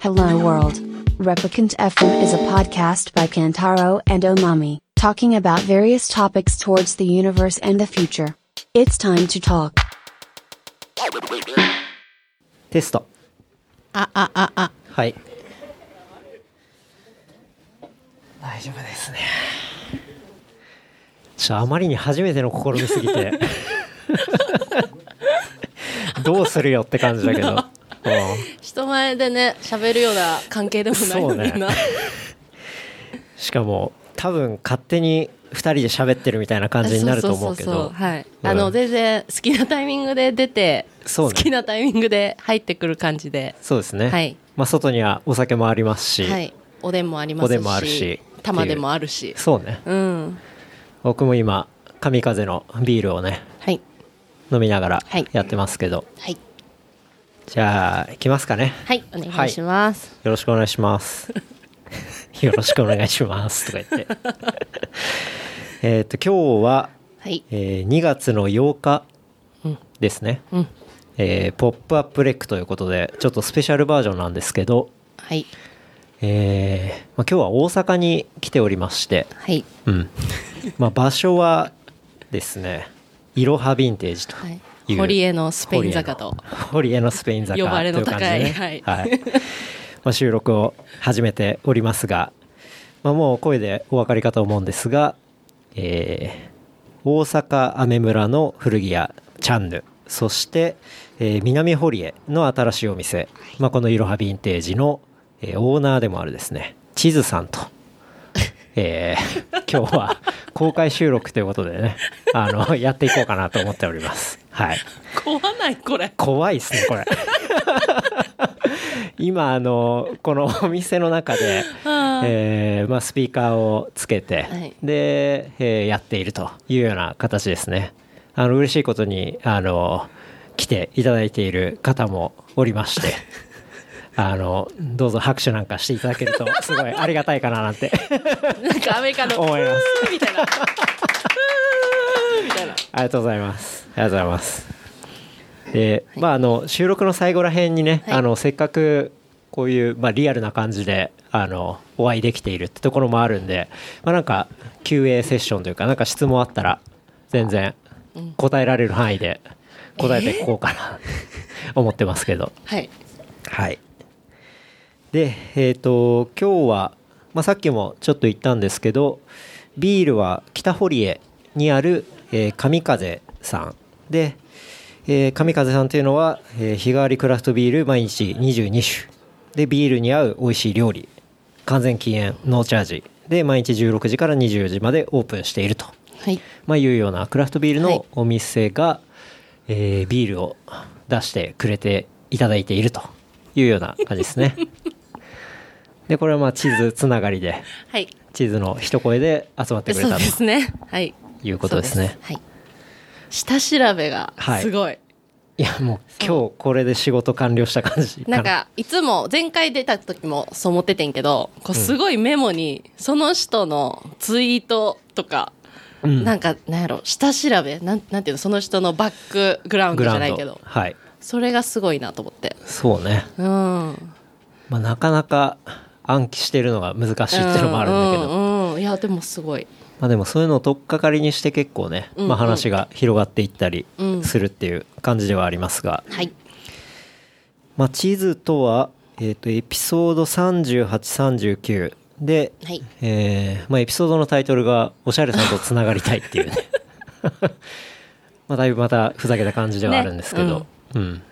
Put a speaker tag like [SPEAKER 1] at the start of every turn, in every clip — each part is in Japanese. [SPEAKER 1] Hello World. Replicant FM is a podcast by Kantaro and Omami, talking about various topics towards the universe and the future. It's time to talk.
[SPEAKER 2] テスト
[SPEAKER 3] あ、あ、あ、あ、
[SPEAKER 2] はい
[SPEAKER 3] 大丈夫ですね。
[SPEAKER 2] ちょあまりに初めての試みすぎてどうするよって感じだけ ど、うん
[SPEAKER 3] 人前でね、喋るような関係でもないのにな。
[SPEAKER 2] そうしかも多分勝手に2人で喋ってるみたいな感じになると思うけ
[SPEAKER 3] そそそ
[SPEAKER 2] ど
[SPEAKER 3] そはい。
[SPEAKER 2] うん
[SPEAKER 3] あの、全然好きなタイミングで出て、
[SPEAKER 2] そう
[SPEAKER 3] 好
[SPEAKER 2] ね
[SPEAKER 3] きなタイミングで入ってくる感じで。
[SPEAKER 2] そうですね、
[SPEAKER 3] はい
[SPEAKER 2] まあ、外にはお酒もありますし、
[SPEAKER 3] はい。おでんもありますし。
[SPEAKER 2] おでんもあるし
[SPEAKER 3] 玉でもあるし。
[SPEAKER 2] そうね
[SPEAKER 3] うん。
[SPEAKER 2] 僕も今神風のビールをね
[SPEAKER 3] はい。
[SPEAKER 2] 飲みながら
[SPEAKER 3] はい
[SPEAKER 2] やってますけど、
[SPEAKER 3] はい。
[SPEAKER 2] じゃあ行きますかね
[SPEAKER 3] はい。お願いします。
[SPEAKER 2] よろしくお願いし ます。よろしくお願いします。とか言って。 えっと、今日は、
[SPEAKER 3] はい。
[SPEAKER 2] えー2月の8日
[SPEAKER 3] うん
[SPEAKER 2] ですね。
[SPEAKER 3] うん。
[SPEAKER 2] えーポップアップレックということで、ちょっとスペシャルバージョンなんですけど、
[SPEAKER 3] はい。
[SPEAKER 2] えーまあ、今日は大阪に来ておりまして、
[SPEAKER 3] はい。
[SPEAKER 2] うん。まあ、場所はですね、いろはヴィンテージと
[SPEAKER 3] はい
[SPEAKER 2] いう。
[SPEAKER 3] 堀江のスペイン坂と。
[SPEAKER 2] 堀江のスペイン坂
[SPEAKER 3] 呼ばれの
[SPEAKER 2] という感じでね
[SPEAKER 3] 高い
[SPEAKER 2] は
[SPEAKER 3] はい
[SPEAKER 2] まあ、収録を始めておりますが、まあ、もう声でお分かりかと思うんですが、えー大阪雨村の古着屋チャンヌそして、えー南堀江の新しいお店、まあ、このいろはヴィンテージの、えーオーナーでもあるですね地図さんと。え ー今日は公開収録ということでね、あの、やっていこうかなと思っております。はい。
[SPEAKER 3] 怖ない、これ。
[SPEAKER 2] 怖いですねこれ今あのこのお店の中で、えーまあ、スピーカーをつけて、
[SPEAKER 3] はい
[SPEAKER 2] で、えーやっているというような形ですねあの嬉しいことにあの来ていただいている方もおりましてあのどうぞ拍手なんかしていただけるとすごいありがたいかななんて
[SPEAKER 3] なんかアメリカの、
[SPEAKER 2] 思います
[SPEAKER 3] ふーみたいな。ふーみたいな。
[SPEAKER 2] ありがとうございます。ありがとうございます。で、まああの収録の最後ら辺にね、
[SPEAKER 3] はい
[SPEAKER 2] あのせっかくこういうまあリアルな感じであのお会いできているってところもあるんで、まあなんか Q&A セッションというかなんか質問あったら全然答えられる範囲で答えていこうかな、 思ってますけど。
[SPEAKER 3] はい。
[SPEAKER 2] はい。で、えっ、と、今日は、まあ、さっきもちょっと言ったんですけど、ビールは北堀江にある、えー神風さんで、えー神風さんというのは、えー日替わりクラフトビール毎日22種。で、ビールに合う美味しい料理。完全禁煙、ノーチャージ。で、毎日16時から24時までオープンしていると。
[SPEAKER 3] はい。
[SPEAKER 2] まあ、いうようなクラフトビール
[SPEAKER 3] は
[SPEAKER 2] の
[SPEAKER 3] い
[SPEAKER 2] お店が、えービールを出してくれていただいているというような感じです ね。でこれはまあ地図つながりで
[SPEAKER 3] はい。
[SPEAKER 2] 地図の一声で集まってくれ
[SPEAKER 3] そ
[SPEAKER 2] た
[SPEAKER 3] う
[SPEAKER 2] と
[SPEAKER 3] ですね。はい。
[SPEAKER 2] いうことですね。
[SPEAKER 3] そうです。はい。下調べが
[SPEAKER 2] はい
[SPEAKER 3] すごい。
[SPEAKER 2] いやもう今日これで仕事完了した感じかな。
[SPEAKER 3] なんか、いつも前回出た時もそう思っててんけど、こうすごいメモに、その人のツイートとか、
[SPEAKER 2] うん
[SPEAKER 3] なんか、なんやろ、下調べなん、なんていうの、その人のバックグラウン
[SPEAKER 2] グ
[SPEAKER 3] ドじ
[SPEAKER 2] ラ
[SPEAKER 3] ゃ
[SPEAKER 2] ウンド
[SPEAKER 3] ないけど、
[SPEAKER 2] はい
[SPEAKER 3] それがすごいなと思って。
[SPEAKER 2] そうね、
[SPEAKER 3] うん。
[SPEAKER 2] まあ、なかなか暗記してるのが難しいっていうのもあるんだけど、
[SPEAKER 3] うん、うん。いや、でもすごい。
[SPEAKER 2] まあでもそういうのを取っかかりにして結構ね、
[SPEAKER 3] うんうん
[SPEAKER 2] まあ、話が広がっていったり
[SPEAKER 3] うん
[SPEAKER 2] するっていう感じではありますが、
[SPEAKER 3] はい。
[SPEAKER 2] まあ、地図とは、えー、とエピソード3839で、
[SPEAKER 3] はい
[SPEAKER 2] えーまあ、エピソードのタイトルが「おしゃれさんとつながりたい」 っていうねまあだいぶまたふざけた感じではあるんですけど、
[SPEAKER 3] ね
[SPEAKER 2] うん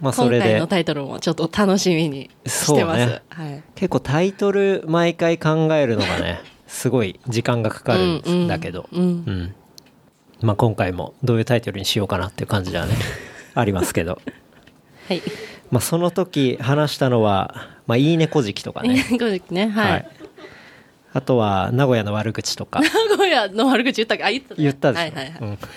[SPEAKER 2] まあ、そ
[SPEAKER 3] 今
[SPEAKER 2] れ
[SPEAKER 3] 回
[SPEAKER 2] で
[SPEAKER 3] のタイトルもちょっと楽しみにしてます。
[SPEAKER 2] そうね
[SPEAKER 3] はい。
[SPEAKER 2] 結構タイトル毎回考えるのがねすごい時間がかかるんだけど、
[SPEAKER 3] うんうん
[SPEAKER 2] うんまあ、今回もどういうタイトルにしようかなっていう感じで はねありますけど、
[SPEAKER 3] はい。
[SPEAKER 2] まあ、その時話したのは「まあ、いいねこじき」とかね
[SPEAKER 3] ね、ごめんね、はい。
[SPEAKER 2] あとは名古屋の悪口とか
[SPEAKER 3] 名古屋の悪口言ったっけあ、言った、ね、
[SPEAKER 2] 言ったでしょ、
[SPEAKER 3] はいはいはい。
[SPEAKER 2] うん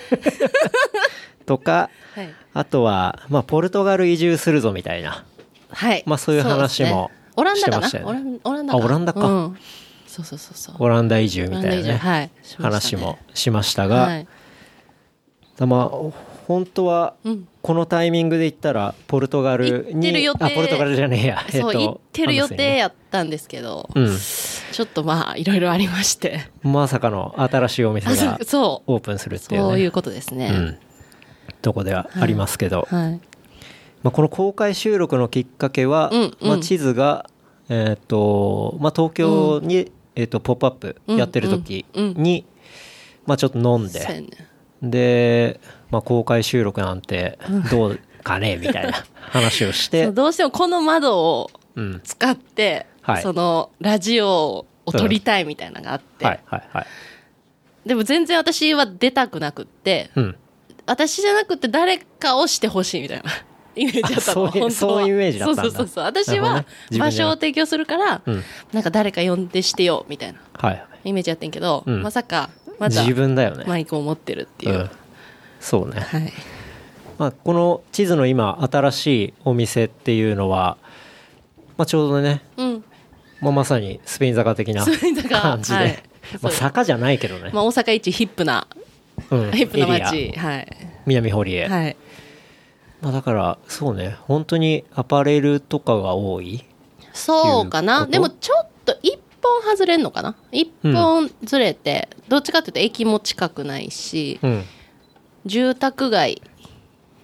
[SPEAKER 2] とか
[SPEAKER 3] はい。
[SPEAKER 2] あとは、まあ、ポルトガル移住するぞみたいな
[SPEAKER 3] はい
[SPEAKER 2] まあそういう話も
[SPEAKER 3] そうですねオランダかな、
[SPEAKER 2] してました
[SPEAKER 3] オラ
[SPEAKER 2] よ
[SPEAKER 3] ンオランダか
[SPEAKER 2] あオランダか
[SPEAKER 3] うん、そうそうそうそう。
[SPEAKER 2] オランダ移住みたいな
[SPEAKER 3] オランダ以
[SPEAKER 2] ね、
[SPEAKER 3] 上はいしましたね
[SPEAKER 2] 話もしましたが、
[SPEAKER 3] はい。
[SPEAKER 2] まあ本当は
[SPEAKER 3] うん
[SPEAKER 2] このタイミングで行ったらポルトガル
[SPEAKER 3] 行ってる
[SPEAKER 2] に
[SPEAKER 3] 予定
[SPEAKER 2] あポルトガルじゃねえやえっ
[SPEAKER 3] そう、
[SPEAKER 2] と
[SPEAKER 3] 行ってる予
[SPEAKER 2] アンダーセン
[SPEAKER 3] 定
[SPEAKER 2] ね
[SPEAKER 3] やったんですけど、
[SPEAKER 2] うん
[SPEAKER 3] ちょっとまあ、いろいろありまして。
[SPEAKER 2] まさかの新しいお店
[SPEAKER 3] あ
[SPEAKER 2] が
[SPEAKER 3] そそう。
[SPEAKER 2] オープンするっていうね
[SPEAKER 3] そういうことですね。
[SPEAKER 2] うんとこではありますけど、
[SPEAKER 3] はい。
[SPEAKER 2] まあ、この公開収録のきっかけは、
[SPEAKER 3] うんうん
[SPEAKER 2] まあ、地図が、えーとまあ、東京に、えー、とポップアップやってる時に、
[SPEAKER 3] うんうんう
[SPEAKER 2] まあ、ちょっと飲ん
[SPEAKER 3] そうや
[SPEAKER 2] で
[SPEAKER 3] ね
[SPEAKER 2] で、まあ、公開収録なんてどうかねみたい な話をし
[SPEAKER 3] そ
[SPEAKER 2] て
[SPEAKER 3] う、どうしてもこの窓を
[SPEAKER 2] うん、
[SPEAKER 3] 使って、
[SPEAKER 2] はい
[SPEAKER 3] そのラジオを撮りたいみたいなのがあって、
[SPEAKER 2] はいはいはい、
[SPEAKER 3] でも全然私は出たくなくって、
[SPEAKER 2] うん、
[SPEAKER 3] 私じゃなくて誰かをしてほしいみたいな イメージだったの
[SPEAKER 2] あそういう
[SPEAKER 3] 本当は
[SPEAKER 2] そういうイメージだったんだ
[SPEAKER 3] そうそうそうそう
[SPEAKER 2] な
[SPEAKER 3] 私
[SPEAKER 2] るほど
[SPEAKER 3] は
[SPEAKER 2] ね自分
[SPEAKER 3] 場
[SPEAKER 2] じゃ
[SPEAKER 3] 所
[SPEAKER 2] な
[SPEAKER 3] を
[SPEAKER 2] く
[SPEAKER 3] 提供するから、
[SPEAKER 2] うん
[SPEAKER 3] なんか誰か呼んでしてよみたいな
[SPEAKER 2] はいはい
[SPEAKER 3] イメージやってんけど、
[SPEAKER 2] うん
[SPEAKER 3] まさかまだ
[SPEAKER 2] 自分だよね、
[SPEAKER 3] マイクを持ってるっていうう、
[SPEAKER 2] ん、そうね
[SPEAKER 3] はい
[SPEAKER 2] まあ、この地図の今新しいお店っていうのは、まあ、ちょうどね、
[SPEAKER 3] うん
[SPEAKER 2] まあ、まさにスペイン坂的な
[SPEAKER 3] スペイン坂
[SPEAKER 2] 感じで、
[SPEAKER 3] はい
[SPEAKER 2] まあ、坂じゃないけどね、
[SPEAKER 3] まあ、大阪一ヒップな
[SPEAKER 2] うん、
[SPEAKER 3] ヒップな
[SPEAKER 2] エリ
[SPEAKER 3] 街
[SPEAKER 2] ア
[SPEAKER 3] はい、
[SPEAKER 2] 南堀江、
[SPEAKER 3] はい、
[SPEAKER 2] まあ、だからそうね本当にアパレルとかが多い
[SPEAKER 3] そうか
[SPEAKER 2] っていう
[SPEAKER 3] な
[SPEAKER 2] こと
[SPEAKER 3] でもちょっと一本外れんのかな一本ずれて、どっちかっていうと駅も近くないし
[SPEAKER 2] うん
[SPEAKER 3] 住宅街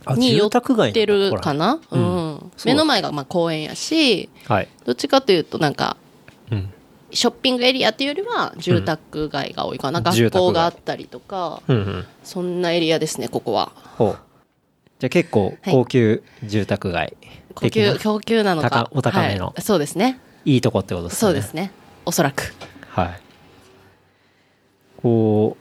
[SPEAKER 2] あ
[SPEAKER 3] に寄
[SPEAKER 2] 住
[SPEAKER 3] っ
[SPEAKER 2] 宅街
[SPEAKER 3] て
[SPEAKER 2] なんだ
[SPEAKER 3] るかな
[SPEAKER 2] ここら辺
[SPEAKER 3] うん
[SPEAKER 2] うんそう
[SPEAKER 3] 目の前がまあ公園やし
[SPEAKER 2] こらはい、
[SPEAKER 3] どっちかというとなんか
[SPEAKER 2] うん
[SPEAKER 3] ショッピングエリアっていうよりは住宅街が多いかな、
[SPEAKER 2] うん
[SPEAKER 3] 学校があったりとか
[SPEAKER 2] うんうん、
[SPEAKER 3] そんなエリアですねここは
[SPEAKER 2] ほうじゃあ結構
[SPEAKER 3] はい
[SPEAKER 2] 高級住宅街
[SPEAKER 3] 高
[SPEAKER 2] 的な、
[SPEAKER 3] 級高級なのか
[SPEAKER 2] 高お高めの
[SPEAKER 3] はいそうですね
[SPEAKER 2] いいとこってことです
[SPEAKER 3] そ
[SPEAKER 2] よ
[SPEAKER 3] う
[SPEAKER 2] ね
[SPEAKER 3] ですねおそらく
[SPEAKER 2] はい。こ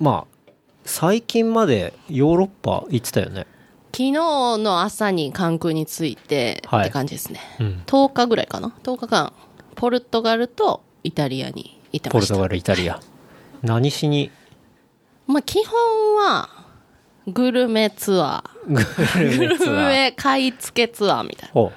[SPEAKER 2] う、まあ、最近までヨーロッパ行ってたよね。
[SPEAKER 3] 昨日の朝に関空に着いて
[SPEAKER 2] はい
[SPEAKER 3] って感じですね、
[SPEAKER 2] うん。
[SPEAKER 3] 10日ぐらいかな10日間ポルトガルとイタリアに行って
[SPEAKER 2] ポ
[SPEAKER 3] ま
[SPEAKER 2] ル
[SPEAKER 3] した
[SPEAKER 2] トガル、イタリア。何しに
[SPEAKER 3] まあ基本はグルメツア
[SPEAKER 2] グル
[SPEAKER 3] ーグ
[SPEAKER 2] メ
[SPEAKER 3] ル
[SPEAKER 2] ツアー。
[SPEAKER 3] メ買い付けツアーみたいな
[SPEAKER 2] ほ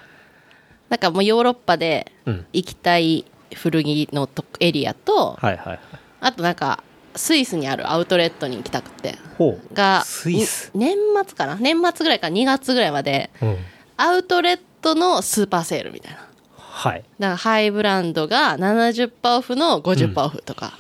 [SPEAKER 3] なんかもうヨーロッパで
[SPEAKER 2] う。うん。
[SPEAKER 3] 行きたい古着のとエリアと
[SPEAKER 2] はいはいはい。
[SPEAKER 3] あとなんかスイスにあるアウトレットに行きたくて
[SPEAKER 2] ほう。
[SPEAKER 3] が
[SPEAKER 2] スイス
[SPEAKER 3] ん年末かな年末ぐらいから2月ぐらいまで
[SPEAKER 2] うん。
[SPEAKER 3] アウトレットのスーパーセールみたいな
[SPEAKER 2] はい。
[SPEAKER 3] だからハイブランドが70%オフの50%オフとか、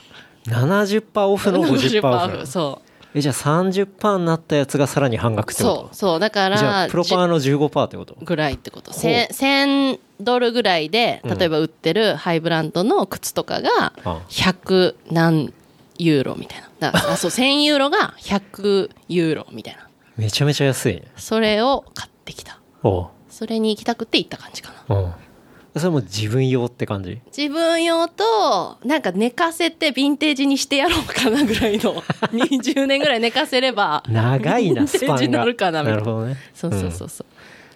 [SPEAKER 2] 70%オフの50%オ フ。
[SPEAKER 3] そ
[SPEAKER 2] え、じゃあ30%になったやつがさらに半額
[SPEAKER 3] う
[SPEAKER 2] ってこと
[SPEAKER 3] そうそうだか
[SPEAKER 2] じゃ
[SPEAKER 3] ら
[SPEAKER 2] あ、プロパーの15%ってこと
[SPEAKER 3] じゅぐらいってこと
[SPEAKER 2] ほう
[SPEAKER 3] せん1000ドルぐらいで
[SPEAKER 2] うん
[SPEAKER 3] 例えば売ってるハイブランドの靴とかが100何ユーロみたい なだからあそう1000ユーロが100ユーロみたいな
[SPEAKER 2] めちゃめちゃ安いね。
[SPEAKER 3] それを買ってきた
[SPEAKER 2] ほ
[SPEAKER 3] それに行きたくて行った感じかな
[SPEAKER 2] う。うん。それも自分用って感じ
[SPEAKER 3] 自分用となんか寝かせてヴィンテージにしてやろうかなぐらい の20年ぐらい寝かせれば
[SPEAKER 2] 長いな
[SPEAKER 3] ヴィンテ
[SPEAKER 2] ス
[SPEAKER 3] ージ
[SPEAKER 2] パンが
[SPEAKER 3] になるかなみたいな
[SPEAKER 2] るほどね
[SPEAKER 3] そうそうそううそう、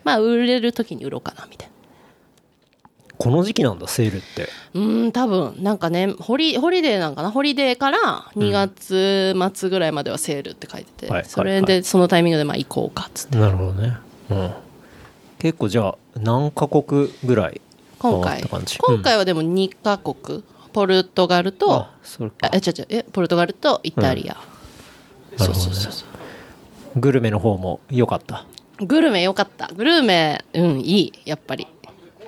[SPEAKER 3] まあ売れる時に売ろうかなみたいなん
[SPEAKER 2] この時期なんだセールって
[SPEAKER 3] うーん多分なんかねホリホリデーなんかなホリデーから2月末ぐらいまではセールって書いてて、
[SPEAKER 2] はい
[SPEAKER 3] そ
[SPEAKER 2] は
[SPEAKER 3] れ
[SPEAKER 2] いは
[SPEAKER 3] でそのタイミングでまあ行こうかっつって
[SPEAKER 2] なるほどねうん結構じゃあ何カ国ぐらい
[SPEAKER 3] 今
[SPEAKER 2] 回っ
[SPEAKER 3] 回
[SPEAKER 2] た感じ
[SPEAKER 3] 今回はでも2カ国ポルトガルと
[SPEAKER 2] あそれか
[SPEAKER 3] あえ違う違うえポルトガルとイタリア、
[SPEAKER 2] な
[SPEAKER 3] そ
[SPEAKER 2] るほ
[SPEAKER 3] う
[SPEAKER 2] ど
[SPEAKER 3] そう
[SPEAKER 2] ね
[SPEAKER 3] そうそう
[SPEAKER 2] グルメの方も良かった
[SPEAKER 3] グルメ良かったグルメうんいいやっぱり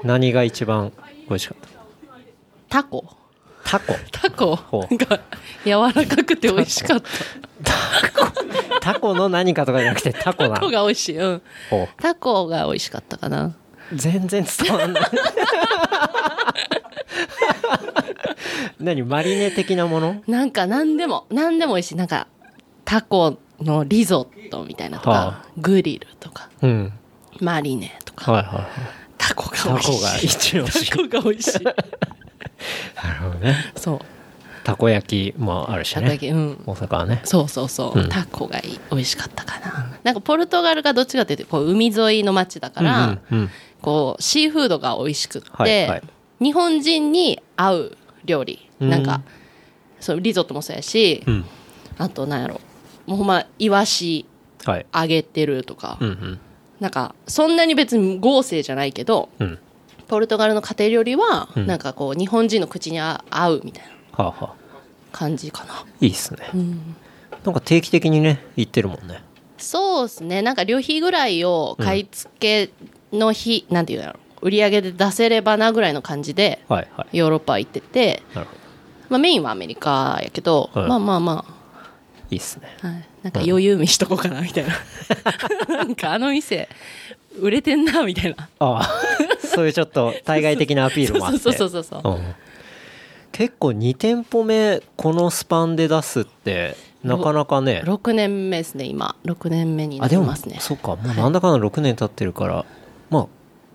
[SPEAKER 2] 何が一番美味しかった
[SPEAKER 3] タコ
[SPEAKER 2] タコ
[SPEAKER 3] タコ
[SPEAKER 2] ほう
[SPEAKER 3] が柔らかくて美味しかっ た
[SPEAKER 2] タコの何かとかじゃなくてタコな
[SPEAKER 3] タコが美味しいうん
[SPEAKER 2] ほ
[SPEAKER 3] タコが美味しかったかな
[SPEAKER 2] う全然伝わんない 何マリネ的なもの
[SPEAKER 3] なんか何でも何でも美味しいなんかタコのリゾットみたいなとか、
[SPEAKER 2] はあ
[SPEAKER 3] グリルとか
[SPEAKER 2] うん
[SPEAKER 3] マリネとか、
[SPEAKER 2] はいはいはい
[SPEAKER 3] タコが美
[SPEAKER 2] タ
[SPEAKER 3] 味し
[SPEAKER 2] コ
[SPEAKER 3] い
[SPEAKER 2] が一押し
[SPEAKER 3] タコが美味しい
[SPEAKER 2] なるほどね
[SPEAKER 3] そう
[SPEAKER 2] たこ焼きもあるした
[SPEAKER 3] こ焼
[SPEAKER 2] ね
[SPEAKER 3] きうん
[SPEAKER 2] 大阪はね
[SPEAKER 3] そうそうそう、
[SPEAKER 2] うん
[SPEAKER 3] タコがいい美味しかったかななんかポルトガルがどっちかっていうとこう海沿いの町だから、
[SPEAKER 2] うんうんうん
[SPEAKER 3] こうシーフードが美味しくって、
[SPEAKER 2] はいはい
[SPEAKER 3] 日本人に合う料理、
[SPEAKER 2] うん
[SPEAKER 3] なんかそうリゾットもそうやし、
[SPEAKER 2] うん
[SPEAKER 3] あとなんやろもうほんまイワシ
[SPEAKER 2] はい
[SPEAKER 3] 揚げてるとか、
[SPEAKER 2] うんうん
[SPEAKER 3] なんかそんなに別に豪勢じゃないけど
[SPEAKER 2] うん
[SPEAKER 3] ポルトガルの家庭料理は
[SPEAKER 2] うん
[SPEAKER 3] なんかこう日本人の口にあ合うみたいな
[SPEAKER 2] はあはあ
[SPEAKER 3] 感じかな、
[SPEAKER 2] いいっすね
[SPEAKER 3] うん、
[SPEAKER 2] なんか定期的にね行ってるもんね
[SPEAKER 3] そうですねなんか旅費ぐらいを買い付けの日、なんていうんだろう売り上げで出せればなぐらいの感じで
[SPEAKER 2] はいはい
[SPEAKER 3] ヨーロッパ行ってて、
[SPEAKER 2] なるほど
[SPEAKER 3] まあ、メインはアメリカやけど、
[SPEAKER 2] はい
[SPEAKER 3] まあまあま
[SPEAKER 2] いいっすね
[SPEAKER 3] あ、はい、なんか余裕見しとこうかなみ たいななんかあの店売れてんなみたいな
[SPEAKER 2] あ あそういうちょっと対外的なアピールもあって
[SPEAKER 3] そうそうそうそうそう
[SPEAKER 2] うん結構2店舗目このスパンで出すってなかなかね
[SPEAKER 3] 6年目ですね今6年目にな
[SPEAKER 2] あ
[SPEAKER 3] り
[SPEAKER 2] でも
[SPEAKER 3] ますね
[SPEAKER 2] そうかもうなんだかんだ6年経ってるから、まあ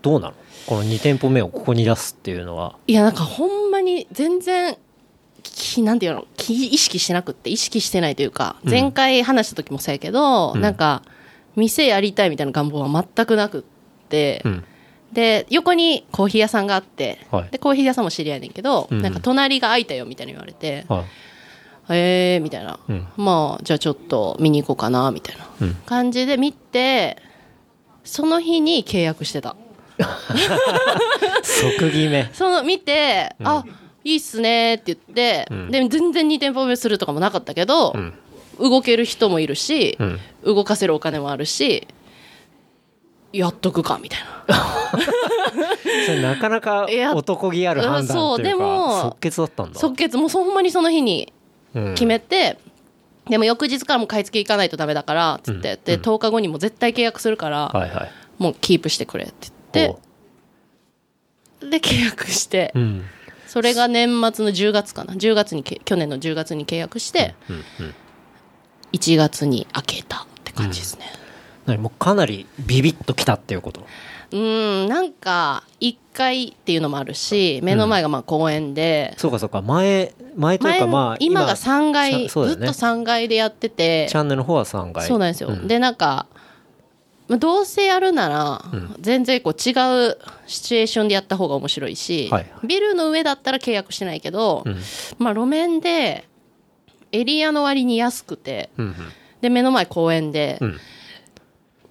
[SPEAKER 2] どうなのこの2店舗目をここに出すっていうのはい
[SPEAKER 3] やなんかほんまに全然きなんていうのき意識してなくって意識してないというか
[SPEAKER 2] うん
[SPEAKER 3] 前回話した時もそうやけど、
[SPEAKER 2] うん
[SPEAKER 3] なんか店やりたいみたいな願望は全くなくって、
[SPEAKER 2] うん
[SPEAKER 3] で横にコーヒー屋さんがあって、
[SPEAKER 2] はい
[SPEAKER 3] でコーヒー屋さんも知り合いねんけど、
[SPEAKER 2] うん
[SPEAKER 3] なんか隣が空いたよみたいに言われて、
[SPEAKER 2] はい
[SPEAKER 3] へえー、みたいな、
[SPEAKER 2] うん
[SPEAKER 3] まあじゃあちょっと見に行こうかなみたいな
[SPEAKER 2] うん
[SPEAKER 3] 感じで見てその日に契約してた
[SPEAKER 2] 即決 め
[SPEAKER 3] その見て、
[SPEAKER 2] ん
[SPEAKER 3] あいいっすねって言って、
[SPEAKER 2] うん
[SPEAKER 3] で全然2店舗目するとかもなかったけど、
[SPEAKER 2] うん
[SPEAKER 3] 動ける人もいるし
[SPEAKER 2] う、ん
[SPEAKER 3] 動かせるお金もあるしやっとくかみたいな
[SPEAKER 2] それなかなか
[SPEAKER 3] いや
[SPEAKER 2] 男気ある判断
[SPEAKER 3] うん
[SPEAKER 2] と
[SPEAKER 3] そう
[SPEAKER 2] い
[SPEAKER 3] で
[SPEAKER 2] うか
[SPEAKER 3] も
[SPEAKER 2] 即決だったんだ
[SPEAKER 3] 即決もうそほんまにその日に
[SPEAKER 2] うん
[SPEAKER 3] 決めて、でも翌日からもう買い付け行かないとダメだからっつ
[SPEAKER 2] う
[SPEAKER 3] って、
[SPEAKER 2] んう
[SPEAKER 3] で
[SPEAKER 2] ん
[SPEAKER 3] 10日後にも絶対契約するから、
[SPEAKER 2] はいはい
[SPEAKER 3] もうキープしてくれって言っ
[SPEAKER 2] お
[SPEAKER 3] てで契約して、
[SPEAKER 2] うん
[SPEAKER 3] それが年末の10月かな10月にけ去年の10月に契約して、
[SPEAKER 2] うんうん
[SPEAKER 3] 1月に開けたって感じですね
[SPEAKER 2] 何もうかなりビビッときたっていうこと
[SPEAKER 3] うんなんか1回っていうのもあるし目の前がまあ公園で、
[SPEAKER 2] そうかそうか前前という
[SPEAKER 3] 前
[SPEAKER 2] かまあ
[SPEAKER 3] 今が3
[SPEAKER 2] さ
[SPEAKER 3] 階、
[SPEAKER 2] そうだよ
[SPEAKER 3] ずっ
[SPEAKER 2] ね
[SPEAKER 3] と3階でやってて
[SPEAKER 2] チャンネルの方は3回
[SPEAKER 3] そうなんですよ、でなんかまあどうせやるなら、全然こう違うシチュエーションでやった方が面白いし、
[SPEAKER 2] はい
[SPEAKER 3] ビルの上だったら契約してないけど、
[SPEAKER 2] うん
[SPEAKER 3] まあ、路面でエリアの割に安くて
[SPEAKER 2] うん
[SPEAKER 3] で目の前公園で、
[SPEAKER 2] うんうん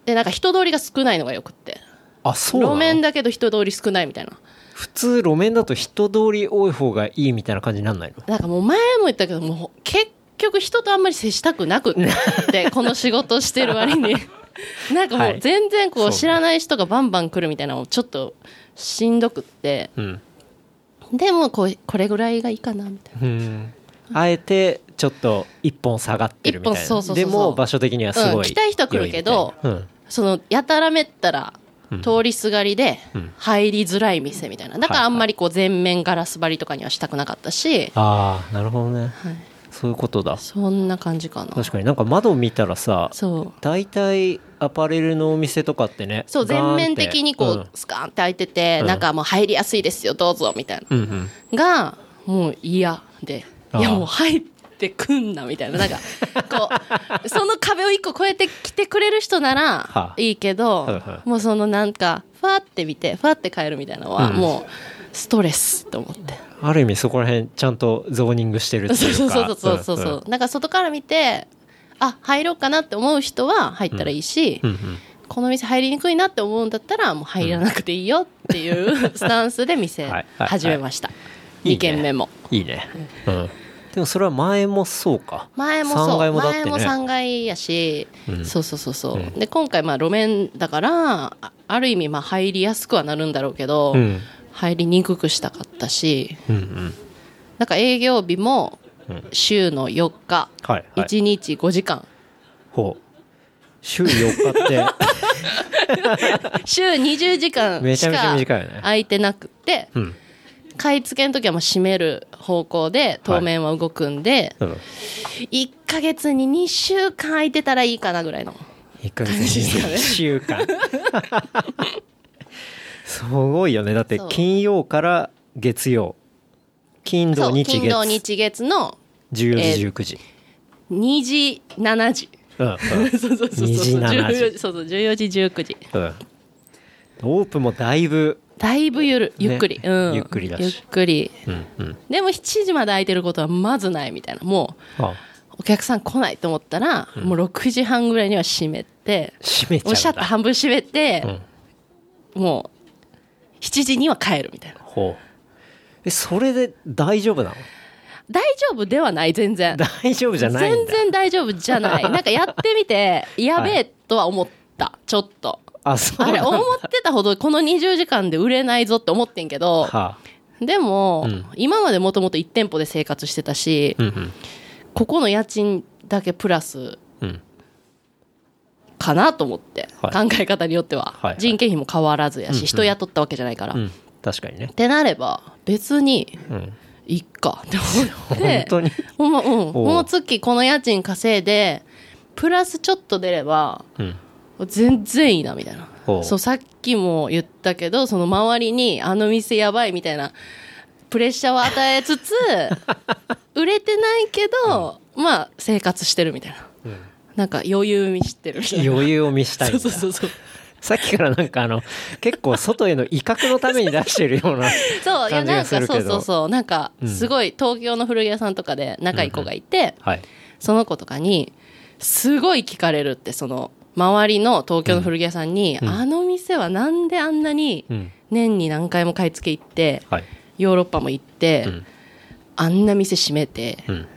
[SPEAKER 3] でなんか人通りが少ないのがよくって
[SPEAKER 2] あそうな
[SPEAKER 3] 路
[SPEAKER 2] の
[SPEAKER 3] 面だけど人通り少ないみたいな
[SPEAKER 2] 普通路面だと人通り多い方がいいみたいな感じになんないの
[SPEAKER 3] なんかもう前も言ったけどもう結局人とあんまり接したくなくっ てこの仕事してる割になんかも
[SPEAKER 2] は
[SPEAKER 3] う
[SPEAKER 2] い
[SPEAKER 3] 全然こ
[SPEAKER 2] そう
[SPEAKER 3] う
[SPEAKER 2] ね
[SPEAKER 3] 知らない人がバンバン来るみたいなのもちょっとしんどくって
[SPEAKER 2] うん
[SPEAKER 3] でもこうこれぐらいがいいかなみたいな
[SPEAKER 2] うんあえてちょっと一本下がってるみたいな
[SPEAKER 3] 一本そうそうそうそ
[SPEAKER 2] で
[SPEAKER 3] う
[SPEAKER 2] も場所的にはすごい、
[SPEAKER 3] うん来たい人は来るけど
[SPEAKER 2] 良いみたいな
[SPEAKER 3] そのやたらめったら
[SPEAKER 2] うん
[SPEAKER 3] 通りすがりで
[SPEAKER 2] うん
[SPEAKER 3] 入りづらい店みたいなだから
[SPEAKER 2] はい
[SPEAKER 3] あんまりこう全面ガラス張りとかにはしたくなかったし、
[SPEAKER 2] ああなるほどね
[SPEAKER 3] はい、
[SPEAKER 2] そういうことだ
[SPEAKER 3] そんな感じかな
[SPEAKER 2] 確かになんか窓見たらさ
[SPEAKER 3] そう
[SPEAKER 2] 大体アパレルのお店とかってね
[SPEAKER 3] そう
[SPEAKER 2] ガーンっ
[SPEAKER 3] 全
[SPEAKER 2] て
[SPEAKER 3] 面的にこう、スカーンって開いてて、
[SPEAKER 2] うん
[SPEAKER 3] なんかもう入りやすいですよどうぞみたいな
[SPEAKER 2] うん、うんうん
[SPEAKER 3] がもう嫌で
[SPEAKER 2] あー
[SPEAKER 3] いやもう入ってくんなみたいななんかこうその壁を一個越えてきてくれる人な
[SPEAKER 2] はあ
[SPEAKER 3] らいいけど、
[SPEAKER 2] はいは
[SPEAKER 3] もうそのなんかファーって見てファーって帰るみたいなのは、
[SPEAKER 2] うん
[SPEAKER 3] もうストレスと思って
[SPEAKER 2] ある意味そこら辺ちゃんとゾーニングしてるって
[SPEAKER 3] そう
[SPEAKER 2] い
[SPEAKER 3] そうう
[SPEAKER 2] か
[SPEAKER 3] そうそうそうそう、
[SPEAKER 2] ん
[SPEAKER 3] なんか外から見てあ入ろうかなって思う人は入ったらいいし、
[SPEAKER 2] うんうん
[SPEAKER 3] この店入りにくいなって思うんだったらもう入らなくていいよっていうスタンスで店
[SPEAKER 2] はいはい
[SPEAKER 3] 始めました、
[SPEAKER 2] いいね
[SPEAKER 3] 2軒目も
[SPEAKER 2] いいね、うん、でもそれは前もそうか
[SPEAKER 3] 前もそう
[SPEAKER 2] 3階もだってね
[SPEAKER 3] 前も3階やし、
[SPEAKER 2] うん
[SPEAKER 3] そうそうそうそう、
[SPEAKER 2] うん
[SPEAKER 3] で今回まあ路面だからあある意味まあ入りやすくはなるんだろうけど、
[SPEAKER 2] うん
[SPEAKER 3] 入りにくくしたかったし
[SPEAKER 2] うんうん
[SPEAKER 3] なんか営業日も
[SPEAKER 2] うん
[SPEAKER 3] 週の4日、
[SPEAKER 2] はいはい
[SPEAKER 3] 1日5時 間
[SPEAKER 2] ほう週4日って
[SPEAKER 3] 週20時間
[SPEAKER 2] めち
[SPEAKER 3] し
[SPEAKER 2] ゃめちゃ
[SPEAKER 3] か
[SPEAKER 2] 短いよね
[SPEAKER 3] 空いてなくて
[SPEAKER 2] うん
[SPEAKER 3] 買い付けの時はもう閉める方向で当面は動くんで、
[SPEAKER 2] うん
[SPEAKER 3] 1ヶ月に2週間空いてたらいいかなぐらいの
[SPEAKER 2] 1ヶ月に2週間すごいよねだって
[SPEAKER 3] そう
[SPEAKER 2] 金曜から月曜金土
[SPEAKER 3] そう
[SPEAKER 2] 日
[SPEAKER 3] 金土
[SPEAKER 2] 月
[SPEAKER 3] 日月の
[SPEAKER 2] 14時
[SPEAKER 3] え
[SPEAKER 2] 19時、
[SPEAKER 3] 2時7時
[SPEAKER 2] うんうん
[SPEAKER 3] そうそうそうそう
[SPEAKER 2] 2時7時
[SPEAKER 3] 14そうそう14時19時
[SPEAKER 2] うんオープンもだいぶ
[SPEAKER 3] だいぶゆるゆっくり、
[SPEAKER 2] ね
[SPEAKER 3] うん
[SPEAKER 2] ゆっくりだし
[SPEAKER 3] ゆっくり
[SPEAKER 2] うんうん
[SPEAKER 3] でも7時まで空いてることはまずないみたいなも
[SPEAKER 2] あ
[SPEAKER 3] うお客さん来ないと思ったら、もう6時半ぐらいには閉めて
[SPEAKER 2] 閉めちゃ
[SPEAKER 3] お
[SPEAKER 2] うん
[SPEAKER 3] っしゃった
[SPEAKER 2] だ
[SPEAKER 3] 半分閉めて、
[SPEAKER 2] うん
[SPEAKER 3] もう7時には帰るみたいな
[SPEAKER 2] ほうえそれで大丈夫なの
[SPEAKER 3] 大丈夫ではない全然
[SPEAKER 2] 大丈夫じゃないん
[SPEAKER 3] 全
[SPEAKER 2] だ
[SPEAKER 3] 然大丈夫じ ゃないなんかやってみてやべ
[SPEAKER 2] は
[SPEAKER 3] えとは思ったちょっと
[SPEAKER 2] あそう
[SPEAKER 3] あれ
[SPEAKER 2] なんだ
[SPEAKER 3] 思ってたほどこの20時間で売れないぞって思ってんけど
[SPEAKER 2] はあ
[SPEAKER 3] でも、
[SPEAKER 2] うん
[SPEAKER 3] 今までもともと1店舗で生活してたし、
[SPEAKER 2] うんうん
[SPEAKER 3] ここの家賃だけプラス
[SPEAKER 2] うん
[SPEAKER 3] かなと思って、
[SPEAKER 2] はい
[SPEAKER 3] 考え方によっては、
[SPEAKER 2] はいはい
[SPEAKER 3] 人件費も変わらずや
[SPEAKER 2] う
[SPEAKER 3] し、
[SPEAKER 2] んうん
[SPEAKER 3] 人雇ったわけじゃないから、
[SPEAKER 2] う
[SPEAKER 3] っ
[SPEAKER 2] ん確かにね
[SPEAKER 3] てなれば別に
[SPEAKER 2] うん
[SPEAKER 3] いっかって思って
[SPEAKER 2] 本当に
[SPEAKER 3] ほんまうん、
[SPEAKER 2] おう
[SPEAKER 3] もう月この家賃稼いでプラスちょっと出れば
[SPEAKER 2] うん
[SPEAKER 3] 全然いいなみたいな
[SPEAKER 2] おう
[SPEAKER 3] そうさっきも言ったけどその周りにあの店やばいみたいなプレッシャーを与え つつ売れてないけど、まあ生活してるみたいな、
[SPEAKER 2] うん
[SPEAKER 3] なんか余裕見知ってるみたいな
[SPEAKER 2] 余裕を見したいん
[SPEAKER 3] そ
[SPEAKER 2] だ
[SPEAKER 3] うそうそうそう
[SPEAKER 2] さっきからなんかあの結構外への威嚇のために出してるような
[SPEAKER 3] そう
[SPEAKER 2] 感
[SPEAKER 3] いや
[SPEAKER 2] じ
[SPEAKER 3] な
[SPEAKER 2] が
[SPEAKER 3] ん
[SPEAKER 2] す
[SPEAKER 3] か
[SPEAKER 2] る
[SPEAKER 3] そう
[SPEAKER 2] け
[SPEAKER 3] そう
[SPEAKER 2] ど
[SPEAKER 3] そうなんか
[SPEAKER 2] うん
[SPEAKER 3] すごい東京の古着屋さんとかで仲いい子がいて、
[SPEAKER 2] はい
[SPEAKER 3] その子とかにすごい聞かれるってその周りの東京の古着屋さんに、
[SPEAKER 2] うん
[SPEAKER 3] あの店はなんであんなに
[SPEAKER 2] うん
[SPEAKER 3] 年に何回も買い付け行って
[SPEAKER 2] はい
[SPEAKER 3] ヨーロッパも行って、
[SPEAKER 2] うん
[SPEAKER 3] あんな店閉めて
[SPEAKER 2] うん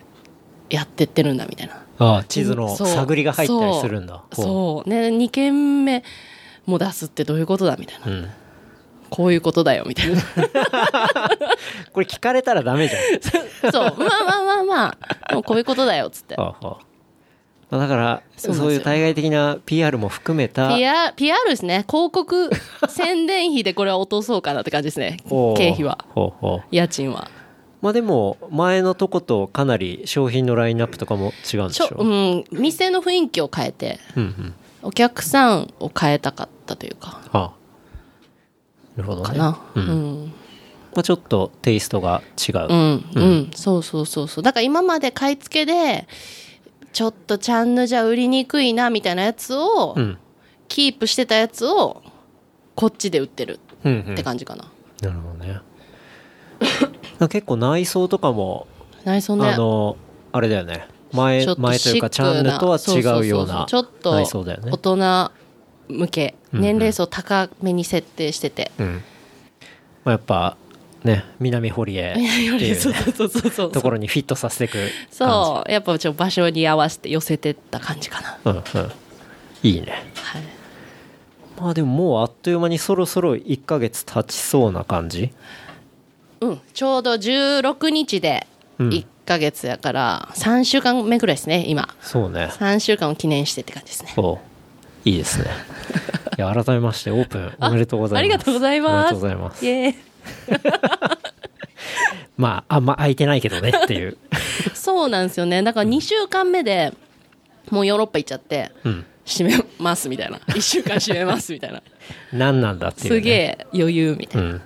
[SPEAKER 3] やってってるんだみたいな
[SPEAKER 2] ああ地図の
[SPEAKER 3] そう
[SPEAKER 2] 探りが入ったりするんだ
[SPEAKER 3] そう
[SPEAKER 2] ほ
[SPEAKER 3] そうね2軒目も出すってどういうことだみたいな
[SPEAKER 2] ううん
[SPEAKER 3] こういうことだよみた いな
[SPEAKER 2] これ聞かれたらダメじゃん
[SPEAKER 3] そうまあまあまあまあもうこういうことだよっつって
[SPEAKER 2] はあはあまあだから
[SPEAKER 3] そう
[SPEAKER 2] そう
[SPEAKER 3] なんですよ
[SPEAKER 2] いう対外的な PR も含めた
[SPEAKER 3] PR, PR ですね広告宣伝費でこれは落とそうかなって感じですね
[SPEAKER 2] ほう
[SPEAKER 3] 経費は
[SPEAKER 2] ほうほう
[SPEAKER 3] 家賃は
[SPEAKER 2] まあでも前のとことかなり商品のラインナップとかも違うんでし
[SPEAKER 3] ちょ
[SPEAKER 2] ょ、
[SPEAKER 3] う
[SPEAKER 2] うん
[SPEAKER 3] ん、店の雰囲気を変えて
[SPEAKER 2] うん
[SPEAKER 3] お客さんを変えたかったというか
[SPEAKER 2] ああなるほどね
[SPEAKER 3] かな、
[SPEAKER 2] う
[SPEAKER 3] うん
[SPEAKER 2] ま
[SPEAKER 3] ん
[SPEAKER 2] あ、ちょっとテイストが違う、
[SPEAKER 3] うん
[SPEAKER 2] う
[SPEAKER 3] うんん、そうそうそうそうだから今まで買い付けでちょっとチャンヌじゃ売りにくいなみたいなやつを、
[SPEAKER 2] うん
[SPEAKER 3] キープしてたやつをこっちで売ってる
[SPEAKER 2] うんう
[SPEAKER 3] っ
[SPEAKER 2] ん
[SPEAKER 3] て感じかな、
[SPEAKER 2] なるほどね 結構内装とかも、
[SPEAKER 3] 内装ね
[SPEAKER 2] あのあれだよね前
[SPEAKER 3] ちょっと
[SPEAKER 2] 前とい
[SPEAKER 3] シ
[SPEAKER 2] う
[SPEAKER 3] ック
[SPEAKER 2] か
[SPEAKER 3] な
[SPEAKER 2] チャンネルとは違うような
[SPEAKER 3] そそそそ
[SPEAKER 2] 内
[SPEAKER 3] ちょ
[SPEAKER 2] 装
[SPEAKER 3] っ
[SPEAKER 2] だよね
[SPEAKER 3] と大人向け
[SPEAKER 2] うんうん
[SPEAKER 3] 年齢層高めに設定してて、
[SPEAKER 2] うんまあ、やっぱね南堀 江って
[SPEAKER 3] いやいや
[SPEAKER 2] いう
[SPEAKER 3] そう
[SPEAKER 2] ね
[SPEAKER 3] そうそうそう
[SPEAKER 2] ところにフィットさせていく感
[SPEAKER 3] そうやっぱちょっと場所に合わせて寄せてった感じかな、
[SPEAKER 2] じうんうんいいね
[SPEAKER 3] はい、
[SPEAKER 2] まあでももうあっという間にそろそろ1ヶ月経ちそうな感じ
[SPEAKER 3] うんちょうど16日で
[SPEAKER 2] うん
[SPEAKER 3] 1ヶ月やから3週間目ぐらいですね今
[SPEAKER 2] そうね
[SPEAKER 3] 3週間を記念してって感じですね
[SPEAKER 2] そういいですね いや改めましてオープンおめでとうござ
[SPEAKER 3] あ
[SPEAKER 2] い
[SPEAKER 3] り
[SPEAKER 2] ます
[SPEAKER 3] がとうございます
[SPEAKER 2] ありがとうございます
[SPEAKER 3] イエーイ
[SPEAKER 2] まああんま空いてないけどねって いう
[SPEAKER 3] そうなんですよねだから2週間目でもうヨーロッパ行っちゃって
[SPEAKER 2] うん
[SPEAKER 3] 閉めますみたいな1週間閉めます みたいな
[SPEAKER 2] 何なんだっていう、ね、
[SPEAKER 3] すげえ余裕みたいうな、
[SPEAKER 2] ん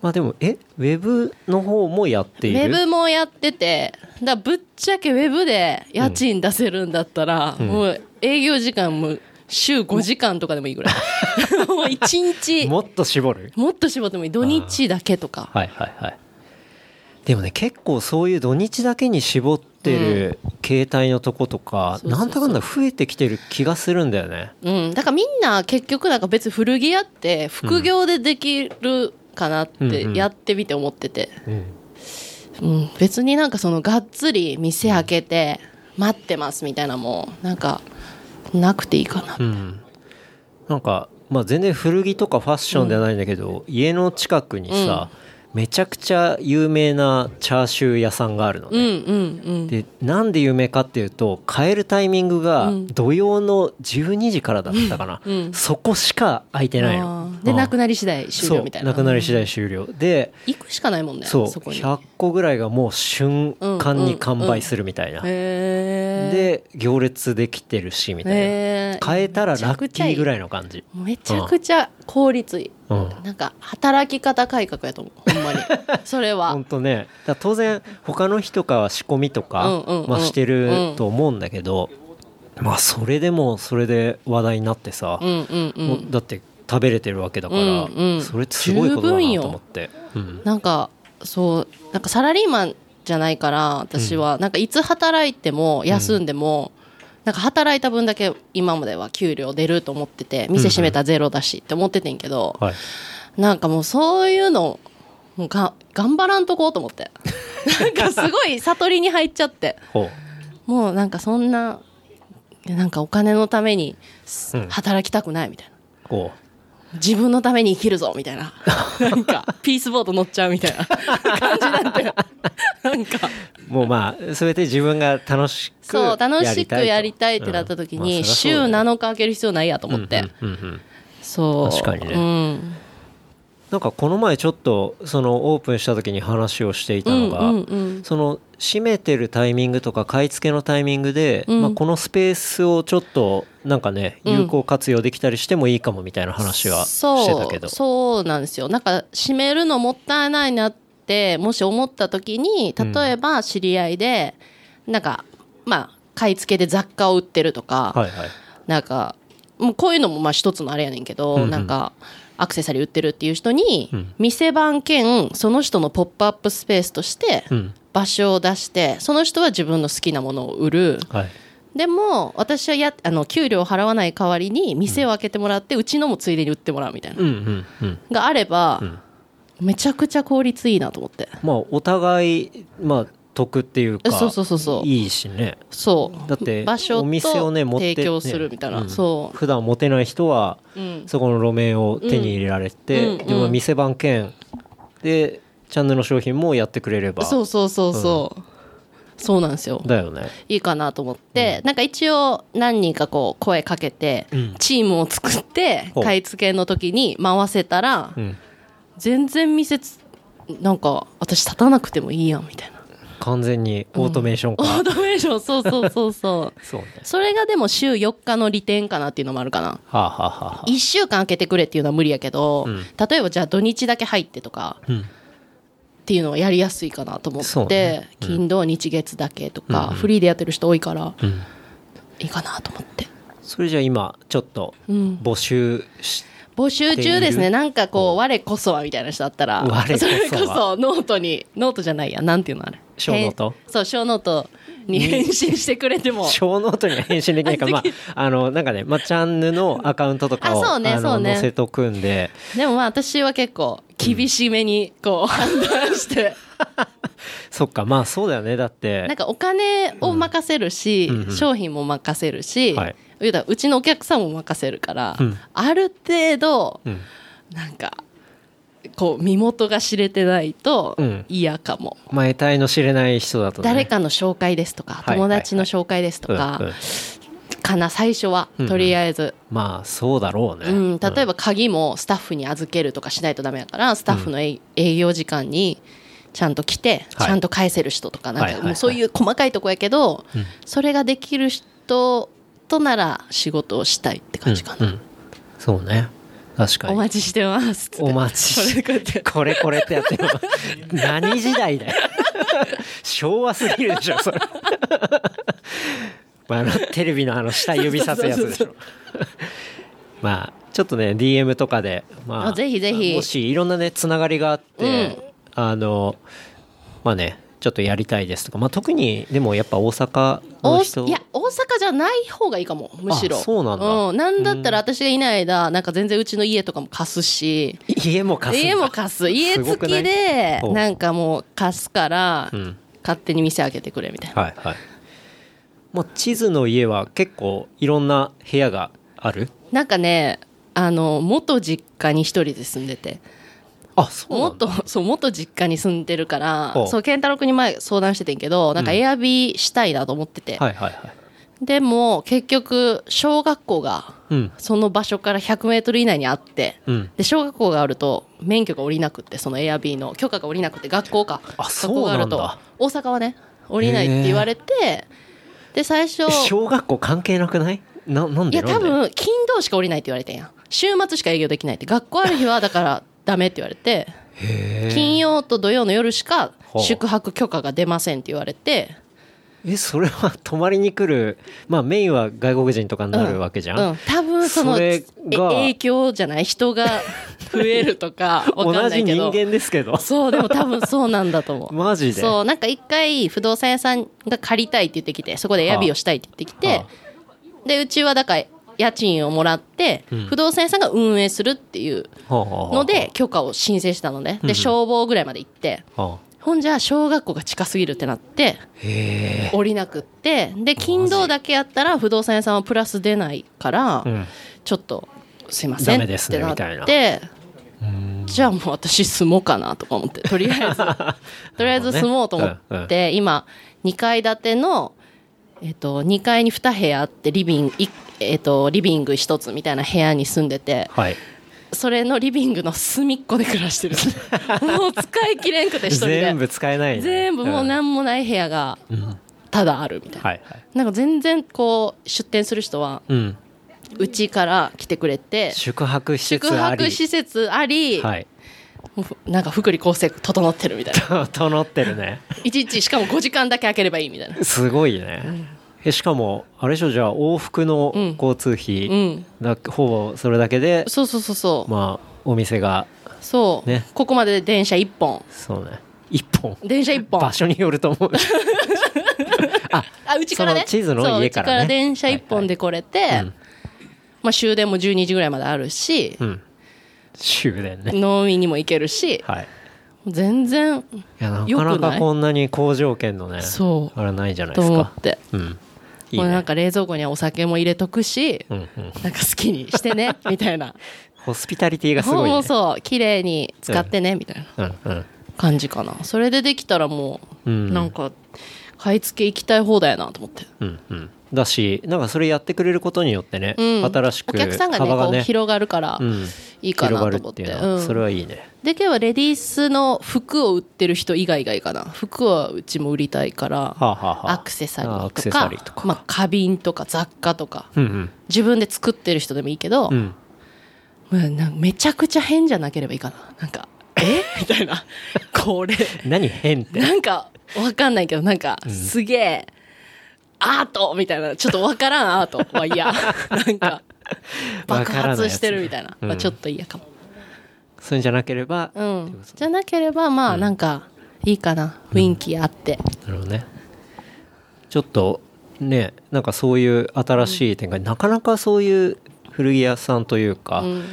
[SPEAKER 2] まあでもえウェブの方もやってい
[SPEAKER 3] ウ
[SPEAKER 2] る
[SPEAKER 3] ェブもやっててだからぶっちゃけウェブで家賃出せるんだったら、もう営業時間も週5時間とかでもいいぐらい もう1日
[SPEAKER 2] もっと絞る
[SPEAKER 3] もっと絞ってもいい土日だけとか
[SPEAKER 2] はいはいはいでもね結構そういう土日だけに絞ってる携帯のとことか、
[SPEAKER 3] そうそうそう
[SPEAKER 2] なんだかんだ増えてきてる気がするんだよね
[SPEAKER 3] うん、だからみんな結局なんか別に古着屋って副業でできるかなっ
[SPEAKER 2] うんう
[SPEAKER 3] て
[SPEAKER 2] ん
[SPEAKER 3] やってみて思ってて、
[SPEAKER 2] うん
[SPEAKER 3] うん、別になんかそのがっつり店開けて待ってますみたいなのもなんかなくていいかな、
[SPEAKER 2] うん、なんか、まあ、全然古着とかファッションじゃないんだけど、家の近くにさ、めちゃくちゃ有名なチャーシュー屋さんがあるの
[SPEAKER 3] うん、う
[SPEAKER 2] ね、
[SPEAKER 3] んうん
[SPEAKER 2] でなんで有名かっていうと買えるタイミングが
[SPEAKER 3] うん
[SPEAKER 2] 土曜の12時からだったかな、
[SPEAKER 3] うんうん
[SPEAKER 2] そこしか空いてない
[SPEAKER 3] あ
[SPEAKER 2] の
[SPEAKER 3] ーでなく
[SPEAKER 2] な
[SPEAKER 3] なり次第終了みたいな
[SPEAKER 2] そうなくなり次第終了で
[SPEAKER 3] 行くしかないもんね
[SPEAKER 2] そう
[SPEAKER 3] こに
[SPEAKER 2] 100個ぐらいがもう瞬間に完売するみたいな、
[SPEAKER 3] へ
[SPEAKER 2] で行列できてるしみ
[SPEAKER 3] ー
[SPEAKER 2] たいな、
[SPEAKER 3] へー
[SPEAKER 2] 買えたら
[SPEAKER 3] めち
[SPEAKER 2] ラ
[SPEAKER 3] ゃく
[SPEAKER 2] ッ
[SPEAKER 3] ち
[SPEAKER 2] キ
[SPEAKER 3] ゃいい
[SPEAKER 2] ーぐらいの感じ
[SPEAKER 3] めちゃくちゃ効率いい、
[SPEAKER 2] うん
[SPEAKER 3] なんか働き方改革やと思うほ んまにそれは
[SPEAKER 2] 本当ねだから当然他の日とかは仕込みとか、
[SPEAKER 3] うんうんうん
[SPEAKER 2] まあ、してると思うんだけど、まあそれでもそれで話題になってさ
[SPEAKER 3] う、んうんう
[SPEAKER 2] もうんだって食べれてるわけだから、
[SPEAKER 3] うんうん
[SPEAKER 2] それってすごいことだなと思って、うん
[SPEAKER 3] なんかそうなんかサラリーマンじゃないから私は、なんかいつ働いても休んでも、なんか働いた分だけ今までは給料出ると思ってて店閉めたらゼロだしって思っててんけど、
[SPEAKER 2] はい、
[SPEAKER 3] なんかもうそういうのもうが頑張らんとこうと思ってなんかすごい悟りに入っちゃって
[SPEAKER 2] ほ
[SPEAKER 3] もうなんかそんななんかお金のためにす
[SPEAKER 2] うん
[SPEAKER 3] 働きたくないみたいな、
[SPEAKER 2] うほ
[SPEAKER 3] 自分のために生きるぞみたいななんかピースボード乗っちゃうみたいな感じなんでなんか
[SPEAKER 2] うもうまあ全て自分が楽しく
[SPEAKER 3] そう楽しくやりたいっ
[SPEAKER 2] と
[SPEAKER 3] てなった時
[SPEAKER 2] う
[SPEAKER 3] に
[SPEAKER 2] んまあそりゃ
[SPEAKER 3] 週
[SPEAKER 2] そうだよ
[SPEAKER 3] 7日空ける必要ないやと思って、
[SPEAKER 2] うんうんうんうん
[SPEAKER 3] そう
[SPEAKER 2] 確かにね
[SPEAKER 3] うん
[SPEAKER 2] なんかこの前ちょっとそのオープンした時に話をしていた
[SPEAKER 3] う
[SPEAKER 2] の
[SPEAKER 3] ん
[SPEAKER 2] が、
[SPEAKER 3] うんうん
[SPEAKER 2] その閉めてるタイミングとか買い付けのタイミングで、
[SPEAKER 3] うん
[SPEAKER 2] まあ、このスペースをちょっとなんかね
[SPEAKER 3] うん
[SPEAKER 2] 有効活用できたりしてもいいかもみたいな話はしてたけど、
[SPEAKER 3] そうそうなんですよなんか閉めるのもったいないなってもし思った時に
[SPEAKER 2] うん
[SPEAKER 3] 例えば知り合いで、なんかまあ買い付けで雑貨を売ってるとか、
[SPEAKER 2] はいはい
[SPEAKER 3] なんかもうこういうのもまあ一つのあれやねんけど、
[SPEAKER 2] うんうん
[SPEAKER 3] なんかアクセサリー売ってるっていう人に、
[SPEAKER 2] うん
[SPEAKER 3] 店番兼その人のポップアップスペースとして
[SPEAKER 2] うん
[SPEAKER 3] 場所を出してその人は自分の好きなものを売る
[SPEAKER 2] はい、
[SPEAKER 3] でも私はやあの給料を払わない代わりに店を開けてもらって、うちのもついでに売ってもらうみたいな、
[SPEAKER 2] うんうんうん
[SPEAKER 3] があれば、
[SPEAKER 2] ん
[SPEAKER 3] めちゃくちゃ効率いいなと思って
[SPEAKER 2] まあお互いまあ得っていうか
[SPEAKER 3] そうそうそうそう
[SPEAKER 2] いいしね
[SPEAKER 3] そう
[SPEAKER 2] だって
[SPEAKER 3] 場所
[SPEAKER 2] お店を
[SPEAKER 3] と
[SPEAKER 2] ね持って
[SPEAKER 3] 提供
[SPEAKER 2] ね
[SPEAKER 3] するみたいな、
[SPEAKER 2] うん
[SPEAKER 3] そ
[SPEAKER 2] 普段持てない人は
[SPEAKER 3] う、うん、
[SPEAKER 2] そこの路面を手に入れられて、
[SPEAKER 3] うんうん
[SPEAKER 2] で
[SPEAKER 3] う
[SPEAKER 2] も
[SPEAKER 3] ん
[SPEAKER 2] 店番兼でチャンネルの商品もやってくれれば
[SPEAKER 3] そうそうそうそう、そうなんですよ
[SPEAKER 2] だよね
[SPEAKER 3] いいかなと思って、なんか一応何人かこう声かけて、
[SPEAKER 2] うん
[SPEAKER 3] チームを作って
[SPEAKER 2] ほう
[SPEAKER 3] 買い付けの時に回せたら、
[SPEAKER 2] うん
[SPEAKER 3] 全然店つなんか私立たなくてもいいやんみたいな
[SPEAKER 2] 完全にオートメーション
[SPEAKER 3] オ
[SPEAKER 2] 化、
[SPEAKER 3] ートメーションそうそうそ うそう
[SPEAKER 2] そうね
[SPEAKER 3] それがでも週4日の利点かなっていうのもあるかな
[SPEAKER 2] はあ、はあはあはあ、
[SPEAKER 3] 1週間空けてくれっていうのは無理やけど、
[SPEAKER 2] うん
[SPEAKER 3] 例えばじゃあ土日だけ入ってとか
[SPEAKER 2] うん
[SPEAKER 3] っていうのはやりやすいかなと思って、
[SPEAKER 2] そうねうん
[SPEAKER 3] 金土日月だけとか、
[SPEAKER 2] うん
[SPEAKER 3] フリーでやってる人多いから
[SPEAKER 2] うん、
[SPEAKER 3] いいかなと思って、
[SPEAKER 2] それじゃあ今ちょっと
[SPEAKER 3] うん、
[SPEAKER 2] 募集し、
[SPEAKER 3] 募集中です
[SPEAKER 2] ってい
[SPEAKER 3] ね
[SPEAKER 2] う
[SPEAKER 3] なんかこう我こそはみたいな人だったら
[SPEAKER 2] 我こそは
[SPEAKER 3] それこそノートにノートじゃないやなんていうのあれ
[SPEAKER 2] 小ノート
[SPEAKER 3] へんそう小ノートに返信してくれて も
[SPEAKER 2] 小ノートには返信できないから、まあ、あの、なんかね、まあ、チャンヌのアカウントとかを、
[SPEAKER 3] あそうね
[SPEAKER 2] あの
[SPEAKER 3] そうね
[SPEAKER 2] 載せとくんで、
[SPEAKER 3] でもまあ私は結構厳しめにこう判断して、
[SPEAKER 2] そっか、まあ、そうだよね。だって
[SPEAKER 3] なん、かお金を任せるし、
[SPEAKER 2] うんうんうん
[SPEAKER 3] 商品も任せるし、
[SPEAKER 2] はい
[SPEAKER 3] 言うたらうちのお客さんも任せるから、
[SPEAKER 2] うん
[SPEAKER 3] ある程度
[SPEAKER 2] うん。
[SPEAKER 3] なんかこう身元が知れてないと
[SPEAKER 2] うん
[SPEAKER 3] 嫌かも、
[SPEAKER 2] まあ、得体の知れない人だとね。
[SPEAKER 3] 誰かの紹介ですとか
[SPEAKER 2] はい
[SPEAKER 3] 友達の紹介ですとか
[SPEAKER 2] うんうん
[SPEAKER 3] かな最初は
[SPEAKER 2] うんうん
[SPEAKER 3] とりあえず、
[SPEAKER 2] まあ、そうだろうね。
[SPEAKER 3] うん、例え
[SPEAKER 2] ば、
[SPEAKER 3] ば鍵もスタッフに預けるとかしないとダメやからスタッフの営営業時間にちゃんと来てち
[SPEAKER 2] はい
[SPEAKER 3] ゃんと返せる人とかな
[SPEAKER 2] はい
[SPEAKER 3] ん
[SPEAKER 2] はいは
[SPEAKER 3] か
[SPEAKER 2] い
[SPEAKER 3] もうそういう細かいとこやけど
[SPEAKER 2] うん
[SPEAKER 3] それができる人となら仕事をしたいって感じか
[SPEAKER 2] うん
[SPEAKER 3] な。
[SPEAKER 2] うんそうね。確か
[SPEAKER 3] お
[SPEAKER 2] に。
[SPEAKER 3] 待ちしてます。
[SPEAKER 2] お待ち
[SPEAKER 3] それこうやって
[SPEAKER 2] これこれってやってる何時代だよ昭和すぎるでしょそれ まああのテレビのあの下指さすやつでし
[SPEAKER 3] そうそ
[SPEAKER 2] ょ
[SPEAKER 3] うそう
[SPEAKER 2] まあちょっとね DM とかでまあ
[SPEAKER 3] あぜひぜひ
[SPEAKER 2] もしいろんなねつながりがあって、あのまあねちょっとやりたいですとかまあ特にでもやっぱ大阪
[SPEAKER 3] 大
[SPEAKER 2] の人
[SPEAKER 3] 阪いや大阪じゃない方がいいかもむしろ
[SPEAKER 2] あそうなんだ
[SPEAKER 3] うん、なんだったら私がいない間なんか全然うちの家とかも貸すし
[SPEAKER 2] 家も貸すんだ
[SPEAKER 3] 家も貸す家
[SPEAKER 2] すご
[SPEAKER 3] 付
[SPEAKER 2] くな
[SPEAKER 3] き
[SPEAKER 2] い
[SPEAKER 3] で
[SPEAKER 2] ほう
[SPEAKER 3] なんかもう貸すから、
[SPEAKER 2] うん
[SPEAKER 3] 勝手に店開けてくれみたいな
[SPEAKER 2] はいはいまあ地図の家は結構いろんな部屋がある
[SPEAKER 3] なんかねあの元実家に一人で住んでて
[SPEAKER 2] あそうなんだ
[SPEAKER 3] 元そう元実家に住んでるから
[SPEAKER 2] ほう
[SPEAKER 3] そう健太郎君に前相談しててんけどなんか
[SPEAKER 2] うん
[SPEAKER 3] エアビーしたいなと思ってて、
[SPEAKER 2] はいはいはい
[SPEAKER 3] でも結局小学校が
[SPEAKER 2] うん
[SPEAKER 3] その場所から1 0 0ル以内にあって、
[SPEAKER 2] うん
[SPEAKER 3] で小学校があると免許が下りなくってそのエアビーの許可が下りなくて学校か
[SPEAKER 2] あ
[SPEAKER 3] 学校がある
[SPEAKER 2] そう
[SPEAKER 3] と
[SPEAKER 2] なんだ
[SPEAKER 3] 大阪はね下りないって言われてで最初
[SPEAKER 2] え小学校関係なくないななん
[SPEAKER 3] い
[SPEAKER 2] で
[SPEAKER 3] や
[SPEAKER 2] な
[SPEAKER 3] 多
[SPEAKER 2] んで
[SPEAKER 3] 分金土しか降りないって言われてんや週末しか営業できないって学校ある日はだから ダメって言われて
[SPEAKER 2] へー
[SPEAKER 3] 金曜と土曜の夜しか
[SPEAKER 2] ほう
[SPEAKER 3] 宿泊許可が出ませんって言われて
[SPEAKER 2] えそれは泊まりに来るまあメインは外国人とかになるわけじゃん、
[SPEAKER 3] うん、多分その
[SPEAKER 2] それ
[SPEAKER 3] え
[SPEAKER 2] が
[SPEAKER 3] 影響じゃない 人が増えるとかわか
[SPEAKER 2] 同
[SPEAKER 3] んな
[SPEAKER 2] じ
[SPEAKER 3] いけ
[SPEAKER 2] 人
[SPEAKER 3] ど
[SPEAKER 2] 間ですけど
[SPEAKER 3] そうでも多分そうなんだと思 う
[SPEAKER 2] マジで
[SPEAKER 3] そうなんか一回不動産屋さんが借りたいって言ってきてそこでエアビーをしたいって言ってきて、
[SPEAKER 2] は
[SPEAKER 3] でうちはだから家賃をもらって、
[SPEAKER 2] うん
[SPEAKER 3] 不動産屋さんが運営するっていう
[SPEAKER 2] はあはあはあ
[SPEAKER 3] ので許可を申請したのね、
[SPEAKER 2] うんう
[SPEAKER 3] で
[SPEAKER 2] ん
[SPEAKER 3] 消防ぐらいまで行って
[SPEAKER 2] はあ
[SPEAKER 3] ほんじゃ小学校が近すぎるってなって
[SPEAKER 2] へえ
[SPEAKER 3] 降りなくってで金土だけやったら不動産屋さんはプラス出ないから、
[SPEAKER 2] うん
[SPEAKER 3] ちょっとすいません
[SPEAKER 2] ダメ
[SPEAKER 3] っ
[SPEAKER 2] です
[SPEAKER 3] て
[SPEAKER 2] ね
[SPEAKER 3] なっ
[SPEAKER 2] みたいな
[SPEAKER 3] て
[SPEAKER 2] うん
[SPEAKER 3] じゃあもう私住もうかなとか思ってとりあ えず とりあえず住もうと思って、今2階建ての、えっと2階に2部屋あってリビング、いえっとリビング1つみたいな部屋に住んでて
[SPEAKER 2] はい
[SPEAKER 3] それのリビングの隅っこで暮らしてるもう使い切れんくて一人で
[SPEAKER 2] 全部使えないね
[SPEAKER 3] 全部もう何もない部屋が
[SPEAKER 2] うんはい
[SPEAKER 3] ただあるみたいな、
[SPEAKER 2] はい
[SPEAKER 3] なんか全然こう出店する人は
[SPEAKER 2] うん
[SPEAKER 3] うちから来てくれて
[SPEAKER 2] 宿泊施
[SPEAKER 3] 宿
[SPEAKER 2] 設あり
[SPEAKER 3] 泊施設あり、
[SPEAKER 2] はい
[SPEAKER 3] もうなんか福利厚生整ってるみ たいな
[SPEAKER 2] 整ってるね
[SPEAKER 3] 一日しかも5時間だけ開ければいいみたいな
[SPEAKER 2] すごいねえしかもあれでしょじゃあ往復の
[SPEAKER 3] うん
[SPEAKER 2] 交通費、
[SPEAKER 3] うん
[SPEAKER 2] だほぼそれだけで
[SPEAKER 3] そうそうそうそう、
[SPEAKER 2] まあお店が
[SPEAKER 3] そう、
[SPEAKER 2] ね
[SPEAKER 3] ここまで電車1本
[SPEAKER 2] そうね一本
[SPEAKER 3] 電車1本
[SPEAKER 2] 場所によると思う
[SPEAKER 3] あうちからね
[SPEAKER 2] その地図の
[SPEAKER 3] そう
[SPEAKER 2] 家からね
[SPEAKER 3] うちから電車1本で来れて、
[SPEAKER 2] うん
[SPEAKER 3] まあ、終電も12時ぐらいまであるし、
[SPEAKER 2] うん終電ね
[SPEAKER 3] 飲みにも行けるし
[SPEAKER 2] はい
[SPEAKER 3] 全然
[SPEAKER 2] いやな
[SPEAKER 3] よ
[SPEAKER 2] かな
[SPEAKER 3] くな
[SPEAKER 2] か
[SPEAKER 3] い
[SPEAKER 2] こんなに好条件のね
[SPEAKER 3] そう
[SPEAKER 2] あれないじゃないで
[SPEAKER 3] と
[SPEAKER 2] す
[SPEAKER 3] 思
[SPEAKER 2] か
[SPEAKER 3] って
[SPEAKER 2] うんいい
[SPEAKER 3] もうなん
[SPEAKER 2] ね
[SPEAKER 3] か冷蔵庫にはお酒も入れとくし、
[SPEAKER 2] うんうん
[SPEAKER 3] なんか好きにし てねみたいな
[SPEAKER 2] ホスピタリティがすごい
[SPEAKER 3] もう
[SPEAKER 2] ね
[SPEAKER 3] そう綺麗に使ってね、みたいな
[SPEAKER 2] うんうん
[SPEAKER 3] 感じかなそれでできたらもう、
[SPEAKER 2] うん
[SPEAKER 3] なんか買い付け行きたい放題やなと思って、
[SPEAKER 2] うんうんだしなんかそれやってくれることによってね
[SPEAKER 3] うん、
[SPEAKER 2] 新しく
[SPEAKER 3] お客さんがね
[SPEAKER 2] 幅が
[SPEAKER 3] こう
[SPEAKER 2] ね
[SPEAKER 3] 広がるから
[SPEAKER 2] うん
[SPEAKER 3] いいかなと
[SPEAKER 2] 広
[SPEAKER 3] 思
[SPEAKER 2] がるっ
[SPEAKER 3] っ
[SPEAKER 2] て
[SPEAKER 3] て
[SPEAKER 2] いううのは
[SPEAKER 3] ん
[SPEAKER 2] それはいいね
[SPEAKER 3] できればレディースの服を売ってる人以外がいいかな服はうちも売りたいから
[SPEAKER 2] はあはあはあ
[SPEAKER 3] アクセサリーと
[SPEAKER 2] あ
[SPEAKER 3] か
[SPEAKER 2] アクセサリーとか
[SPEAKER 3] まあ、花瓶とか雑貨とか
[SPEAKER 2] うんうん
[SPEAKER 3] 自分で作ってる人でもいいけど、
[SPEAKER 2] うん
[SPEAKER 3] まあなんかめちゃくちゃ変じゃなければいいかななんかえ みたいなこれ
[SPEAKER 2] 何変って
[SPEAKER 3] なんかわかんないけどなんかすげえ、アートみたいなちょっとわからんアートは嫌 なんか
[SPEAKER 2] わ
[SPEAKER 3] 爆
[SPEAKER 2] からないやつね
[SPEAKER 3] 発してるみたいな
[SPEAKER 2] うん
[SPEAKER 3] まあ、ちょっと嫌かも、
[SPEAKER 2] それじゃなければ
[SPEAKER 3] う
[SPEAKER 2] なん
[SPEAKER 3] じゃなければまあなんかいいかな雰囲気あって、
[SPEAKER 2] るほどねちょっとねなんかそういう新しい展開なかなかそういう古着屋さんというか
[SPEAKER 3] うん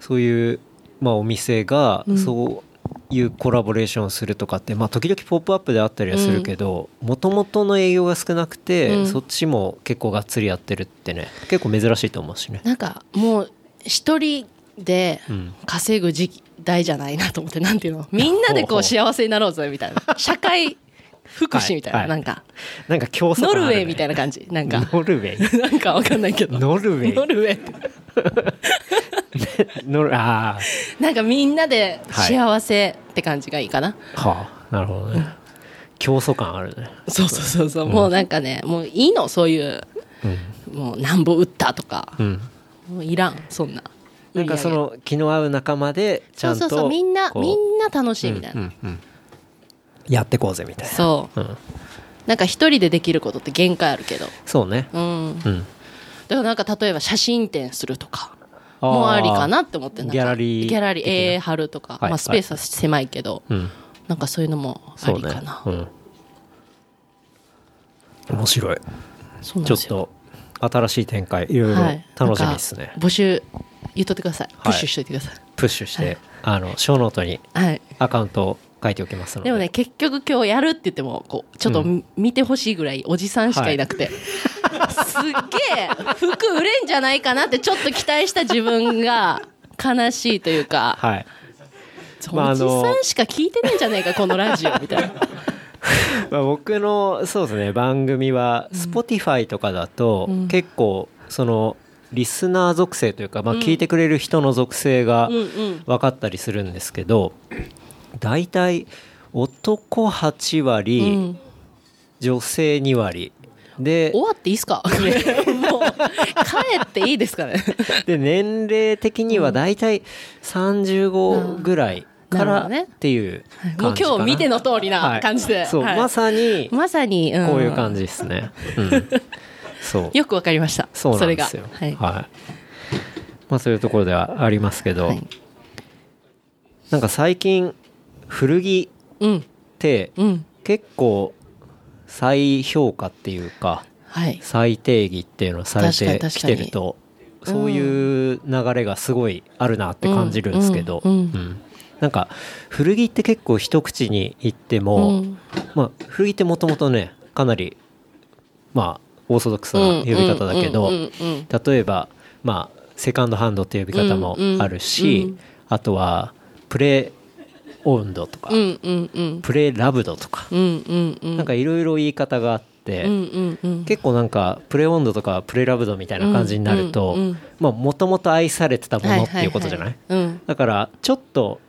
[SPEAKER 2] そういうまあお店が
[SPEAKER 3] ん
[SPEAKER 2] そういうコラボレーションするとかってまあ時々「ポップアップであったりはするけどもともとの営業が少なく
[SPEAKER 3] う
[SPEAKER 2] て
[SPEAKER 3] ん
[SPEAKER 2] そっちも結構がっつりやってるってね結構珍しいと思うしね
[SPEAKER 3] なんかもう一人で
[SPEAKER 2] うん
[SPEAKER 3] 稼ぐ時代じゃないなと思ってなんていうのみんなで
[SPEAKER 2] ほう
[SPEAKER 3] こ
[SPEAKER 2] ほ
[SPEAKER 3] う
[SPEAKER 2] う
[SPEAKER 3] 幸せになろうぜみたいな社会福祉みたいな、
[SPEAKER 2] はい
[SPEAKER 3] なんか
[SPEAKER 2] なんか競争
[SPEAKER 3] ノ
[SPEAKER 2] 感
[SPEAKER 3] ルウ
[SPEAKER 2] ある
[SPEAKER 3] ェ
[SPEAKER 2] ね
[SPEAKER 3] ーみたいな感じなんか
[SPEAKER 2] ノルウェー
[SPEAKER 3] なんかわかんないけど
[SPEAKER 2] ノルウェー
[SPEAKER 3] ノルウェーって
[SPEAKER 2] ノルああ
[SPEAKER 3] なんかみんなで
[SPEAKER 2] はい
[SPEAKER 3] 幸せって感じがいいかな、
[SPEAKER 2] はあなるほどね競争感あるね
[SPEAKER 3] そうそうそうそう、もうなんかねもういいのそういうもうなんぼ打ったとか
[SPEAKER 2] う、ん
[SPEAKER 3] もういらんそんな
[SPEAKER 2] なんかその気の合う仲間でち
[SPEAKER 3] そ
[SPEAKER 2] ゃ
[SPEAKER 3] うんそ
[SPEAKER 2] と
[SPEAKER 3] うそうみんな
[SPEAKER 2] こう
[SPEAKER 3] みんな楽しいみたいな、
[SPEAKER 2] うんうんうんやってこうぜみたいな
[SPEAKER 3] そう
[SPEAKER 2] うん
[SPEAKER 3] なんか一人でできることって限界あるけど
[SPEAKER 2] そうね
[SPEAKER 3] うん
[SPEAKER 2] うん
[SPEAKER 3] だからなんか例えば写真展するとかもありかなって思ってなんか
[SPEAKER 2] ギャラリー
[SPEAKER 3] ギャラリー
[SPEAKER 2] 的な
[SPEAKER 3] 絵貼るとか、
[SPEAKER 2] いはい
[SPEAKER 3] まあ、スペースは狭いけど、
[SPEAKER 2] うん
[SPEAKER 3] なんかそういうのもあ
[SPEAKER 2] そう
[SPEAKER 3] り
[SPEAKER 2] ね
[SPEAKER 3] かな
[SPEAKER 2] うん面白い
[SPEAKER 3] そう,、
[SPEAKER 2] ちょっと新しい展開いろいろ
[SPEAKER 3] はい
[SPEAKER 2] 楽しみですね
[SPEAKER 3] なんか募集言っとってください
[SPEAKER 2] い
[SPEAKER 3] プッシュしといてください
[SPEAKER 2] プッシュし
[SPEAKER 3] は
[SPEAKER 2] て
[SPEAKER 3] い
[SPEAKER 2] あのショーノートに
[SPEAKER 3] はい、
[SPEAKER 2] アカウントを書いておきますの
[SPEAKER 3] でも
[SPEAKER 2] で
[SPEAKER 3] ね結局今日やるって言ってもこうちょっとみ見てほしいぐらいおじさんしかいなくて、すっげえ服売れんじゃないかなってちょっと期待した自分が悲しいというか、
[SPEAKER 2] はいまあ
[SPEAKER 3] お
[SPEAKER 2] あ
[SPEAKER 3] じさ
[SPEAKER 2] の
[SPEAKER 3] んしか聞いてねえんじゃねえかこのラジオみた いな
[SPEAKER 2] まあ、僕のそうですね番組は Spotify とかだと、結構そのリスナー属性というか、まあ、聞いてくれる人の属性が
[SPEAKER 3] うんうん
[SPEAKER 2] 分かったりするんですけど、大体男8割、
[SPEAKER 3] うん
[SPEAKER 2] 女性2割で
[SPEAKER 3] 終わっていいっすか もう帰っていいですかね
[SPEAKER 2] で年齢的には大体35ぐらいか
[SPEAKER 3] なるほ
[SPEAKER 2] ら
[SPEAKER 3] どね
[SPEAKER 2] っていう感じかな
[SPEAKER 3] もう今日見ての通りな感じで、
[SPEAKER 2] はいそう、
[SPEAKER 3] はい
[SPEAKER 2] まさに
[SPEAKER 3] まさに、ん
[SPEAKER 2] こういう感じですね、うん、 そう
[SPEAKER 3] よくわかりました
[SPEAKER 2] そうなんで
[SPEAKER 3] れが
[SPEAKER 2] すよ。
[SPEAKER 3] はい
[SPEAKER 2] まあそういうところではありますけど、
[SPEAKER 3] はい
[SPEAKER 2] なんか最近古着
[SPEAKER 3] うん
[SPEAKER 2] って
[SPEAKER 3] うん
[SPEAKER 2] 結構再評価っていうか
[SPEAKER 3] はい
[SPEAKER 2] 再定義っていうのをされ
[SPEAKER 3] 確か
[SPEAKER 2] て
[SPEAKER 3] に
[SPEAKER 2] き
[SPEAKER 3] 確かに
[SPEAKER 2] てるとそういう流れがすごいあるなって感じるんですけど、
[SPEAKER 3] うんうん
[SPEAKER 2] うんなんか古着って結構一口に言っても、
[SPEAKER 3] うん
[SPEAKER 2] まあ、古着ってもともとねかなりまあオーソドックスな呼び方だけど、
[SPEAKER 3] うんうんうんうん
[SPEAKER 2] 例えば、まあ、セカンドハンドっていう呼び方もあるし、
[SPEAKER 3] うんうん
[SPEAKER 2] あとはプレオンドとか、
[SPEAKER 3] うんうんうん
[SPEAKER 2] プレラブドとか、
[SPEAKER 3] うんうんうん
[SPEAKER 2] なんかいろいろ言い方があって、
[SPEAKER 3] うんうんうん
[SPEAKER 2] 結構なんかプレオンドとかプレラブドみたいな感じになると
[SPEAKER 3] うんうんうん
[SPEAKER 2] もともと愛されてたも
[SPEAKER 3] は
[SPEAKER 2] の
[SPEAKER 3] は
[SPEAKER 2] っ
[SPEAKER 3] は
[SPEAKER 2] ていうことじゃない,、
[SPEAKER 3] うん
[SPEAKER 2] だからちょっと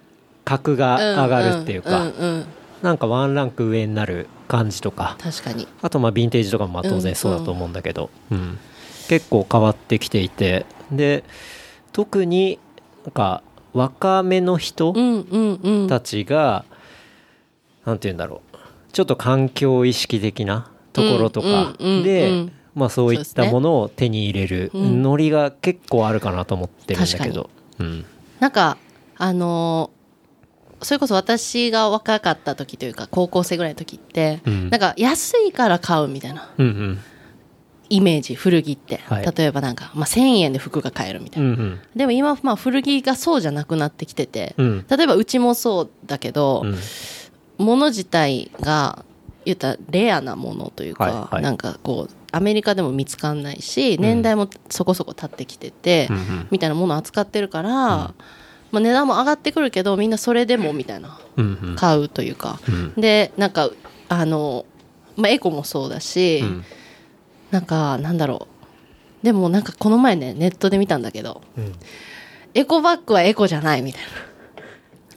[SPEAKER 2] 格が上がるっていうか、
[SPEAKER 3] んんん
[SPEAKER 2] なんかワンランク上になる感じとか
[SPEAKER 3] 確かに
[SPEAKER 2] あとまあヴィンテージとかもまあ当然そうだと思うんだけど、うん結構変わってきていてで特になんか若めの人
[SPEAKER 3] うんうんうん
[SPEAKER 2] たちが、なんて言うんだろうちょっと環境意識的なところとか
[SPEAKER 3] うんうん
[SPEAKER 2] で、
[SPEAKER 3] うん
[SPEAKER 2] まあ、そういっ
[SPEAKER 3] そうです
[SPEAKER 2] た
[SPEAKER 3] ね
[SPEAKER 2] ものを手に入れる
[SPEAKER 3] うん
[SPEAKER 2] ノリが結構あるかなと思ってるんだけど、うん
[SPEAKER 3] なんかあのーそれこそ私が若かった時というか高校生ぐらいの時って、
[SPEAKER 2] うん
[SPEAKER 3] なんか安いから買うみたいな
[SPEAKER 2] うんうん
[SPEAKER 3] イメージ古着って、
[SPEAKER 2] はい
[SPEAKER 3] 例えばなんか、まあ、1000円で服が買えるみた
[SPEAKER 2] う
[SPEAKER 3] いな、
[SPEAKER 2] ん
[SPEAKER 3] でも今、まあ、古着がそうじゃなくなってきてて、
[SPEAKER 2] うん
[SPEAKER 3] 例えばうちもそうだけど、
[SPEAKER 2] うん
[SPEAKER 3] 物自体が言ったらレアなものというか、
[SPEAKER 2] はいはい
[SPEAKER 3] なんかこうアメリカでも見つかんないし年代もそこそこ経ってきてて、
[SPEAKER 2] うんうん
[SPEAKER 3] みたいなものを扱ってるから、まあ、値段も上がってくるけどみんなそれでもみたいな
[SPEAKER 2] うんうん
[SPEAKER 3] 買うというか、
[SPEAKER 2] うん
[SPEAKER 3] でなんかあの、まあ、エコもそうだし、
[SPEAKER 2] うん
[SPEAKER 3] なんかなんだろうでもなんかこの前ねネットで見たんだけどエコバッグはエコじゃないみたい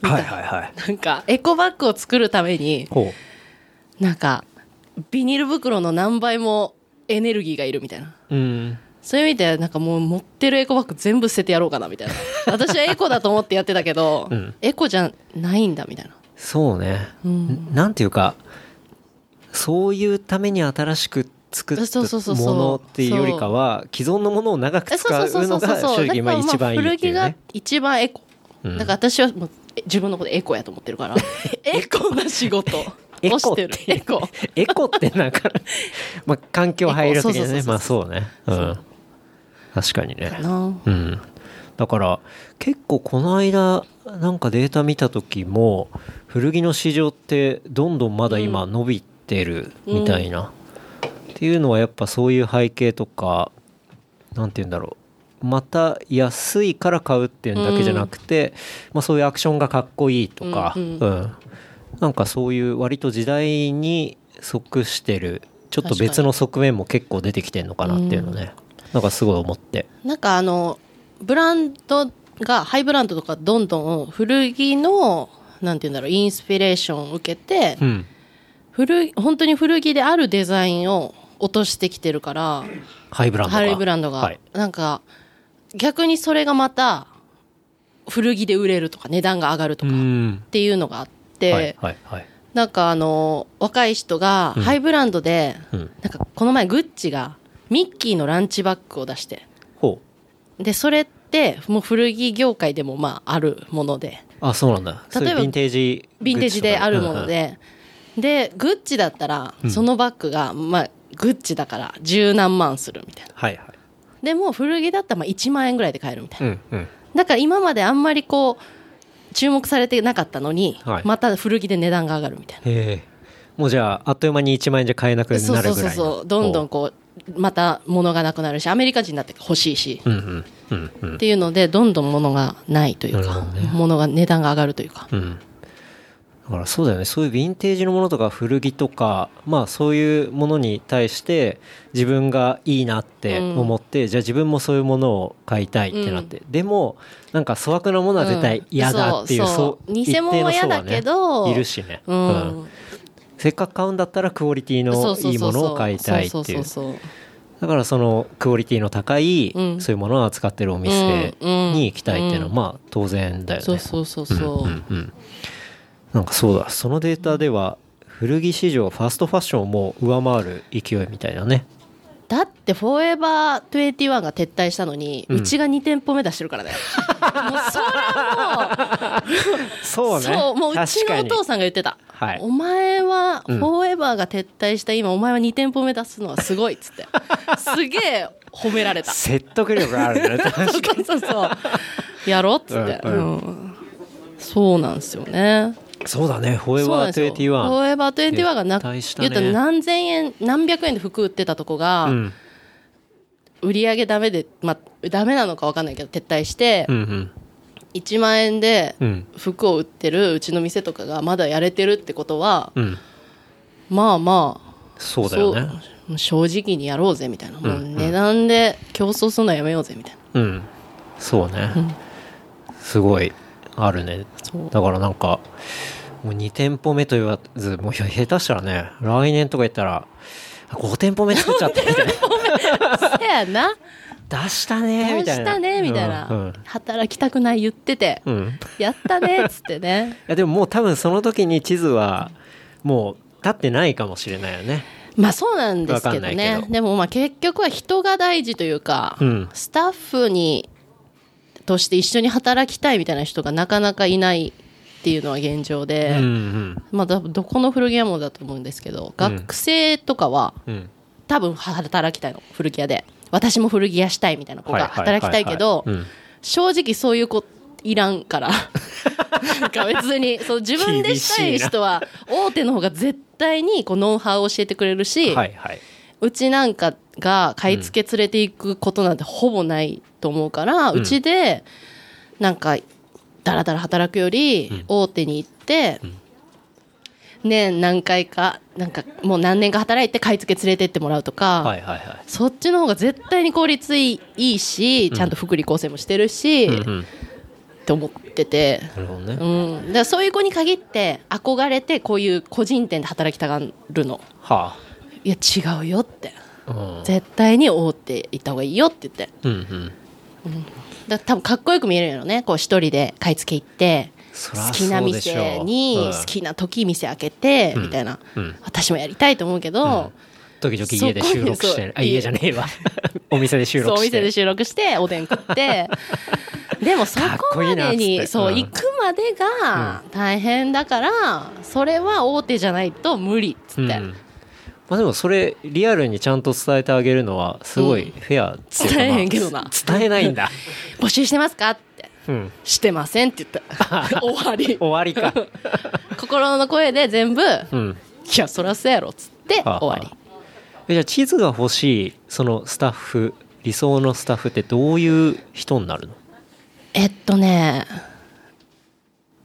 [SPEAKER 3] な。
[SPEAKER 2] はいはいはい
[SPEAKER 3] なんかエコバッグを作るために
[SPEAKER 2] ほ
[SPEAKER 3] なんかビニール袋の何倍もエネルギーがいるみたいな
[SPEAKER 2] ううん
[SPEAKER 3] そういう意味でなんかもう持ってるエコバッグ全部捨ててやろうかなみたい な私はエコだと思ってやってたけど、
[SPEAKER 2] うん
[SPEAKER 3] エコじゃないんだみたいな
[SPEAKER 2] そうね、
[SPEAKER 3] うん
[SPEAKER 2] なんていうかそういうために新しく作った
[SPEAKER 3] そうそうそうそ
[SPEAKER 2] も
[SPEAKER 3] う
[SPEAKER 2] のっていうよりかは既存のものを長く
[SPEAKER 3] え
[SPEAKER 2] 使うのが正直まあ
[SPEAKER 3] だ
[SPEAKER 2] 一
[SPEAKER 3] か
[SPEAKER 2] 番
[SPEAKER 3] らまあ
[SPEAKER 2] いい
[SPEAKER 3] 古
[SPEAKER 2] ってい
[SPEAKER 3] 着
[SPEAKER 2] う
[SPEAKER 3] が
[SPEAKER 2] ね。
[SPEAKER 3] 一番エコ、
[SPEAKER 2] ん
[SPEAKER 3] だから私はもうえ自分のことエコやと思って るからエコな仕事
[SPEAKER 2] エコ
[SPEAKER 3] を
[SPEAKER 2] って
[SPEAKER 3] してるエ コ
[SPEAKER 2] エコってなんかまあ環境配慮的
[SPEAKER 3] エコそうそう
[SPEAKER 2] な
[SPEAKER 3] そう
[SPEAKER 2] ね
[SPEAKER 3] そ
[SPEAKER 2] まあそ
[SPEAKER 3] う
[SPEAKER 2] うねうん確かにね
[SPEAKER 3] かな
[SPEAKER 2] うんだから結構この間なんかデータ見た時も古着の市場ってどんどんまだ今伸びてるみたいな、っていうのはやっぱそういう背景とかなんて言うんだろうまた安いから買うっていうんだけじゃなくて、まあ、そういうアクションがかっこいいとか、
[SPEAKER 3] う
[SPEAKER 2] うんん
[SPEAKER 3] う
[SPEAKER 2] なんかそういう割と時代に即してるちょっと
[SPEAKER 3] 確か
[SPEAKER 2] 別
[SPEAKER 3] に
[SPEAKER 2] の側面も結構出てきてるのかなっていうのね、なんかすごい思って。
[SPEAKER 3] なんかあのブランドがハイブランドとかどんどん古着のなんて言うんだろうインスピレーションを受けて、
[SPEAKER 2] うん
[SPEAKER 3] 古い本当に古着であるデザインを落としてきてるから
[SPEAKER 2] ハイブランドが。
[SPEAKER 3] ハイブランドが、
[SPEAKER 2] はい。
[SPEAKER 3] なんか逆にそれがまた古着で売れるとか値段が上がると
[SPEAKER 2] う
[SPEAKER 3] かっ
[SPEAKER 2] ん。
[SPEAKER 3] ていうのがあって、
[SPEAKER 2] はいはいはい。
[SPEAKER 3] なんかあの若い人がハイブランドで、
[SPEAKER 2] うん。
[SPEAKER 3] なんかこの前グッチがミッキーのランチバッグを出して
[SPEAKER 2] ほう。
[SPEAKER 3] でそれってもう古着業界でもまああるもので
[SPEAKER 2] あ、そうなんだ。そういう
[SPEAKER 3] 例えば
[SPEAKER 2] ヴィンテージ。
[SPEAKER 3] ヴィンテージであるもの
[SPEAKER 2] うんうん。
[SPEAKER 3] で、でグッチだったらそのバッグが、まあグッチだから十何万するみたいな
[SPEAKER 2] はいはい。
[SPEAKER 3] でも古着だったらまあ1万円ぐらいで買えるみたいな、
[SPEAKER 2] うんうん。
[SPEAKER 3] だから今まであんまりこう注目されてなかったのに、
[SPEAKER 2] はい
[SPEAKER 3] また古着で値段が上がるみたいな
[SPEAKER 2] へえ。もうじゃあ、あっという間に1万円じゃ買えなくなるぐ
[SPEAKER 3] そう
[SPEAKER 2] らい
[SPEAKER 3] そ
[SPEAKER 2] の。
[SPEAKER 3] うそうそうどんどん
[SPEAKER 2] ほ
[SPEAKER 3] こうまた物がなくなるしアメリカ人だって欲しいし、
[SPEAKER 2] う。うんうんうんうん
[SPEAKER 3] っ。ていうのでどんどん物がないという
[SPEAKER 2] なる
[SPEAKER 3] か、
[SPEAKER 2] ほどね
[SPEAKER 3] 物が値段が上がるというか、
[SPEAKER 2] うん。だからそうだよね。そういうヴィンテージのものとか古着とか、まあそういうものに対して自分がいいなって思って、じゃあ自分もそういうものを買いたいってなって。でも、なんか粗悪なものは絶対嫌だっていう、
[SPEAKER 3] うんそう
[SPEAKER 2] そう
[SPEAKER 3] そう偽物は嫌だ
[SPEAKER 2] 一定の層はね
[SPEAKER 3] けど
[SPEAKER 2] いるしね。
[SPEAKER 3] うん
[SPEAKER 2] せっかく買うんだったらクオリティ
[SPEAKER 3] そう
[SPEAKER 2] の
[SPEAKER 3] そうそうそう
[SPEAKER 2] いいものを買いたいって
[SPEAKER 3] そうそ
[SPEAKER 2] いうう
[SPEAKER 3] そうそう
[SPEAKER 2] だからそのクオリティの高い、
[SPEAKER 3] うん
[SPEAKER 2] そういうものを扱ってるお店に行きたいっていうのは、
[SPEAKER 3] うん
[SPEAKER 2] まあ当然だよね
[SPEAKER 3] そうそうそうそう、
[SPEAKER 2] うんうんうんなんかそうだそのデータでは古着市場はファストファッションをもう上回る勢いみたいなね
[SPEAKER 3] だってフォーエバー21が撤退したのに、うちが2店舗目出してるから ねもうそれはも
[SPEAKER 2] そううね
[SPEAKER 3] そうもううち
[SPEAKER 2] 確
[SPEAKER 3] の
[SPEAKER 2] か
[SPEAKER 3] お
[SPEAKER 2] に
[SPEAKER 3] 父さんが言ってた、
[SPEAKER 2] はい
[SPEAKER 3] お前はフ
[SPEAKER 2] うん
[SPEAKER 3] ォーエバーが撤退した今お前は2店舗目出すのはすごいっつってすげえ褒められた
[SPEAKER 2] 説得力あるね確かに
[SPEAKER 3] そうそうそうやろっつって、
[SPEAKER 2] うん
[SPEAKER 3] うんそうなんですよね
[SPEAKER 2] そうだねフォエ
[SPEAKER 3] そうな
[SPEAKER 2] バ
[SPEAKER 3] んです
[SPEAKER 2] ー
[SPEAKER 3] よフ
[SPEAKER 2] 21
[SPEAKER 3] ォーエバー21がな
[SPEAKER 2] 撤退したね
[SPEAKER 3] 言ったら何千円何百円で服売ってたとこが、
[SPEAKER 2] うん
[SPEAKER 3] 売り上げダメで、まあ、ダメなのか分かんないけど撤退して、
[SPEAKER 2] うんうん
[SPEAKER 3] 1万円で
[SPEAKER 2] うん
[SPEAKER 3] 服を売ってるうちの店とかがまだやれてるってことは、
[SPEAKER 2] うん
[SPEAKER 3] まあまあ
[SPEAKER 2] そうだよね
[SPEAKER 3] そう正直にやろうぜみたいな、もううん値段で競争するのやめようぜみたいな
[SPEAKER 2] うんそうね、
[SPEAKER 3] うん
[SPEAKER 2] すごいあるね
[SPEAKER 3] そう
[SPEAKER 2] だからなんかもう2店舗目と言わずもう下手したらね来年とか言ったら5店舗目作っちゃってみたいな
[SPEAKER 3] せやな
[SPEAKER 2] 出したねみ
[SPEAKER 3] 出
[SPEAKER 2] たい
[SPEAKER 3] し
[SPEAKER 2] な
[SPEAKER 3] たねみたいな、
[SPEAKER 2] うんうん
[SPEAKER 3] 働きたくない言ってて、
[SPEAKER 2] うんい
[SPEAKER 3] やったねっつってね
[SPEAKER 2] やでももう多分その時に地図はもう立ってないかもしれないよね
[SPEAKER 3] まあそうなんですけ
[SPEAKER 2] わ
[SPEAKER 3] ど
[SPEAKER 2] かんない
[SPEAKER 3] ね
[SPEAKER 2] けど
[SPEAKER 3] でもまあ結局は人が大事というか、
[SPEAKER 2] うん
[SPEAKER 3] スタッフにとして一緒に働きたいみたいな人がなかなかいないっていうのは現状
[SPEAKER 2] う
[SPEAKER 3] で、
[SPEAKER 2] ん
[SPEAKER 3] まあだどこの古着屋もだと思うんですけど
[SPEAKER 2] うん
[SPEAKER 3] 学生とかは
[SPEAKER 2] うんうん
[SPEAKER 3] 多分働きたいの古着屋で私も古着屋したいみたいな子が働きたいけど
[SPEAKER 2] うん
[SPEAKER 3] 正直そういう子いらんから なんか別にそう自分でしたい人は大手の方が絶対にこうノウハウを教えてくれるし、
[SPEAKER 2] はいはいう
[SPEAKER 3] ちなんかが買い付け連れていくことなんてほぼないと思うから、うちでなんかだらだら働くより大手に行って、年何回かなんかもう何年か働いて買い付け連れてってもらうとか、
[SPEAKER 2] はいはいはい
[SPEAKER 3] そっちの方が絶対に効率いいいいしちゃんと福利厚生もしてるし、
[SPEAKER 2] うん
[SPEAKER 3] っ
[SPEAKER 2] うん
[SPEAKER 3] て思ってて。
[SPEAKER 2] なるほどね
[SPEAKER 3] うん、だからそういう子に限って憧れてこういう個人店で働きたがるの
[SPEAKER 2] はい
[SPEAKER 3] や違うよって
[SPEAKER 2] あうん
[SPEAKER 3] 絶対に覆っていった方がいいよって言って
[SPEAKER 2] うんうん
[SPEAKER 3] だ多分かっこよく見えるよねこう一人で買い付け行って
[SPEAKER 2] そりゃ
[SPEAKER 3] 好き
[SPEAKER 2] そ
[SPEAKER 3] な
[SPEAKER 2] うでしょう
[SPEAKER 3] 店に
[SPEAKER 2] うん
[SPEAKER 3] 好きな時店開けて
[SPEAKER 2] うん
[SPEAKER 3] みたいな、
[SPEAKER 2] うん
[SPEAKER 3] 私もやりたいと思うけど、
[SPEAKER 2] 時々家で収録し
[SPEAKER 3] そこ
[SPEAKER 2] て
[SPEAKER 3] にそう
[SPEAKER 2] あ家じゃねえわ お店で収
[SPEAKER 3] そう
[SPEAKER 2] 録
[SPEAKER 3] お
[SPEAKER 2] して
[SPEAKER 3] 店で収録しておでん食って でもそこま
[SPEAKER 2] かっこ
[SPEAKER 3] で
[SPEAKER 2] いい
[SPEAKER 3] に
[SPEAKER 2] なっつって
[SPEAKER 3] そ
[SPEAKER 2] う
[SPEAKER 3] う
[SPEAKER 2] ん
[SPEAKER 3] 行くまでが大変だから、それは大手じゃないと無理っつって、
[SPEAKER 2] うんまあ、でもそれリアルにちゃんと伝えてあげるのはすごいフェアっていうか
[SPEAKER 3] 伝え
[SPEAKER 2] まあ
[SPEAKER 3] へんけどな
[SPEAKER 2] 伝えないんだ、
[SPEAKER 3] 募集してますかって
[SPEAKER 2] うん、
[SPEAKER 3] してませんって言った 終わり
[SPEAKER 2] 終わりか、
[SPEAKER 3] 心の声で全部
[SPEAKER 2] う
[SPEAKER 3] い
[SPEAKER 2] ん、
[SPEAKER 3] やそらそうやろっつって
[SPEAKER 2] はあ
[SPEAKER 3] 終わり
[SPEAKER 2] えじゃあ地図が欲しいそのスタッフ理想のスタッフってどういう人になるの
[SPEAKER 3] えっとね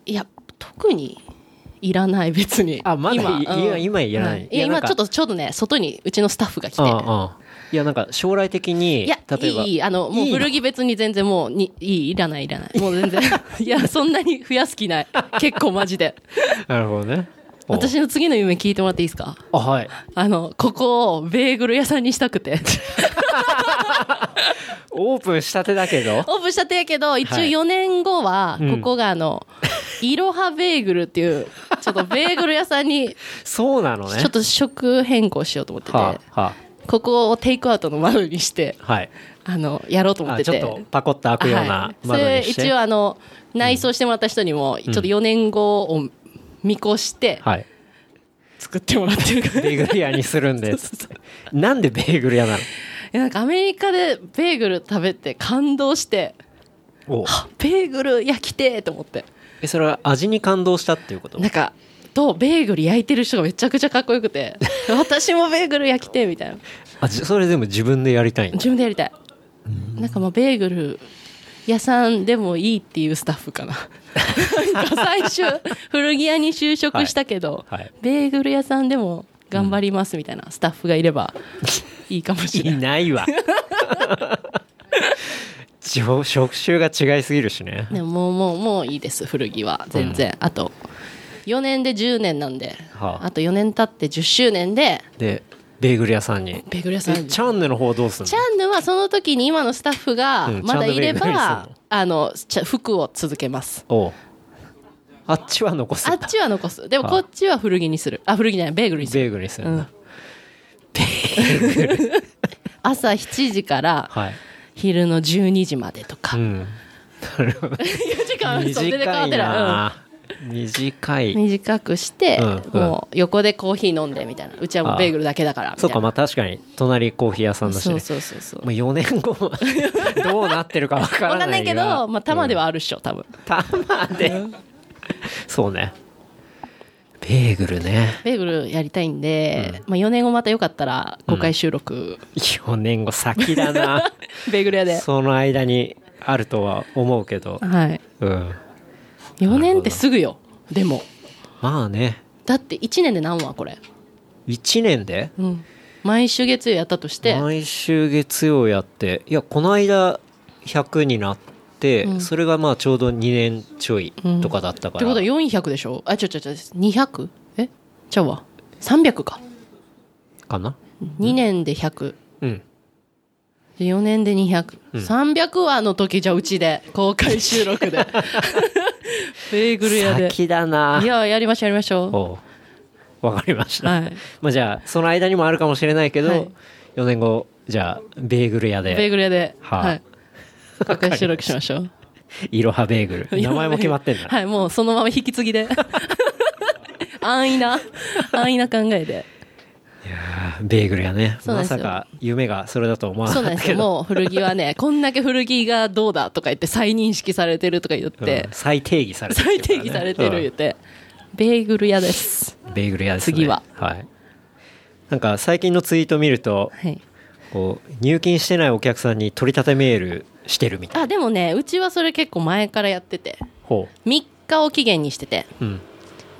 [SPEAKER 3] いや特にいらない別に
[SPEAKER 2] あまだい
[SPEAKER 3] 今うん
[SPEAKER 2] いや今いらない
[SPEAKER 3] うん
[SPEAKER 2] い
[SPEAKER 3] や
[SPEAKER 2] や
[SPEAKER 3] 今
[SPEAKER 2] なんか
[SPEAKER 3] ちょっとちょうどね外にうちのスタッフが来て
[SPEAKER 2] ああああいやなんか将来的に
[SPEAKER 3] いや
[SPEAKER 2] 例えば
[SPEAKER 3] いいいいあのもうい
[SPEAKER 2] いの
[SPEAKER 3] 古着別に全然もうにいいいらないいらないもう 全然いやそんなに増やす気ない結構マジで
[SPEAKER 2] なるほどねお
[SPEAKER 3] 私の次の夢聞いてもらっていいですか
[SPEAKER 2] あはい
[SPEAKER 3] あのここをベーグル屋さんにした くて
[SPEAKER 2] オープンしたてだけど
[SPEAKER 3] オープンしたてやけど一応
[SPEAKER 2] はい
[SPEAKER 3] 4年後は
[SPEAKER 2] うん
[SPEAKER 3] ここがあの、いろはベーグルっていうちょっとベーグル屋さんに
[SPEAKER 2] そうなのね
[SPEAKER 3] ちょっと食変更しようと思ってて、
[SPEAKER 2] はあ、は
[SPEAKER 3] ここをテイクアウトの窓にして
[SPEAKER 2] あ、はい
[SPEAKER 3] あのやろうと思っ
[SPEAKER 2] あ
[SPEAKER 3] て
[SPEAKER 2] ちょってとパコッと開くよう
[SPEAKER 3] は
[SPEAKER 2] ない
[SPEAKER 3] そ
[SPEAKER 2] 窓
[SPEAKER 3] れ
[SPEAKER 2] にして、
[SPEAKER 3] 一応あの内装してもらった人にもちょっと4年後を見越して
[SPEAKER 2] はい
[SPEAKER 3] 作ってもらってるから、
[SPEAKER 2] ベーグル屋にするん ですってなんでベーグル屋な
[SPEAKER 3] えなんかアメリカでベーグル食べて感動して
[SPEAKER 2] のお
[SPEAKER 3] あベーグル焼きてーと思って
[SPEAKER 2] えそれは味に感動したっていうこと
[SPEAKER 3] なんかとベーグル焼いてる人がめちゃくちゃかっこよ くて私もベーグル焼きてーみたいな
[SPEAKER 2] あじそれでも自分でやりたいんだ
[SPEAKER 3] 自分でやりたいなんかまあベーグル屋さんでもいいっていうスタッフかななんか最初古着屋に就職したけど、
[SPEAKER 2] はいはい
[SPEAKER 3] ベーグル屋さんでも頑張りますみたいなスタッフがいれ ばいいかもしれ
[SPEAKER 2] い
[SPEAKER 3] ない
[SPEAKER 2] ない わじょ職種が違いすぎるしね
[SPEAKER 3] でももうもうもういいです古着は全然、あと4年で10年なんで、
[SPEAKER 2] はあ
[SPEAKER 3] あ、と4年経って10周年で
[SPEAKER 2] でベーグル屋さんに
[SPEAKER 3] ベーグル屋さん
[SPEAKER 2] えチャンネルの方どうすんの
[SPEAKER 3] チャンヌはその時に今のスタッフが
[SPEAKER 2] うん
[SPEAKER 3] まだい
[SPEAKER 2] チャ
[SPEAKER 3] れ
[SPEAKER 2] ンヌベーグルに
[SPEAKER 3] ば、
[SPEAKER 2] するの
[SPEAKER 3] あのちゃ服を続けます
[SPEAKER 2] おうあっちは残す
[SPEAKER 3] あ
[SPEAKER 2] ん
[SPEAKER 3] っ
[SPEAKER 2] だ
[SPEAKER 3] ちは残す。でもこっちは古着にする。あ、古着じゃない、ベーグルにする。
[SPEAKER 2] ベーグルにするんだ、
[SPEAKER 3] うん朝7時から
[SPEAKER 2] はい
[SPEAKER 3] 昼の12時までとか。
[SPEAKER 2] う
[SPEAKER 3] 4
[SPEAKER 2] んなるほど
[SPEAKER 3] 時間、そう全然変わ
[SPEAKER 2] 短
[SPEAKER 3] っ
[SPEAKER 2] い
[SPEAKER 3] てない。うん
[SPEAKER 2] な、短い
[SPEAKER 3] 短くして、
[SPEAKER 2] うん
[SPEAKER 3] もう横でコーヒー飲んでみたいな。うちはもうベーグルだけだからみたいな。
[SPEAKER 2] そうかまあ確かに隣コーヒー屋さんだし
[SPEAKER 3] そ
[SPEAKER 2] ね
[SPEAKER 3] うそうそうそう。
[SPEAKER 2] まあ、4年後 はどうなってるかわか
[SPEAKER 3] わ
[SPEAKER 2] ら
[SPEAKER 3] かん
[SPEAKER 2] な
[SPEAKER 3] ないいけ
[SPEAKER 2] が
[SPEAKER 3] ど、まあ、たまではあるっしょ、多分。
[SPEAKER 2] たまでそうねベーグルね
[SPEAKER 3] ベーグルやりたいんで、まあ、4年後またよかったら公開収録、
[SPEAKER 2] 4年後先だな
[SPEAKER 3] ベーグル屋 で、
[SPEAKER 2] その間にあるとは思うけど
[SPEAKER 3] はい、
[SPEAKER 2] うん
[SPEAKER 3] 4年ってすぐよでも
[SPEAKER 2] まあね
[SPEAKER 3] だって1年で何話これ、
[SPEAKER 2] 1年で
[SPEAKER 3] うん、毎週月曜やったとして
[SPEAKER 2] 毎週月曜やっていやこの間100になって、
[SPEAKER 3] うん
[SPEAKER 2] それがまあちょうど2年ちょいとかだった
[SPEAKER 3] っ
[SPEAKER 2] か
[SPEAKER 3] て
[SPEAKER 2] ら、
[SPEAKER 3] ことは400でしょあちょちょちょ 200? えちゃうわ300か
[SPEAKER 2] かな
[SPEAKER 3] 2年で100
[SPEAKER 2] うん
[SPEAKER 3] で4年で200300、
[SPEAKER 2] うん
[SPEAKER 3] 300話の時じゃうちで公開収録 でベーグル屋で
[SPEAKER 2] 先だない
[SPEAKER 3] ややりましょうやりましょ
[SPEAKER 2] おうわかりまし
[SPEAKER 3] う
[SPEAKER 2] た、
[SPEAKER 3] はい
[SPEAKER 2] まあじゃあその間にもあるかもしれないけど、
[SPEAKER 3] はい
[SPEAKER 2] 4年後じゃあベーグル屋
[SPEAKER 3] ベー
[SPEAKER 2] で
[SPEAKER 3] グル屋で、
[SPEAKER 2] はあ
[SPEAKER 3] はい公開収録しましょう
[SPEAKER 2] いろはベーグル 名前も決まってんだ
[SPEAKER 3] はいもうそのまま引き継ぎで安易な安易な考えで
[SPEAKER 2] ベーグル屋ね
[SPEAKER 3] そうな
[SPEAKER 2] ま
[SPEAKER 3] んです
[SPEAKER 2] さ
[SPEAKER 3] よ
[SPEAKER 2] か夢がそれだと思わな
[SPEAKER 3] そう
[SPEAKER 2] か
[SPEAKER 3] なん
[SPEAKER 2] った
[SPEAKER 3] です
[SPEAKER 2] け
[SPEAKER 3] よ
[SPEAKER 2] ど
[SPEAKER 3] もう古着はねこんだけ古着がどうだとか言って再認識されてるとか言って、
[SPEAKER 2] うん再定義されてる
[SPEAKER 3] 再
[SPEAKER 2] からね
[SPEAKER 3] 定義されてる言って、ベーグル屋です
[SPEAKER 2] うんベーグル屋ですね
[SPEAKER 3] 次はい
[SPEAKER 2] なんか最近のツイート見ると
[SPEAKER 3] はい
[SPEAKER 2] こう入金してないお客さんに取り立てメールしてるみたい
[SPEAKER 3] あでもねうちはそれ結構前からやってて
[SPEAKER 2] ほ
[SPEAKER 3] 3日を期限にしてて
[SPEAKER 2] ううん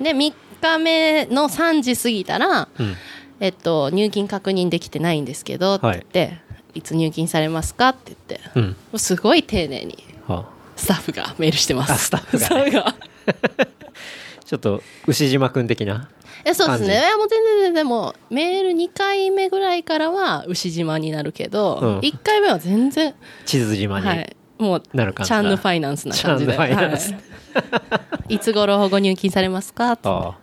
[SPEAKER 3] で3日目の3時過ぎたら、
[SPEAKER 2] うん
[SPEAKER 3] えっと、入金確認できてないんですけどって言って、い、つ入金されますかって言って
[SPEAKER 2] うん
[SPEAKER 3] すごい丁寧に
[SPEAKER 2] は
[SPEAKER 3] スタッフがメールしてま
[SPEAKER 2] あ
[SPEAKER 3] す
[SPEAKER 2] スタッフがね
[SPEAKER 3] スタッフが
[SPEAKER 2] あちょっと牛島くん的な
[SPEAKER 3] えそうですね
[SPEAKER 2] 感
[SPEAKER 3] いやもう全然全然もうメール2回目ぐらいからは牛島になるけ
[SPEAKER 2] うん
[SPEAKER 3] ど、一1回目は全然
[SPEAKER 2] 地図島に、
[SPEAKER 3] はい、もう
[SPEAKER 2] なる感じ
[SPEAKER 3] チ
[SPEAKER 2] だ
[SPEAKER 3] ャンヌファイナンスな感じで
[SPEAKER 2] チャンヌファイナンス
[SPEAKER 3] はい、いつ頃ご入金されますかって
[SPEAKER 2] ああ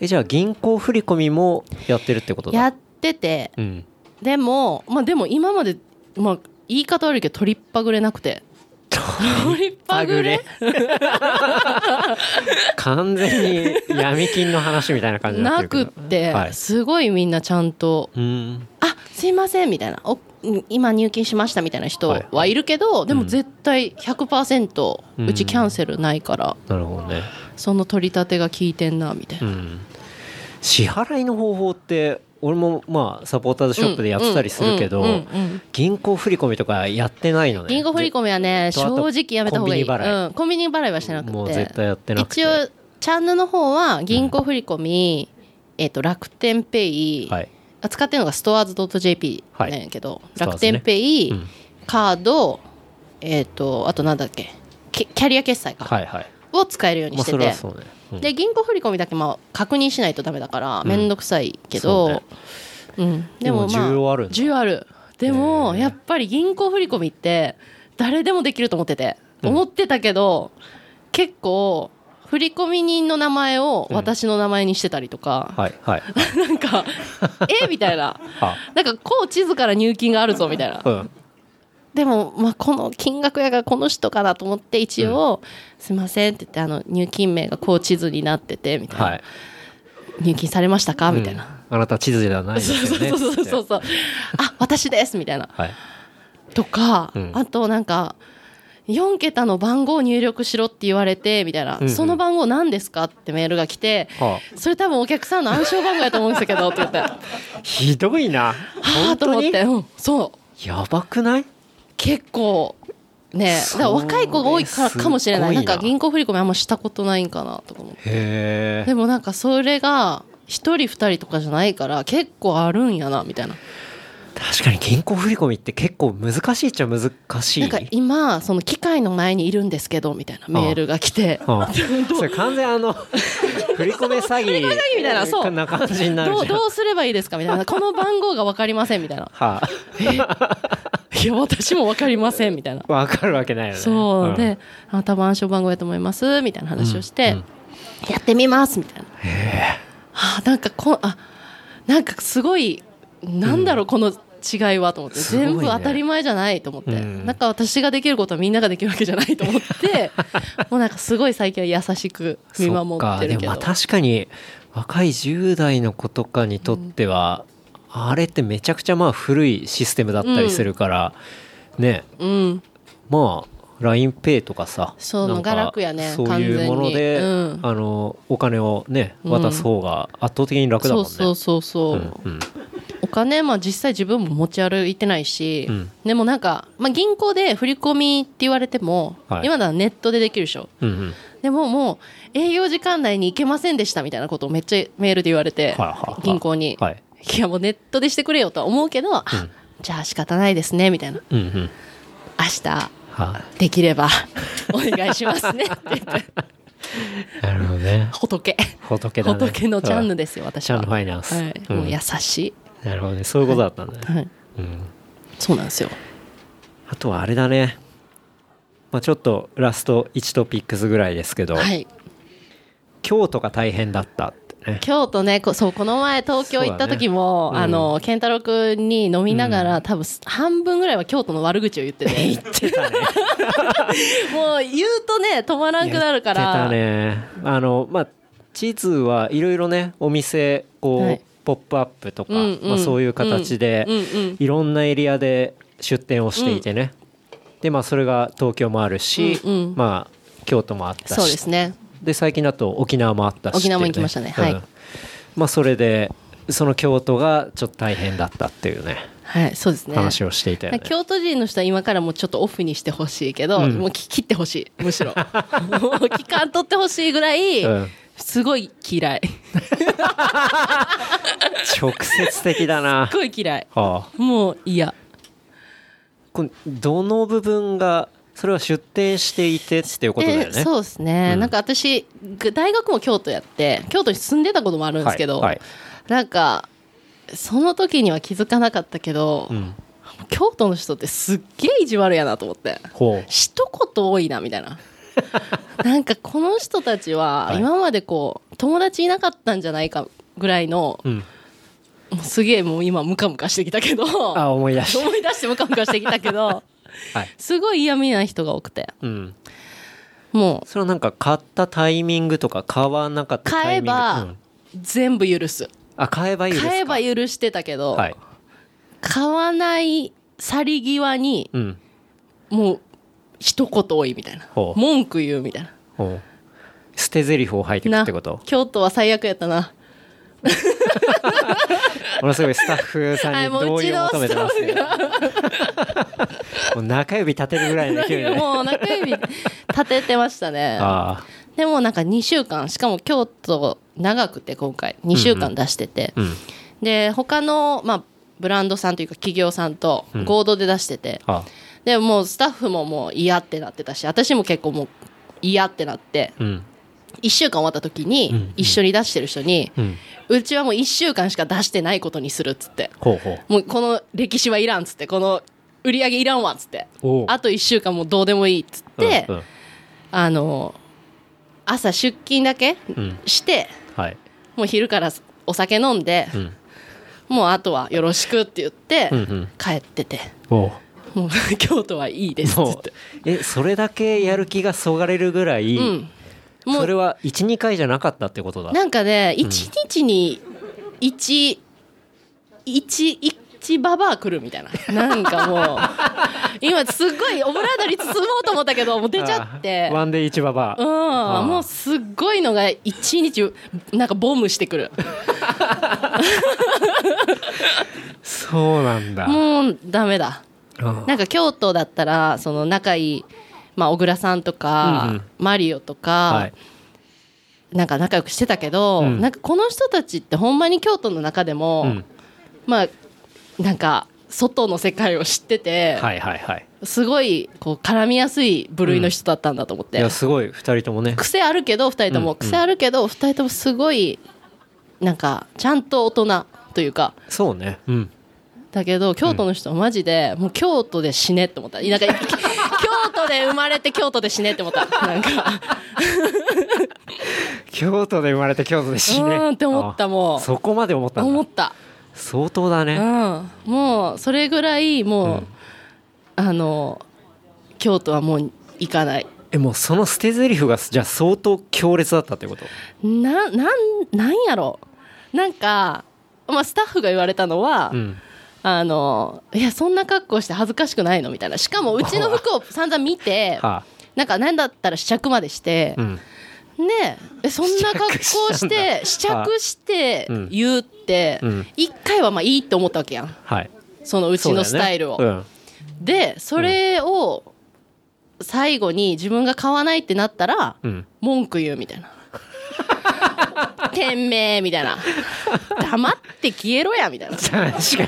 [SPEAKER 2] えじゃあ銀行振り込みもやってるってことだ
[SPEAKER 3] やってて
[SPEAKER 2] うん
[SPEAKER 3] でもまあでも今まで、まあ、言い方悪いけど取りっぱぐれなくて取りっぱぐれ
[SPEAKER 2] 完全に闇金の話みたいな感じになって
[SPEAKER 3] な
[SPEAKER 2] るけど
[SPEAKER 3] くって、
[SPEAKER 2] はい、
[SPEAKER 3] すごいみんなちゃんと
[SPEAKER 2] うん
[SPEAKER 3] 「あすいません」みたいなお「今入金しました」みたいな人
[SPEAKER 2] はい
[SPEAKER 3] はいるけど、で
[SPEAKER 2] う
[SPEAKER 3] も
[SPEAKER 2] ん
[SPEAKER 3] 絶対100%
[SPEAKER 2] うん
[SPEAKER 3] うちキャンセルないから、
[SPEAKER 2] なるほどね
[SPEAKER 3] その取り立てが効いてんなみたいな
[SPEAKER 2] う。ん支払いの方法って俺もまあサポーターズショップでやってたりするけど、
[SPEAKER 3] うんうんうんうん
[SPEAKER 2] 銀行振り込みとかやってないのね
[SPEAKER 3] 銀行振り込みはね
[SPEAKER 2] ずっ
[SPEAKER 3] 正
[SPEAKER 2] と
[SPEAKER 3] 直やめた方がいい
[SPEAKER 2] コンビニ払い
[SPEAKER 3] うん、コンビニ払いはしてなくて
[SPEAKER 2] もう絶対やってなくて
[SPEAKER 3] 一応チャンネルの方は銀行振り込み、えっと楽天ペイ、
[SPEAKER 2] はい
[SPEAKER 3] あ使ってるのがストアーズ .jp
[SPEAKER 2] は
[SPEAKER 3] ないんやけど、
[SPEAKER 2] ストアー
[SPEAKER 3] 楽
[SPEAKER 2] ズね
[SPEAKER 3] 天ペイ、
[SPEAKER 2] うん
[SPEAKER 3] カードえっ、とあとなんだっけキキャリア決済か、
[SPEAKER 2] はいはい
[SPEAKER 3] を使えるように
[SPEAKER 2] まあ
[SPEAKER 3] してて、
[SPEAKER 2] それはそうね、うん
[SPEAKER 3] で銀行振り込みだけまあ確認しないとダメだから
[SPEAKER 2] ん
[SPEAKER 3] 面倒くさいけど、
[SPEAKER 2] そう
[SPEAKER 3] うん
[SPEAKER 2] ね
[SPEAKER 3] でも
[SPEAKER 2] でも
[SPEAKER 3] まあ
[SPEAKER 2] 需要あるんだ
[SPEAKER 3] 需要あるでも
[SPEAKER 2] へえ
[SPEAKER 3] やっぱり銀行振り込みって誰でもできると思ってて、思ってたけど結構振り込み人の名前を私の名前にしてたりとか、
[SPEAKER 2] はいはい
[SPEAKER 3] な んかえみたいな
[SPEAKER 2] あ
[SPEAKER 3] なんかこう地図から入金があるぞみたいな
[SPEAKER 2] うん
[SPEAKER 3] でも、まあ、この金額やがこの人かなと思って一応「すいません」って言ってあの入金名がこう地図になっててみたいな、
[SPEAKER 2] はい
[SPEAKER 3] 入金されましたかみたいな、
[SPEAKER 2] うんあなた地図ではないです
[SPEAKER 3] そう
[SPEAKER 2] よね
[SPEAKER 3] そうそうそうそう
[SPEAKER 2] つって
[SPEAKER 3] そうあ私ですみたいな
[SPEAKER 2] はい
[SPEAKER 3] とか、
[SPEAKER 2] うん
[SPEAKER 3] あとなんか4桁の番号を入力しろって言われてみたいな、
[SPEAKER 2] うんうん
[SPEAKER 3] その番号何ですかってメールが来て、
[SPEAKER 2] は
[SPEAKER 3] それ多分お客さんの暗証番号やと思うんですけどって言 っては
[SPEAKER 2] あひどいな
[SPEAKER 3] あ
[SPEAKER 2] 本
[SPEAKER 3] と思
[SPEAKER 2] 当
[SPEAKER 3] っ
[SPEAKER 2] に
[SPEAKER 3] て、うん、そう
[SPEAKER 2] やばくない
[SPEAKER 3] 結構ねだから若い子が多いから
[SPEAKER 2] そうね
[SPEAKER 3] かもしれな
[SPEAKER 2] す
[SPEAKER 3] い
[SPEAKER 2] ご
[SPEAKER 3] ないん
[SPEAKER 2] な
[SPEAKER 3] か銀行振り込みあんましたことないんかなとか思って
[SPEAKER 2] へえ
[SPEAKER 3] でもなんかそれが一人二人とかじゃないから結構あるんやなみたいな
[SPEAKER 2] 確かに銀行振り込みって結構難しいっちゃ難しい
[SPEAKER 3] なんか今その機械の前にいるんですけどみたいなメールが来て
[SPEAKER 2] ああそれ完全あ の振り込め詐欺
[SPEAKER 3] みたいなそう
[SPEAKER 2] な感じになる
[SPEAKER 3] どう
[SPEAKER 2] じゃん
[SPEAKER 3] どうすればいいですかみたいなこの番号が分かりませんみたいな
[SPEAKER 2] はい
[SPEAKER 3] や私も分かりませんみたいな
[SPEAKER 2] あわかるわけないよね
[SPEAKER 3] そう、
[SPEAKER 2] ん
[SPEAKER 3] で「あなたも暗証番号やと思います」みたいな話をして、
[SPEAKER 2] うんうん
[SPEAKER 3] やってみますみたいなあなんかこあなんかすごいなんだろう、この違いはと思って、
[SPEAKER 2] すごいね
[SPEAKER 3] 全部当たり前じゃないと思って、
[SPEAKER 2] うん
[SPEAKER 3] なんか私ができることはみんなができるわけじゃないと思って もうなんかすごい最近は優しく見守って
[SPEAKER 2] そっかで
[SPEAKER 3] るけど
[SPEAKER 2] もまあ確かに若い10代の子とかにとっては、あれってめちゃくちゃまあ古いシステムだったりするから、ね
[SPEAKER 3] うん
[SPEAKER 2] まあ LINEPay とかさ
[SPEAKER 3] そう
[SPEAKER 2] なんか
[SPEAKER 3] が楽やね
[SPEAKER 2] そういうもので、
[SPEAKER 3] 完全にうん
[SPEAKER 2] あのお金をね渡す方が圧倒的に楽だ
[SPEAKER 3] そ
[SPEAKER 2] もん
[SPEAKER 3] う
[SPEAKER 2] ね、
[SPEAKER 3] そうそうそう、
[SPEAKER 2] うんうん
[SPEAKER 3] お金、まあ、実際自分も持ち歩いてないし、
[SPEAKER 2] うん
[SPEAKER 3] でもなんか、まあ、銀行で振り込みって言われても、
[SPEAKER 2] はい
[SPEAKER 3] 今ならネットでできるでしょ
[SPEAKER 2] うんうん
[SPEAKER 3] でももう営業時間内に行けませんでしたみたいなことをめっちゃメールで言われ
[SPEAKER 2] は
[SPEAKER 3] て、
[SPEAKER 2] いはいはい
[SPEAKER 3] 銀行に、
[SPEAKER 2] はい
[SPEAKER 3] い、やもうネットでしてくれよとは思うけど、あじゃあ仕方ないですねみたいな
[SPEAKER 2] うんうん
[SPEAKER 3] 明日
[SPEAKER 2] は
[SPEAKER 3] で きればお願いしますねって言って
[SPEAKER 2] いなるほどね
[SPEAKER 3] 仏
[SPEAKER 2] 仏だね
[SPEAKER 3] 仏のチャンヌ
[SPEAKER 2] で
[SPEAKER 3] ですよ私
[SPEAKER 2] チャ
[SPEAKER 3] は
[SPEAKER 2] ンヌファイナンス、
[SPEAKER 3] はい、
[SPEAKER 2] うん
[SPEAKER 3] もう優し
[SPEAKER 2] なるほどねそういうことだったんだね
[SPEAKER 3] い、、はい、
[SPEAKER 2] うん
[SPEAKER 3] そうなんですよ
[SPEAKER 2] あとはあれだね、まあ、ちょっとラスト1トピックスぐらいですけど、
[SPEAKER 3] はい
[SPEAKER 2] 今日とか大変だったってね
[SPEAKER 3] 京都ねこそうこの前東京行った時も、
[SPEAKER 2] そうだね
[SPEAKER 3] あ
[SPEAKER 2] うん
[SPEAKER 3] の健太郎君に飲みながら、多分半分ぐらいは京都の悪口を 言ってて もう言うとね止まらんくなるから
[SPEAKER 2] やってたねあのまあ地図はいろいろねお店こう、
[SPEAKER 3] はい
[SPEAKER 2] ポップアップとか、
[SPEAKER 3] うんうん
[SPEAKER 2] まあ、そういう形で、
[SPEAKER 3] うんうん
[SPEAKER 2] いろんなエリアで出店をしていてね、でまあそれが東京もあるし、
[SPEAKER 3] うんうん
[SPEAKER 2] まあ京都もあったし
[SPEAKER 3] そうですね
[SPEAKER 2] で最近だと沖縄もあったし
[SPEAKER 3] 沖縄も
[SPEAKER 2] っていう
[SPEAKER 3] 行きましたねはい
[SPEAKER 2] まあそれでその京都がちょっと大変だったっていうね
[SPEAKER 3] はいそうですね
[SPEAKER 2] 話をしていたよね
[SPEAKER 3] 京都人の人は今からもうちょっとオフにしてほしいけど、
[SPEAKER 2] うん
[SPEAKER 3] もうき切ってほしい むしろもう期間取ってほしいぐらい、
[SPEAKER 2] うん
[SPEAKER 3] すごい嫌いす
[SPEAKER 2] 直接的だな
[SPEAKER 3] ごい嫌い
[SPEAKER 2] はあ
[SPEAKER 3] もう嫌
[SPEAKER 2] これどの部分がそれは出店していてっていうことだよね
[SPEAKER 3] えーそうですね、
[SPEAKER 2] うん
[SPEAKER 3] なんか私ぐ大学も京都やって京都に住んでたこともあるんですけど、
[SPEAKER 2] はい
[SPEAKER 3] なんかその時には気づかなかったけど、
[SPEAKER 2] はいうん
[SPEAKER 3] 京都の人ってすっげえ意地悪やなと思って
[SPEAKER 2] ほう
[SPEAKER 3] 一言多いなみた いななんかこの人たちは
[SPEAKER 2] はい
[SPEAKER 3] 今までこう友達いなかったんじゃないかぐらいの、
[SPEAKER 2] うん
[SPEAKER 3] もうすげえもう今ムカムカしてきたけど
[SPEAKER 2] あ
[SPEAKER 3] 思
[SPEAKER 2] 思い出し
[SPEAKER 3] い出してムカムカしてきた けど
[SPEAKER 2] たはい
[SPEAKER 3] すごい嫌味な人が多くて
[SPEAKER 2] うん
[SPEAKER 3] もう
[SPEAKER 2] それはなんか買ったタイミングとか買わなかったタ
[SPEAKER 3] 買
[SPEAKER 2] イ
[SPEAKER 3] え
[SPEAKER 2] ミングう
[SPEAKER 3] ば
[SPEAKER 2] ん
[SPEAKER 3] 全部許す
[SPEAKER 2] あ買えばいいですか
[SPEAKER 3] 買えば
[SPEAKER 2] い
[SPEAKER 3] 許してたけど、
[SPEAKER 2] はい
[SPEAKER 3] 買わない去り際に
[SPEAKER 2] うん
[SPEAKER 3] もう一言多いみたいな
[SPEAKER 2] ほう
[SPEAKER 3] 文句言うみたいな
[SPEAKER 2] ほう捨て台詞を吐いていく
[SPEAKER 3] な
[SPEAKER 2] ってこと
[SPEAKER 3] 京都は最悪やったな
[SPEAKER 2] ものすごいスタッフさんに同意を求めてますね、 もう中指立てるぐらいの勢いで、
[SPEAKER 3] もう中指立ててましたね
[SPEAKER 2] ああ
[SPEAKER 3] でもなんか2週間しかも京都長くて今回2週間出してて、
[SPEAKER 2] うん
[SPEAKER 3] で他のまあブランドさんというか企業さんと合同で出してて、
[SPEAKER 2] あ
[SPEAKER 3] でもうスタッフももう嫌ってなってたし私も結構もう嫌ってなって
[SPEAKER 2] うん
[SPEAKER 3] 1週間終わった時
[SPEAKER 2] うんう
[SPEAKER 3] に
[SPEAKER 2] ん
[SPEAKER 3] 一緒に出してる人に
[SPEAKER 2] うん
[SPEAKER 3] うちはもう1週間しか出してないことにするっつって
[SPEAKER 2] ほうほう
[SPEAKER 3] もうこの歴史はいらんっつってこの売り上げいらんわっつって
[SPEAKER 2] おう
[SPEAKER 3] あと1週間もうどうでもいいっつって
[SPEAKER 2] うんうん
[SPEAKER 3] あの朝出勤だけ
[SPEAKER 2] ん
[SPEAKER 3] して
[SPEAKER 2] はい
[SPEAKER 3] もう昼からお酒飲んで
[SPEAKER 2] うん
[SPEAKER 3] もうあとはよろしくって言って
[SPEAKER 2] うんうん
[SPEAKER 3] 帰ってて
[SPEAKER 2] おう
[SPEAKER 3] もう 京都はいいですっつ
[SPEAKER 2] も
[SPEAKER 3] っ
[SPEAKER 2] う
[SPEAKER 3] て
[SPEAKER 2] えそれだけやる気がそがれるぐらい、
[SPEAKER 3] うんも
[SPEAKER 2] そうれは12回じゃなかったってことだ
[SPEAKER 3] なんかね、一日に一、一、一ババア来るみたい な。なんかもう、今すっごいオブラートに包もうと思ったけど、もう出ちゃって
[SPEAKER 2] あ。ワンデー一ババ
[SPEAKER 3] うん、
[SPEAKER 2] あ
[SPEAKER 3] もうすっごいのが一日、なんかボムしてくる。
[SPEAKER 2] そうなんだ
[SPEAKER 3] もうダメだ。
[SPEAKER 2] うん
[SPEAKER 3] なんか京都だったら、その仲いい、まあ、小倉さんとか、
[SPEAKER 2] うんうん
[SPEAKER 3] マリオとか、
[SPEAKER 2] はい
[SPEAKER 3] なんか仲良くしてたけど、
[SPEAKER 2] うん
[SPEAKER 3] なんかこの人たちってほんまに京都の中でも、
[SPEAKER 2] うん
[SPEAKER 3] まあなんか外の世界を知ってて、
[SPEAKER 2] はいはいはい
[SPEAKER 3] すごいこう絡みやすい部類の人だったんだと思っ
[SPEAKER 2] い
[SPEAKER 3] て、
[SPEAKER 2] やすごい2人ともね
[SPEAKER 3] 癖あるけど2人とも、
[SPEAKER 2] うん
[SPEAKER 3] 癖あるけど2人ともすごいなんかちゃんと大人というか
[SPEAKER 2] そうねうん
[SPEAKER 3] だけど京都の人はマジで、もう京都で死ねって思ったなんか 京都で生まれて京都で死ねって思ったなんか
[SPEAKER 2] 京都で生まれて京都で死ね
[SPEAKER 3] うーんって思った
[SPEAKER 2] あ
[SPEAKER 3] もう
[SPEAKER 2] そこまで思ったんだ
[SPEAKER 3] 思った、
[SPEAKER 2] 相当だ
[SPEAKER 3] う
[SPEAKER 2] ね
[SPEAKER 3] ん、もうそれぐらいもう、あの京都はもう行かない
[SPEAKER 2] えもうその捨て台詞がじゃあ相当強烈だったってこと
[SPEAKER 3] ななんなんやろなんか、まあ、スタッフが言われたのは、
[SPEAKER 2] うん
[SPEAKER 3] あのいやそんな格好して恥ずかしくないのみたいなしかもうち の服を散々見て
[SPEAKER 2] は
[SPEAKER 3] なんか何だったら試着までして
[SPEAKER 2] あ、う、ん、
[SPEAKER 3] ねええそんな格
[SPEAKER 2] 試
[SPEAKER 3] 好
[SPEAKER 2] 着し
[SPEAKER 3] した
[SPEAKER 2] ん
[SPEAKER 3] て試着して
[SPEAKER 2] うん
[SPEAKER 3] 言うって
[SPEAKER 2] うん
[SPEAKER 3] 一、回はまあいいって思ったわけやん
[SPEAKER 2] はい。
[SPEAKER 3] そのうちのスタイルを。
[SPEAKER 2] そうだよね
[SPEAKER 3] でそれを最後に自分が買わないってなったら、
[SPEAKER 2] うん。うん。
[SPEAKER 3] 文句言うみたいな 店名みたいな黙って消えろやみたいな
[SPEAKER 2] 確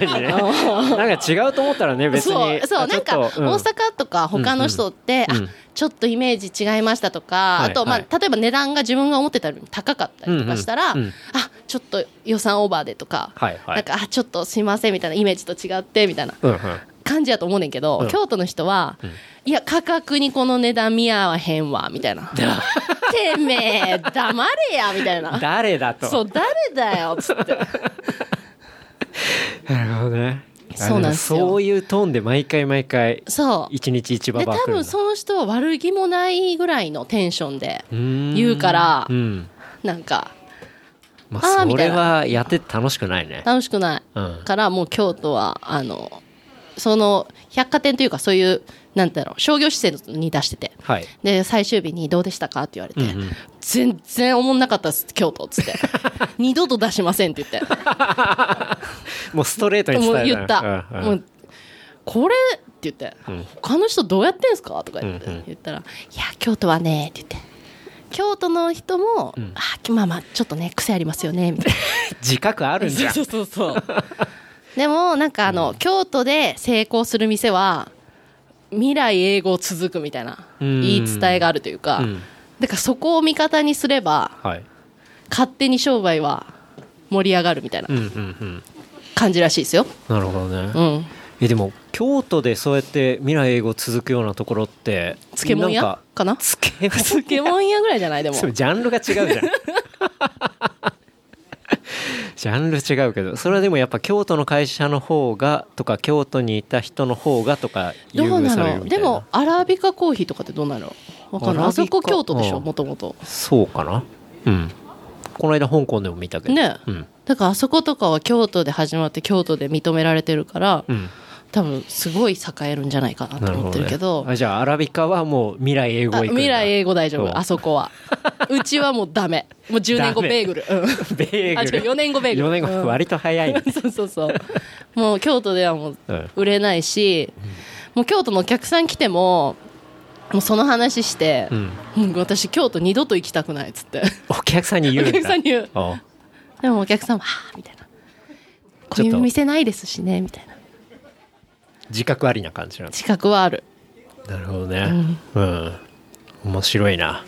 [SPEAKER 2] かにね。なんか違うと思ったらね、別に。
[SPEAKER 3] そうそう
[SPEAKER 2] あち
[SPEAKER 3] な
[SPEAKER 2] ょ
[SPEAKER 3] ん
[SPEAKER 2] っ
[SPEAKER 3] か
[SPEAKER 2] と
[SPEAKER 3] 大
[SPEAKER 2] うん
[SPEAKER 3] 阪とか他の人って、
[SPEAKER 2] うんうん
[SPEAKER 3] あちょっとイメージ違いましたとか、
[SPEAKER 2] はい
[SPEAKER 3] あと、まあ、
[SPEAKER 2] はい
[SPEAKER 3] 例えば値段が自分が思ってたよりも高かったりとかしたら、
[SPEAKER 2] うんうんうん
[SPEAKER 3] あちょっと予算オーバーでとか、
[SPEAKER 2] はいはい
[SPEAKER 3] なんかあちょっとすいませんみたいなイメージと違ってみたいな
[SPEAKER 2] うんうん。
[SPEAKER 3] 感じやと思うねんけど、
[SPEAKER 2] うん
[SPEAKER 3] 京都の人は、いや価格にこの値段見合わへんわみた いなてめえ黙れやみたいな
[SPEAKER 2] 誰だと。
[SPEAKER 3] そう誰だよっつって
[SPEAKER 2] なるほどね。
[SPEAKER 3] そうなんですよ
[SPEAKER 2] あもそういうトーンで毎回毎回、
[SPEAKER 3] そう
[SPEAKER 2] 一日一番
[SPEAKER 3] で
[SPEAKER 2] ばっ
[SPEAKER 3] 多
[SPEAKER 2] かり。
[SPEAKER 3] 分その人は悪気もないぐらいのテンションで
[SPEAKER 2] うん
[SPEAKER 3] 言うから
[SPEAKER 2] うん。
[SPEAKER 3] なんか
[SPEAKER 2] ま
[SPEAKER 3] あ
[SPEAKER 2] あ、
[SPEAKER 3] ー
[SPEAKER 2] そ
[SPEAKER 3] みたい
[SPEAKER 2] れ
[SPEAKER 3] な
[SPEAKER 2] はやってて楽しくないね。
[SPEAKER 3] 楽しくない、
[SPEAKER 2] うん
[SPEAKER 3] からもう京都はあのその百貨店というかそういうなんだろう商業施設に出してて
[SPEAKER 2] はい。
[SPEAKER 3] で最終日に「どうでしたか?」って言われて、
[SPEAKER 2] うん
[SPEAKER 3] 全然おもんなかったです京都」っ つって「二度と出しません」って言って
[SPEAKER 2] もうストレートに伝
[SPEAKER 3] も
[SPEAKER 2] えた
[SPEAKER 3] う
[SPEAKER 2] い
[SPEAKER 3] 言った、
[SPEAKER 2] うんうん
[SPEAKER 3] もうこれって言って、他の人どうやってんすかとか言って、
[SPEAKER 2] うんうん
[SPEAKER 3] 言ったら「いや京都はね」って言って京都の人も「あきまあまあちょっとね癖ありますよね」みたい
[SPEAKER 2] 自覚ある
[SPEAKER 3] な
[SPEAKER 2] んじゃ
[SPEAKER 3] そう
[SPEAKER 2] ん。
[SPEAKER 3] そうそうそうでもなんかあの、京都で成功する店は未来英語続くみたいな
[SPEAKER 2] うん
[SPEAKER 3] 言い伝えがあるというか、
[SPEAKER 2] うん
[SPEAKER 3] だからそこを味方にすれば
[SPEAKER 2] はい。
[SPEAKER 3] 勝手に商売は盛り上がるみたいな
[SPEAKER 2] うんうんうん。
[SPEAKER 3] 感じらしいですよ、
[SPEAKER 2] なるほどね。
[SPEAKER 3] うん、
[SPEAKER 2] えでも京都でそうやって未来英語続くようなところって
[SPEAKER 3] 漬物屋
[SPEAKER 2] なん
[SPEAKER 3] かな
[SPEAKER 2] 漬物屋
[SPEAKER 3] 漬物屋ぐらいじゃないで も
[SPEAKER 2] それジャンルが違うじ ゃんジャンル違うけどそれはでもやっぱ京都の会社の方がとか京都にいた人の方がとか優
[SPEAKER 3] どう
[SPEAKER 2] 遇
[SPEAKER 3] な
[SPEAKER 2] される
[SPEAKER 3] の
[SPEAKER 2] みた
[SPEAKER 3] で
[SPEAKER 2] いな
[SPEAKER 3] もアラビカコーヒーとかってどうなのわかんない
[SPEAKER 2] アラビカ
[SPEAKER 3] あそこ京都でしょ
[SPEAKER 2] うん
[SPEAKER 3] もともと
[SPEAKER 2] そうかなうんこの間香港でも見たけど
[SPEAKER 3] ね
[SPEAKER 2] うん
[SPEAKER 3] だからあそことかは京都で始まって京都で認められてるから
[SPEAKER 2] うん
[SPEAKER 3] 多分すごい栄えるんじゃないかな
[SPEAKER 2] な
[SPEAKER 3] と
[SPEAKER 2] るほ
[SPEAKER 3] 思って
[SPEAKER 2] ど、
[SPEAKER 3] る
[SPEAKER 2] ね、
[SPEAKER 3] けど
[SPEAKER 2] あじゃあアラビカはもう未来英語
[SPEAKER 3] あ
[SPEAKER 2] 行くんだ
[SPEAKER 3] 未来英語大丈
[SPEAKER 2] そう
[SPEAKER 3] 夫あそ こはうちはもうダメもう10年
[SPEAKER 2] ダ
[SPEAKER 3] 後
[SPEAKER 2] メ
[SPEAKER 3] ベーグルうん
[SPEAKER 2] ベー
[SPEAKER 3] あ
[SPEAKER 2] グ
[SPEAKER 3] 違う
[SPEAKER 2] ル
[SPEAKER 3] 4年後ベーグル
[SPEAKER 2] 4年後
[SPEAKER 3] うん
[SPEAKER 2] 割と早い、 ね
[SPEAKER 3] そうそうそうもう京都ではもう
[SPEAKER 2] うん
[SPEAKER 3] 売れないし、もう京都のお客さん来てももうその話して、
[SPEAKER 2] うん
[SPEAKER 3] もう私京都二度と行きたくないっつって
[SPEAKER 2] お客さんに言
[SPEAKER 3] お
[SPEAKER 2] うんだ
[SPEAKER 3] 客さんに言う
[SPEAKER 2] あ
[SPEAKER 3] でもお客さんはあーみたいなこ
[SPEAKER 2] ち
[SPEAKER 3] う
[SPEAKER 2] ょっ
[SPEAKER 3] い
[SPEAKER 2] と
[SPEAKER 3] う店ないですしねみたいな
[SPEAKER 2] 自覚ありな感じなんです
[SPEAKER 3] 資格はある
[SPEAKER 2] なるほどねうん、面白いな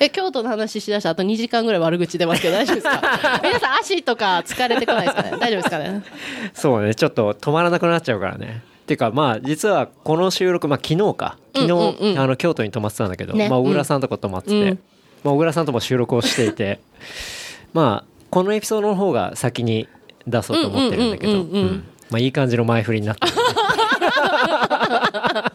[SPEAKER 3] え京都の話しだしたらあと2時間ぐらい悪口出ますけど大丈夫です か皆さん足とか疲れてこないですかね大丈夫ですかね
[SPEAKER 2] そうねちょっと止まらなくなっちゃうからねてかまあ実はこの収録まあ昨日か昨日、
[SPEAKER 3] うんうんうん
[SPEAKER 2] あの京都に泊まってたんだけど、
[SPEAKER 3] ね
[SPEAKER 2] まあ、小倉さんとか泊まってて、
[SPEAKER 3] うん
[SPEAKER 2] まあ、小倉さんとも収録をしていて まあこのエピソードの方が先に出そうと思ってるんだけど
[SPEAKER 3] うんうんうんうんうん
[SPEAKER 2] うんまあいい感じの前振りになったね、 京都の話ねいや
[SPEAKER 3] でも小倉さんは好きなんですよ小倉さんは大好き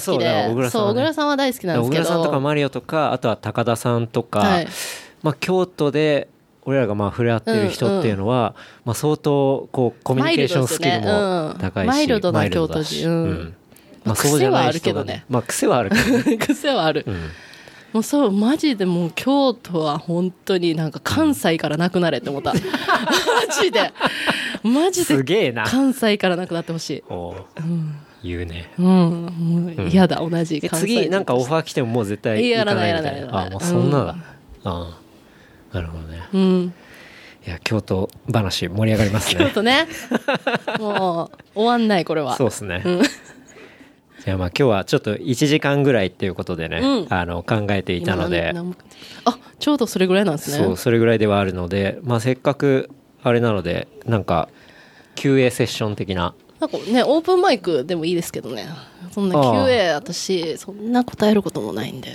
[SPEAKER 2] そうだ小
[SPEAKER 3] で
[SPEAKER 2] 倉さん
[SPEAKER 3] そう
[SPEAKER 2] はね
[SPEAKER 3] 小倉さんは大好きなんです
[SPEAKER 2] 小
[SPEAKER 3] けど
[SPEAKER 2] 倉さんとかマリオとかあとは高田さんとか、
[SPEAKER 3] はい
[SPEAKER 2] まあ、京都で俺らがまあ触れ合ってる人っていうのは、まあ、相当こうコミュニケーションスキルも高いし、
[SPEAKER 3] マイルドですよねうんマイルドな
[SPEAKER 2] だし
[SPEAKER 3] 京都人うん
[SPEAKER 2] ま
[SPEAKER 3] ま
[SPEAKER 2] あ、
[SPEAKER 3] あ
[SPEAKER 2] そうじゃない人が
[SPEAKER 3] 癖はあるけどね
[SPEAKER 2] まあ癖はあるけ どね
[SPEAKER 3] 癖はある、
[SPEAKER 2] ん
[SPEAKER 3] もうそうマジでもう京都は本当になんか関西からなくなれって思っ たマジでマジ
[SPEAKER 2] す
[SPEAKER 3] で
[SPEAKER 2] げえな
[SPEAKER 3] 関西からなくなってほしい
[SPEAKER 2] おう言うね
[SPEAKER 3] うんもう嫌だ、同じ
[SPEAKER 2] で
[SPEAKER 3] 関西
[SPEAKER 2] 次なんかオ
[SPEAKER 3] お
[SPEAKER 2] ファー来てももう絶対
[SPEAKER 3] い
[SPEAKER 2] 行
[SPEAKER 3] や
[SPEAKER 2] かないみ
[SPEAKER 3] やらな
[SPEAKER 2] た
[SPEAKER 3] い
[SPEAKER 2] い
[SPEAKER 3] やら
[SPEAKER 2] な
[SPEAKER 3] ない
[SPEAKER 2] あもうそんなだ、ああなるほどね
[SPEAKER 3] うん
[SPEAKER 2] いや京都話盛り上がりますね
[SPEAKER 3] 京都 ねもう終わんないこれは
[SPEAKER 2] そうですね。じゃあまあ今日はちょっと1時間ぐらいっていうことでね、
[SPEAKER 3] うん
[SPEAKER 2] あの考えていたので
[SPEAKER 3] 今、何もあちょうどそれぐらいなんですね
[SPEAKER 2] そうそれぐらいではあるので、まあせっかくあれなのでなんか QA セッション的な、
[SPEAKER 3] なんかねオープンマイクでもいいですけどねそんな
[SPEAKER 2] ああ
[SPEAKER 3] QA 私そんな答えることもないんで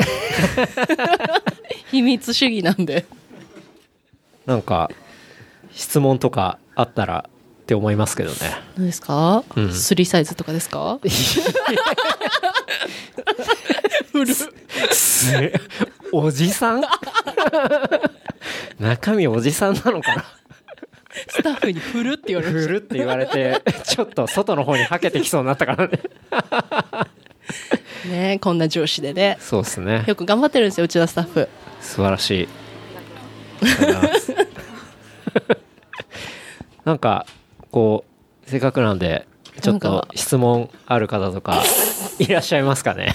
[SPEAKER 3] 秘密主義なんで
[SPEAKER 2] なんか質問とかあったらって思いますけどね。
[SPEAKER 3] 何ですか、
[SPEAKER 2] う
[SPEAKER 3] うんスリーサイズとかです か
[SPEAKER 2] すおじさん中身おじさんなのかな
[SPEAKER 3] ススタッフに振るって 言われま
[SPEAKER 2] 振
[SPEAKER 3] し
[SPEAKER 2] るって言われてちょっと外の方にはけてきそうになったからね
[SPEAKER 3] たねこんな上司でね
[SPEAKER 2] そうですね
[SPEAKER 3] よく頑張ってるんですようちのスタッフ
[SPEAKER 2] 素晴らしいありがとうございますなんかこうせっかくなんでちょっ
[SPEAKER 3] なん
[SPEAKER 2] と
[SPEAKER 3] か
[SPEAKER 2] 質問ある方と かいらっしゃいますかね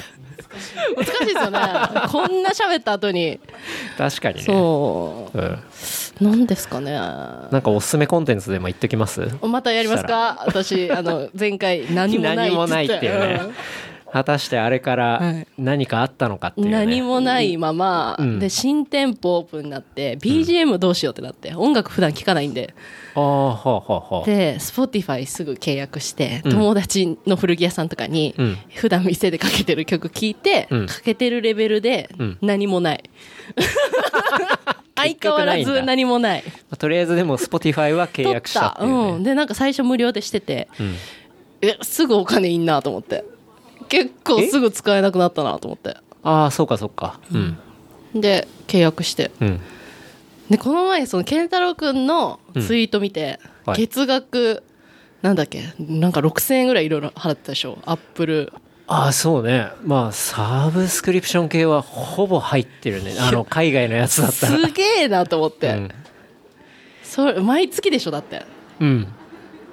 [SPEAKER 3] 難しいで すよねこんな喋った後に
[SPEAKER 2] 確かにね
[SPEAKER 3] そ
[SPEAKER 2] うん、
[SPEAKER 3] うなんですかね
[SPEAKER 2] なんかおすすめコンテンツでも言っときます
[SPEAKER 3] またやりますか私あの前回何もないっつって
[SPEAKER 2] 何もないっていうね果たしてあれか
[SPEAKER 3] は
[SPEAKER 2] ら
[SPEAKER 3] い
[SPEAKER 2] 何かあったのかっていう、ね
[SPEAKER 3] 何もないまま、
[SPEAKER 2] うん
[SPEAKER 3] で新店舗オープンになって BGM どうしようってなって、音楽普段聴かないんで
[SPEAKER 2] ああほうほうほう
[SPEAKER 3] で Spotify すぐ契約して、
[SPEAKER 2] うん
[SPEAKER 3] 友達の古着屋さんとかに、
[SPEAKER 2] うん
[SPEAKER 3] 普段店でかけてる曲聴いて、
[SPEAKER 2] うん
[SPEAKER 3] かけてるレベルで
[SPEAKER 2] うん
[SPEAKER 3] 何も ない、相変わらず何もない
[SPEAKER 2] まあとりあえずでも Spotify は契約したっていう、ね
[SPEAKER 3] うん、でなんか最初無料でしてて
[SPEAKER 2] うん
[SPEAKER 3] えすぐお金いんなと思って結構すぐ使えなくなったなと思って
[SPEAKER 2] ああそうかそうかうん
[SPEAKER 3] で契約して
[SPEAKER 2] うん
[SPEAKER 3] でこの前その健太郎くんのツイート見て、
[SPEAKER 2] うんはい
[SPEAKER 3] 月額なんだっけなんか6000円ぐらいいろいろ払ってたでしょアップル
[SPEAKER 2] ああそうねまあサブスクリプション系はほぼ入ってるねあの海外のやつだったら
[SPEAKER 3] すげえなと思って、
[SPEAKER 2] うん、
[SPEAKER 3] それ毎月でしょだって
[SPEAKER 2] うん、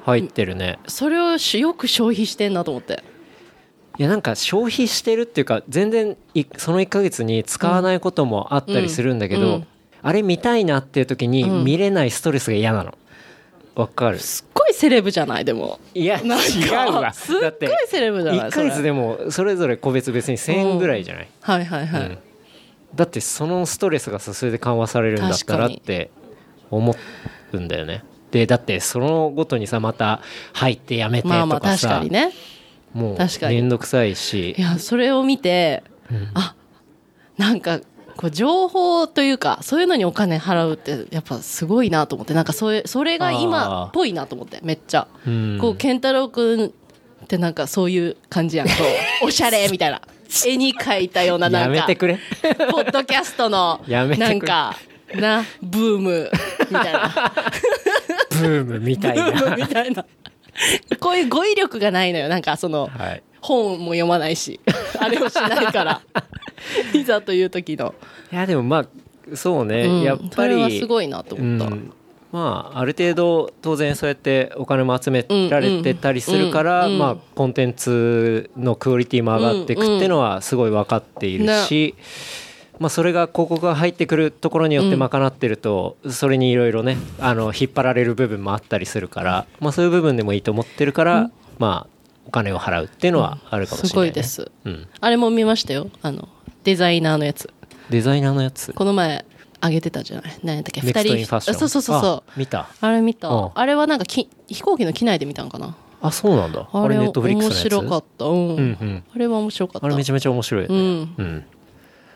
[SPEAKER 2] 入ってるね
[SPEAKER 3] それをしよく消費してんなと思って
[SPEAKER 2] いやなんか消費してるっていうか全然いその1ヶ月に使わないこともあったりするんだけど、
[SPEAKER 3] うんうん
[SPEAKER 2] あれ見たいなっていう時に
[SPEAKER 3] うん
[SPEAKER 2] 見れないストレスが嫌なのわかる
[SPEAKER 3] すっごいセレブじゃないでも
[SPEAKER 2] いや違
[SPEAKER 3] なんか
[SPEAKER 2] うわ
[SPEAKER 3] すっご
[SPEAKER 2] だ
[SPEAKER 3] い
[SPEAKER 2] って
[SPEAKER 3] セレブじゃない
[SPEAKER 2] 1
[SPEAKER 3] そ
[SPEAKER 2] ヶ
[SPEAKER 3] れ
[SPEAKER 2] 月でもそれぞれ個別別に1000円ぐらいじゃない、
[SPEAKER 3] はいはいはい、
[SPEAKER 2] うんだってそのストレスがさそれで緩和されるんだったらっ
[SPEAKER 3] 確かに
[SPEAKER 2] て思うんだよねでだってそのごとにさまた入ってやめてとかさ、
[SPEAKER 3] まあまあ確かにね
[SPEAKER 2] もう
[SPEAKER 3] 確かに
[SPEAKER 2] 面倒くさいし
[SPEAKER 3] いやそれを見て、
[SPEAKER 2] ん
[SPEAKER 3] あなんかこう情報というかそういうのにお金払うってやっぱすごいなと思ってなんかそれそれが今っぽいなと思ってめっちゃ、
[SPEAKER 2] うん
[SPEAKER 3] こう健太郎くんってなんかそういう感じやんこ うおしゃれみたいな絵に描いたようなな
[SPEAKER 2] や
[SPEAKER 3] ん
[SPEAKER 2] め
[SPEAKER 3] か
[SPEAKER 2] てくれ
[SPEAKER 3] ポッドキャストの
[SPEAKER 2] やめてくれ
[SPEAKER 3] なんかなブームみた いな
[SPEAKER 2] ブームみ
[SPEAKER 3] ブ
[SPEAKER 2] たい
[SPEAKER 3] ー
[SPEAKER 2] な
[SPEAKER 3] ムみたいなこういう語彙力がないのよなんかその、
[SPEAKER 2] はい
[SPEAKER 3] 本も読まない しあれをしないから いざという時の、
[SPEAKER 2] いやでもまあそうね、
[SPEAKER 3] うん
[SPEAKER 2] やっぱり
[SPEAKER 3] それはすごいなと思った、
[SPEAKER 2] うんまあある程度当然そうやってお金も集められてたりするから、
[SPEAKER 3] うんうんうん
[SPEAKER 2] まあ、コンテンツのクオリティも上がっていくっていうのはすごい分かっているし、まあ、それが広告が入ってくるところによって賄ってると、それにいろいろねあの引っ張られる部分もあったりするから、まあ、そういう部分でもいいと思ってるから、まあお金を払うっていうのはあるかもしれない、ね
[SPEAKER 3] すごいです
[SPEAKER 2] うん、
[SPEAKER 3] あれも見ましたよあのデザイナーのやつ
[SPEAKER 2] デザイナーのやつ
[SPEAKER 3] この前あげてたじゃない何やったっけ
[SPEAKER 2] ネクストインファッション
[SPEAKER 3] そうそうそうそう
[SPEAKER 2] あ見た
[SPEAKER 3] あれ見た
[SPEAKER 2] うん
[SPEAKER 3] あれはなんかき飛行機の機内で見たんかな
[SPEAKER 2] あそうなんだあ
[SPEAKER 3] あ
[SPEAKER 2] れ
[SPEAKER 3] れ
[SPEAKER 2] ネットフリックスの
[SPEAKER 3] 面
[SPEAKER 2] やつ
[SPEAKER 3] 白かった、うん
[SPEAKER 2] うんうん
[SPEAKER 3] あれは面白かった
[SPEAKER 2] あれめちゃめちゃ面白いよ
[SPEAKER 3] う
[SPEAKER 2] ね
[SPEAKER 3] ん
[SPEAKER 2] うん、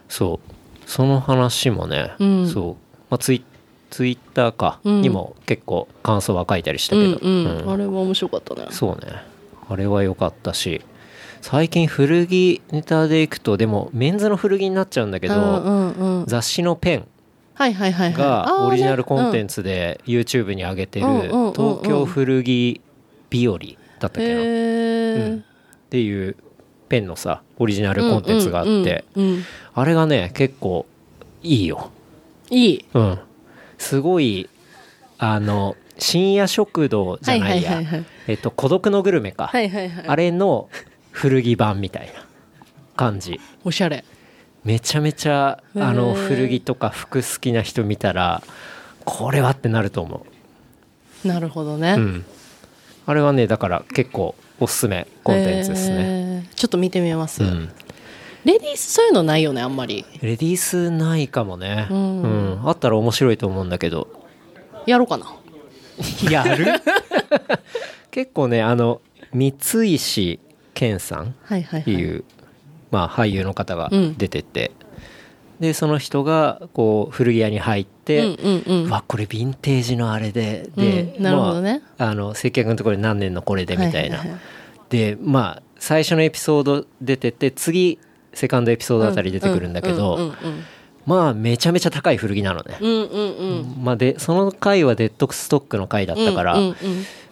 [SPEAKER 2] そうその話もね、
[SPEAKER 3] うん
[SPEAKER 2] そう、まあ、ツイツイッターか、
[SPEAKER 3] うん
[SPEAKER 2] にも結構感想は書いたりした
[SPEAKER 3] うん
[SPEAKER 2] けど、
[SPEAKER 3] うん
[SPEAKER 2] うん
[SPEAKER 3] あれは面白かったね
[SPEAKER 2] そうねあれは良かったし最近古着ネタでいくとでもメンズの古着になっちゃうんだけど、
[SPEAKER 3] うんうんうん
[SPEAKER 2] 雑誌のペン
[SPEAKER 3] はいはいはいはい
[SPEAKER 2] がオリジナルコンテ
[SPEAKER 3] ンツ
[SPEAKER 2] ンツで YouTube に上げてる
[SPEAKER 3] うんうんうんうん
[SPEAKER 2] 東京古着日和だったっけな、
[SPEAKER 3] へ
[SPEAKER 2] うんっていうペンのさオリジナルコンテンツがあって、
[SPEAKER 3] うんうんうんうん
[SPEAKER 2] あれがね結構いいよ、
[SPEAKER 3] いい
[SPEAKER 2] うん、すごいあの深夜食堂じゃないや、
[SPEAKER 3] はいはいはいはい
[SPEAKER 2] えっと孤独のグルメか、
[SPEAKER 3] はいはいはい
[SPEAKER 2] あれの古着版みたいな感じ
[SPEAKER 3] おしゃれ
[SPEAKER 2] めちゃめちゃ
[SPEAKER 3] へー
[SPEAKER 2] あの古着とか服好きな人見たらこれはってなると思
[SPEAKER 3] なるほどね、
[SPEAKER 2] う、うん、あれはねだから結構おすすめコンテンツですね、
[SPEAKER 3] えーちょっと見てみます、
[SPEAKER 2] うん
[SPEAKER 3] レディースそういうのないよねあんまり
[SPEAKER 2] レディースないかもね、う
[SPEAKER 3] うんん
[SPEAKER 2] あったら面白いと思うんだけど
[SPEAKER 3] やろうかな
[SPEAKER 2] やる 結構ねあの三石健さんっ
[SPEAKER 3] はいはいは
[SPEAKER 2] て
[SPEAKER 3] い
[SPEAKER 2] いう、まあ、俳優の方が
[SPEAKER 3] うん
[SPEAKER 2] 出てて、でその人がこう古着屋に入って、
[SPEAKER 3] うんうんうん
[SPEAKER 2] わこれヴィンテージのあれでで、
[SPEAKER 3] うんなるほどね
[SPEAKER 2] まあ、あの接客のところで何年のこれでみたいな、
[SPEAKER 3] ははは
[SPEAKER 2] でまあ最初のエピソード出てて次セカンドエピソードあたり出てくるんだけど、
[SPEAKER 3] うんうんうんうん
[SPEAKER 2] まあめちゃめちゃ高い古着なのね、
[SPEAKER 3] うんうんうん
[SPEAKER 2] まあ、でその回はデッドストックの回だったから、
[SPEAKER 3] うんうんうん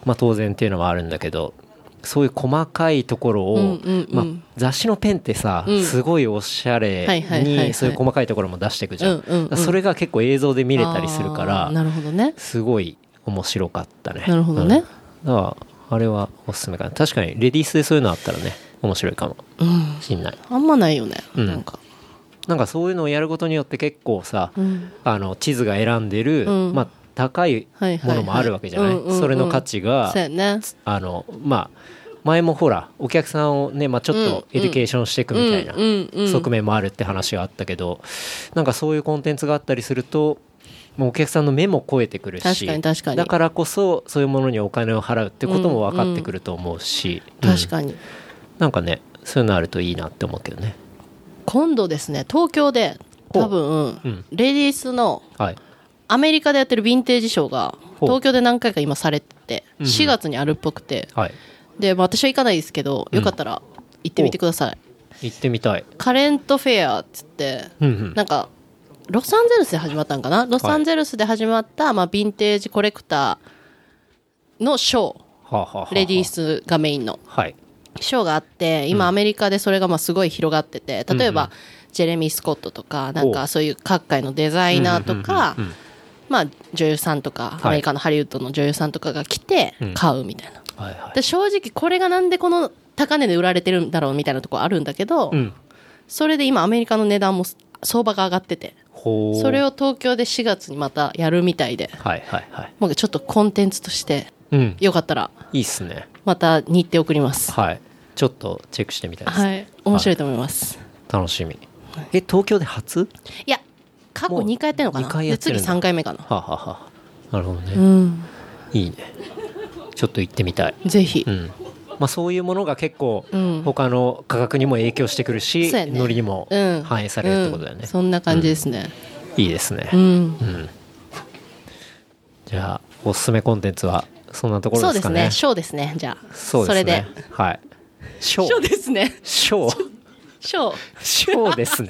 [SPEAKER 2] まあ、当然っていうのもあるんだけどそういう細かいところを、
[SPEAKER 3] うんうんうん
[SPEAKER 2] まあ、雑誌のペンってさ、
[SPEAKER 3] うん
[SPEAKER 2] すごいおしゃれ
[SPEAKER 3] はいはいはいはい
[SPEAKER 2] にそういう細かいところも出していくじゃん,、
[SPEAKER 3] うんうんうん
[SPEAKER 2] それが結構映像で見れたりするか
[SPEAKER 3] あ
[SPEAKER 2] ら
[SPEAKER 3] ーなるほどね
[SPEAKER 2] すごい面白かったね
[SPEAKER 3] なるほどね
[SPEAKER 2] うんだからあれはおすすめかな確かにレディースでそういうのあったらね面白いかも
[SPEAKER 3] うん
[SPEAKER 2] しんない
[SPEAKER 3] あんまないよね、
[SPEAKER 2] うん
[SPEAKER 3] なんか、
[SPEAKER 2] なんかそういうのをやることによって結構さ、
[SPEAKER 3] うん
[SPEAKER 2] あの地図が選んでる、
[SPEAKER 3] うん
[SPEAKER 2] まあ、高い
[SPEAKER 3] はいは
[SPEAKER 2] も
[SPEAKER 3] いはい
[SPEAKER 2] のもあるわけじゃない,、
[SPEAKER 3] うんうんうん
[SPEAKER 2] それの価値が
[SPEAKER 3] そうやね
[SPEAKER 2] あのまあ前もほらお客さんをね、まあ、ちょっと
[SPEAKER 3] うん
[SPEAKER 2] エデュケーションしていくみたいな
[SPEAKER 3] うんうんうん
[SPEAKER 2] 側面もあるって話があったけどなんかそういうコンテンツがあったりするともうお客さんの目も超えてくるし
[SPEAKER 3] 確かに確かに
[SPEAKER 2] だからこそそういうものにお金を払うってことも分かってくると思うし、うん
[SPEAKER 3] 確かに
[SPEAKER 2] なんかねそういうのあるといいなって思うけどね。
[SPEAKER 3] 今度ですね東京で多分、
[SPEAKER 2] うん
[SPEAKER 3] レディースの
[SPEAKER 2] はい、
[SPEAKER 3] アメリカでやってるヴィンテージショーが
[SPEAKER 2] ほう
[SPEAKER 3] 東京で何回か今されてて
[SPEAKER 2] うん
[SPEAKER 3] 4月にあるっぽくて、
[SPEAKER 2] はい、
[SPEAKER 3] で、まあ、私は行かないですけど
[SPEAKER 2] うん
[SPEAKER 3] よかったら行ってみてください、
[SPEAKER 2] 行ってみたい。
[SPEAKER 3] カレントフェアっつって、
[SPEAKER 2] うんうん
[SPEAKER 3] なんかロサンゼルスで始まったんかなロサンゼルスで始まった、まあ、ヴィンテージコレクターのショ
[SPEAKER 2] はあはあはあはあ
[SPEAKER 3] ーレディースがメインの
[SPEAKER 2] はい。
[SPEAKER 3] ショーがあって今アメリカでそれがまあすごい広がってて例えば、ジェレミー・スコットとかなん
[SPEAKER 2] お
[SPEAKER 3] かそういう各界のデザイナーとか、
[SPEAKER 2] うんうんうん
[SPEAKER 3] まあ、女優さんとか
[SPEAKER 2] い
[SPEAKER 3] アメリカのハリウッドの女優さんとかが来て
[SPEAKER 2] うん
[SPEAKER 3] 買うみたいな、
[SPEAKER 2] はいはい。
[SPEAKER 3] で正直これがなんでこの高値で売られてるんだろうみたいなとこあるんだけど、
[SPEAKER 2] うん。
[SPEAKER 3] それで今アメリカの値段も相場が上がってて
[SPEAKER 2] ほう。
[SPEAKER 3] それを東京で4月にまたやるみたいで
[SPEAKER 2] はいはいはい。
[SPEAKER 3] もうちょっとコンテンツとして
[SPEAKER 2] うん。
[SPEAKER 3] よかったら
[SPEAKER 2] いいっすね。
[SPEAKER 3] また日程送ります
[SPEAKER 2] はい。ちょっとチェックしてみたいです。
[SPEAKER 3] はい面白いと思います、
[SPEAKER 2] 楽しみ。え、東京で初
[SPEAKER 3] い、や過去
[SPEAKER 2] もう
[SPEAKER 3] 2回やってんのか
[SPEAKER 2] 二
[SPEAKER 3] な
[SPEAKER 2] 回や
[SPEAKER 3] で
[SPEAKER 2] ってる
[SPEAKER 3] 次
[SPEAKER 2] んだ
[SPEAKER 3] 3回目かな
[SPEAKER 2] はあ、はあはあ、なるほど
[SPEAKER 3] う
[SPEAKER 2] ね。
[SPEAKER 3] ん
[SPEAKER 2] いいね。ちょっと行ってみたい。
[SPEAKER 3] ぜひ
[SPEAKER 2] うん。まあそういうものが結構
[SPEAKER 3] うん
[SPEAKER 2] 他の価格にも影響してくるし、
[SPEAKER 3] そうやね
[SPEAKER 2] ノリにも
[SPEAKER 3] うん
[SPEAKER 2] 反映されるってことだよ
[SPEAKER 3] う
[SPEAKER 2] ね
[SPEAKER 3] ん。そんな感じですね
[SPEAKER 2] いいですね。
[SPEAKER 3] う
[SPEAKER 2] う
[SPEAKER 3] ん
[SPEAKER 2] ん。じゃあ、おすすめコンテンツはそんなとこ
[SPEAKER 3] そ
[SPEAKER 2] ろ
[SPEAKER 3] う
[SPEAKER 2] で
[SPEAKER 3] です
[SPEAKER 2] か
[SPEAKER 3] す
[SPEAKER 2] ね
[SPEAKER 3] ね。ショーですねじゃあ
[SPEAKER 2] そうですね。
[SPEAKER 3] れで
[SPEAKER 2] はい。ショ
[SPEAKER 3] ショー
[SPEAKER 2] ー。
[SPEAKER 3] ですね
[SPEAKER 2] ショー。
[SPEAKER 3] ショー
[SPEAKER 2] ショー ですね。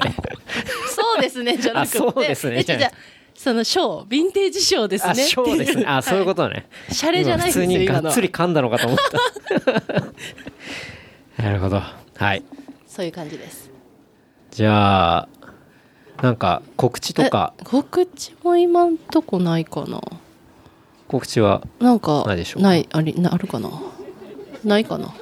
[SPEAKER 3] そうですねじゃなくて
[SPEAKER 2] あそうですね
[SPEAKER 3] えじゃあじゃあそのショーヴィンテージショーですね
[SPEAKER 2] あ、ショーですね。あ、そういうこととね。
[SPEAKER 3] シャレじゃないですよ
[SPEAKER 2] 今普通にが
[SPEAKER 3] 今
[SPEAKER 2] っ
[SPEAKER 3] のは
[SPEAKER 2] つり噛んだのかと思った。 なるほど。はい。
[SPEAKER 3] そういう感じです
[SPEAKER 2] じゃあ、なんか告知とか
[SPEAKER 3] え、告知も今んとこないかな
[SPEAKER 2] 告知は
[SPEAKER 3] なんか
[SPEAKER 2] ないでしょうか
[SPEAKER 3] ないありなあるかなないかな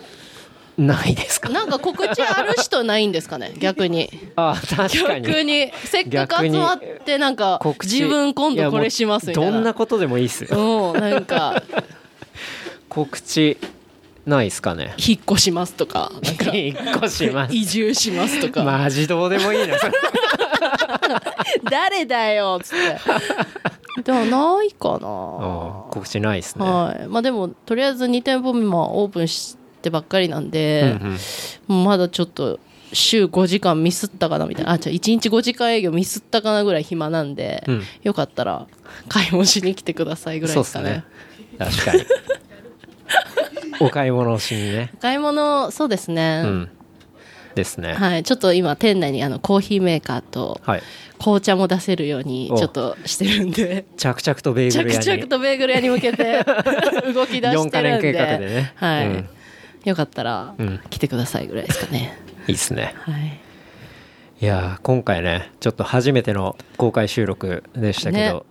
[SPEAKER 2] ないですか
[SPEAKER 3] なんか告知ある人ないんですかね逆に
[SPEAKER 2] あ、確か
[SPEAKER 3] 逆
[SPEAKER 2] に。
[SPEAKER 3] にせっかく集まってなんか
[SPEAKER 2] 告知
[SPEAKER 3] 自分今度これしますみ
[SPEAKER 2] い
[SPEAKER 3] た
[SPEAKER 2] や
[SPEAKER 3] い
[SPEAKER 2] も
[SPEAKER 3] な
[SPEAKER 2] うどんなことでもいいっすよ。
[SPEAKER 3] うんなんか。
[SPEAKER 2] 告知、ないっすかね
[SPEAKER 3] 引っ越しますとかなん か
[SPEAKER 2] 一個します。
[SPEAKER 3] 移住しますとか、
[SPEAKER 2] マジどうでも いいな。 それ
[SPEAKER 3] 誰だよっつって でもないかな
[SPEAKER 2] うん告知ないっすね。
[SPEAKER 3] はいまあでもとりあえず2店舗目もオープンしてばっかりなんで、
[SPEAKER 2] うんうん
[SPEAKER 3] まだちょっと週5時間ミスったかなみたいなあじゃあ1日5時間営業ミスったかなぐらい暇なんで、
[SPEAKER 2] うん
[SPEAKER 3] よかったら買い物しに来てくださいぐらい
[SPEAKER 2] そうっ
[SPEAKER 3] です
[SPEAKER 2] す
[SPEAKER 3] か
[SPEAKER 2] ね
[SPEAKER 3] ね。
[SPEAKER 2] 確 かに。お買い物をしにね。
[SPEAKER 3] 買い物そうですね、
[SPEAKER 2] うん。ですね。
[SPEAKER 3] はいちょっと今店内にあのコーヒーメーカーと
[SPEAKER 2] はい。
[SPEAKER 3] 紅茶も出せるように
[SPEAKER 2] お
[SPEAKER 3] ちょっとしてる んで
[SPEAKER 2] 着々とベーグル
[SPEAKER 3] 着
[SPEAKER 2] 屋に。
[SPEAKER 3] 々とベーグル屋に向 けて動き出してるんで
[SPEAKER 2] 4カ年計画でね
[SPEAKER 3] はい、
[SPEAKER 2] うん
[SPEAKER 3] よかったら
[SPEAKER 2] うん
[SPEAKER 3] 来てくださいぐらいですかね、
[SPEAKER 2] いいっすね。
[SPEAKER 3] はい
[SPEAKER 2] いやー今回ね、ちょっと初めての公開収録でしたけど、
[SPEAKER 3] ね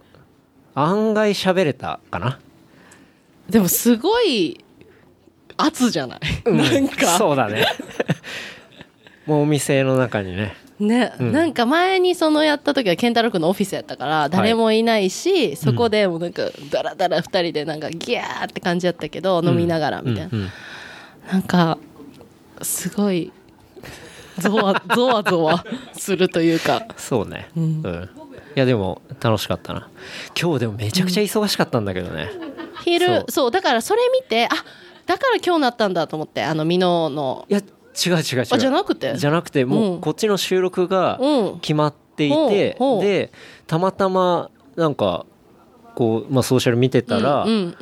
[SPEAKER 2] 案外喋れたかな。
[SPEAKER 3] でもすごい圧じゃない、なんか
[SPEAKER 2] そうだね。もうお店の中にね。
[SPEAKER 3] ね、
[SPEAKER 2] うん
[SPEAKER 3] なんか前にそのやった時は健太郎君のオフィスやったから誰もいないし、そこでもうなんかダラダラ二人でなんかギャーって感じやったけど、飲みながらみたいな、
[SPEAKER 2] うんうん
[SPEAKER 3] なんかすごいゾワゾワゾワするというか
[SPEAKER 2] そうね。う。
[SPEAKER 3] うんん
[SPEAKER 2] いやでも楽しかったな。今日でもめちゃくちゃ忙しかったんだけどね。
[SPEAKER 3] 昼
[SPEAKER 2] そ
[SPEAKER 3] そううだからそれ見てあだから今日なったんだと思ってあの美濃の
[SPEAKER 2] いや違う違う違う。
[SPEAKER 3] あじゃなくて
[SPEAKER 2] じゃなくてもううんこっちの収録が
[SPEAKER 3] うん
[SPEAKER 2] 決まっていて、
[SPEAKER 3] ほうほう
[SPEAKER 2] でたまたまなんかこう、まあ、ソーシャル見てたら、
[SPEAKER 3] うんうん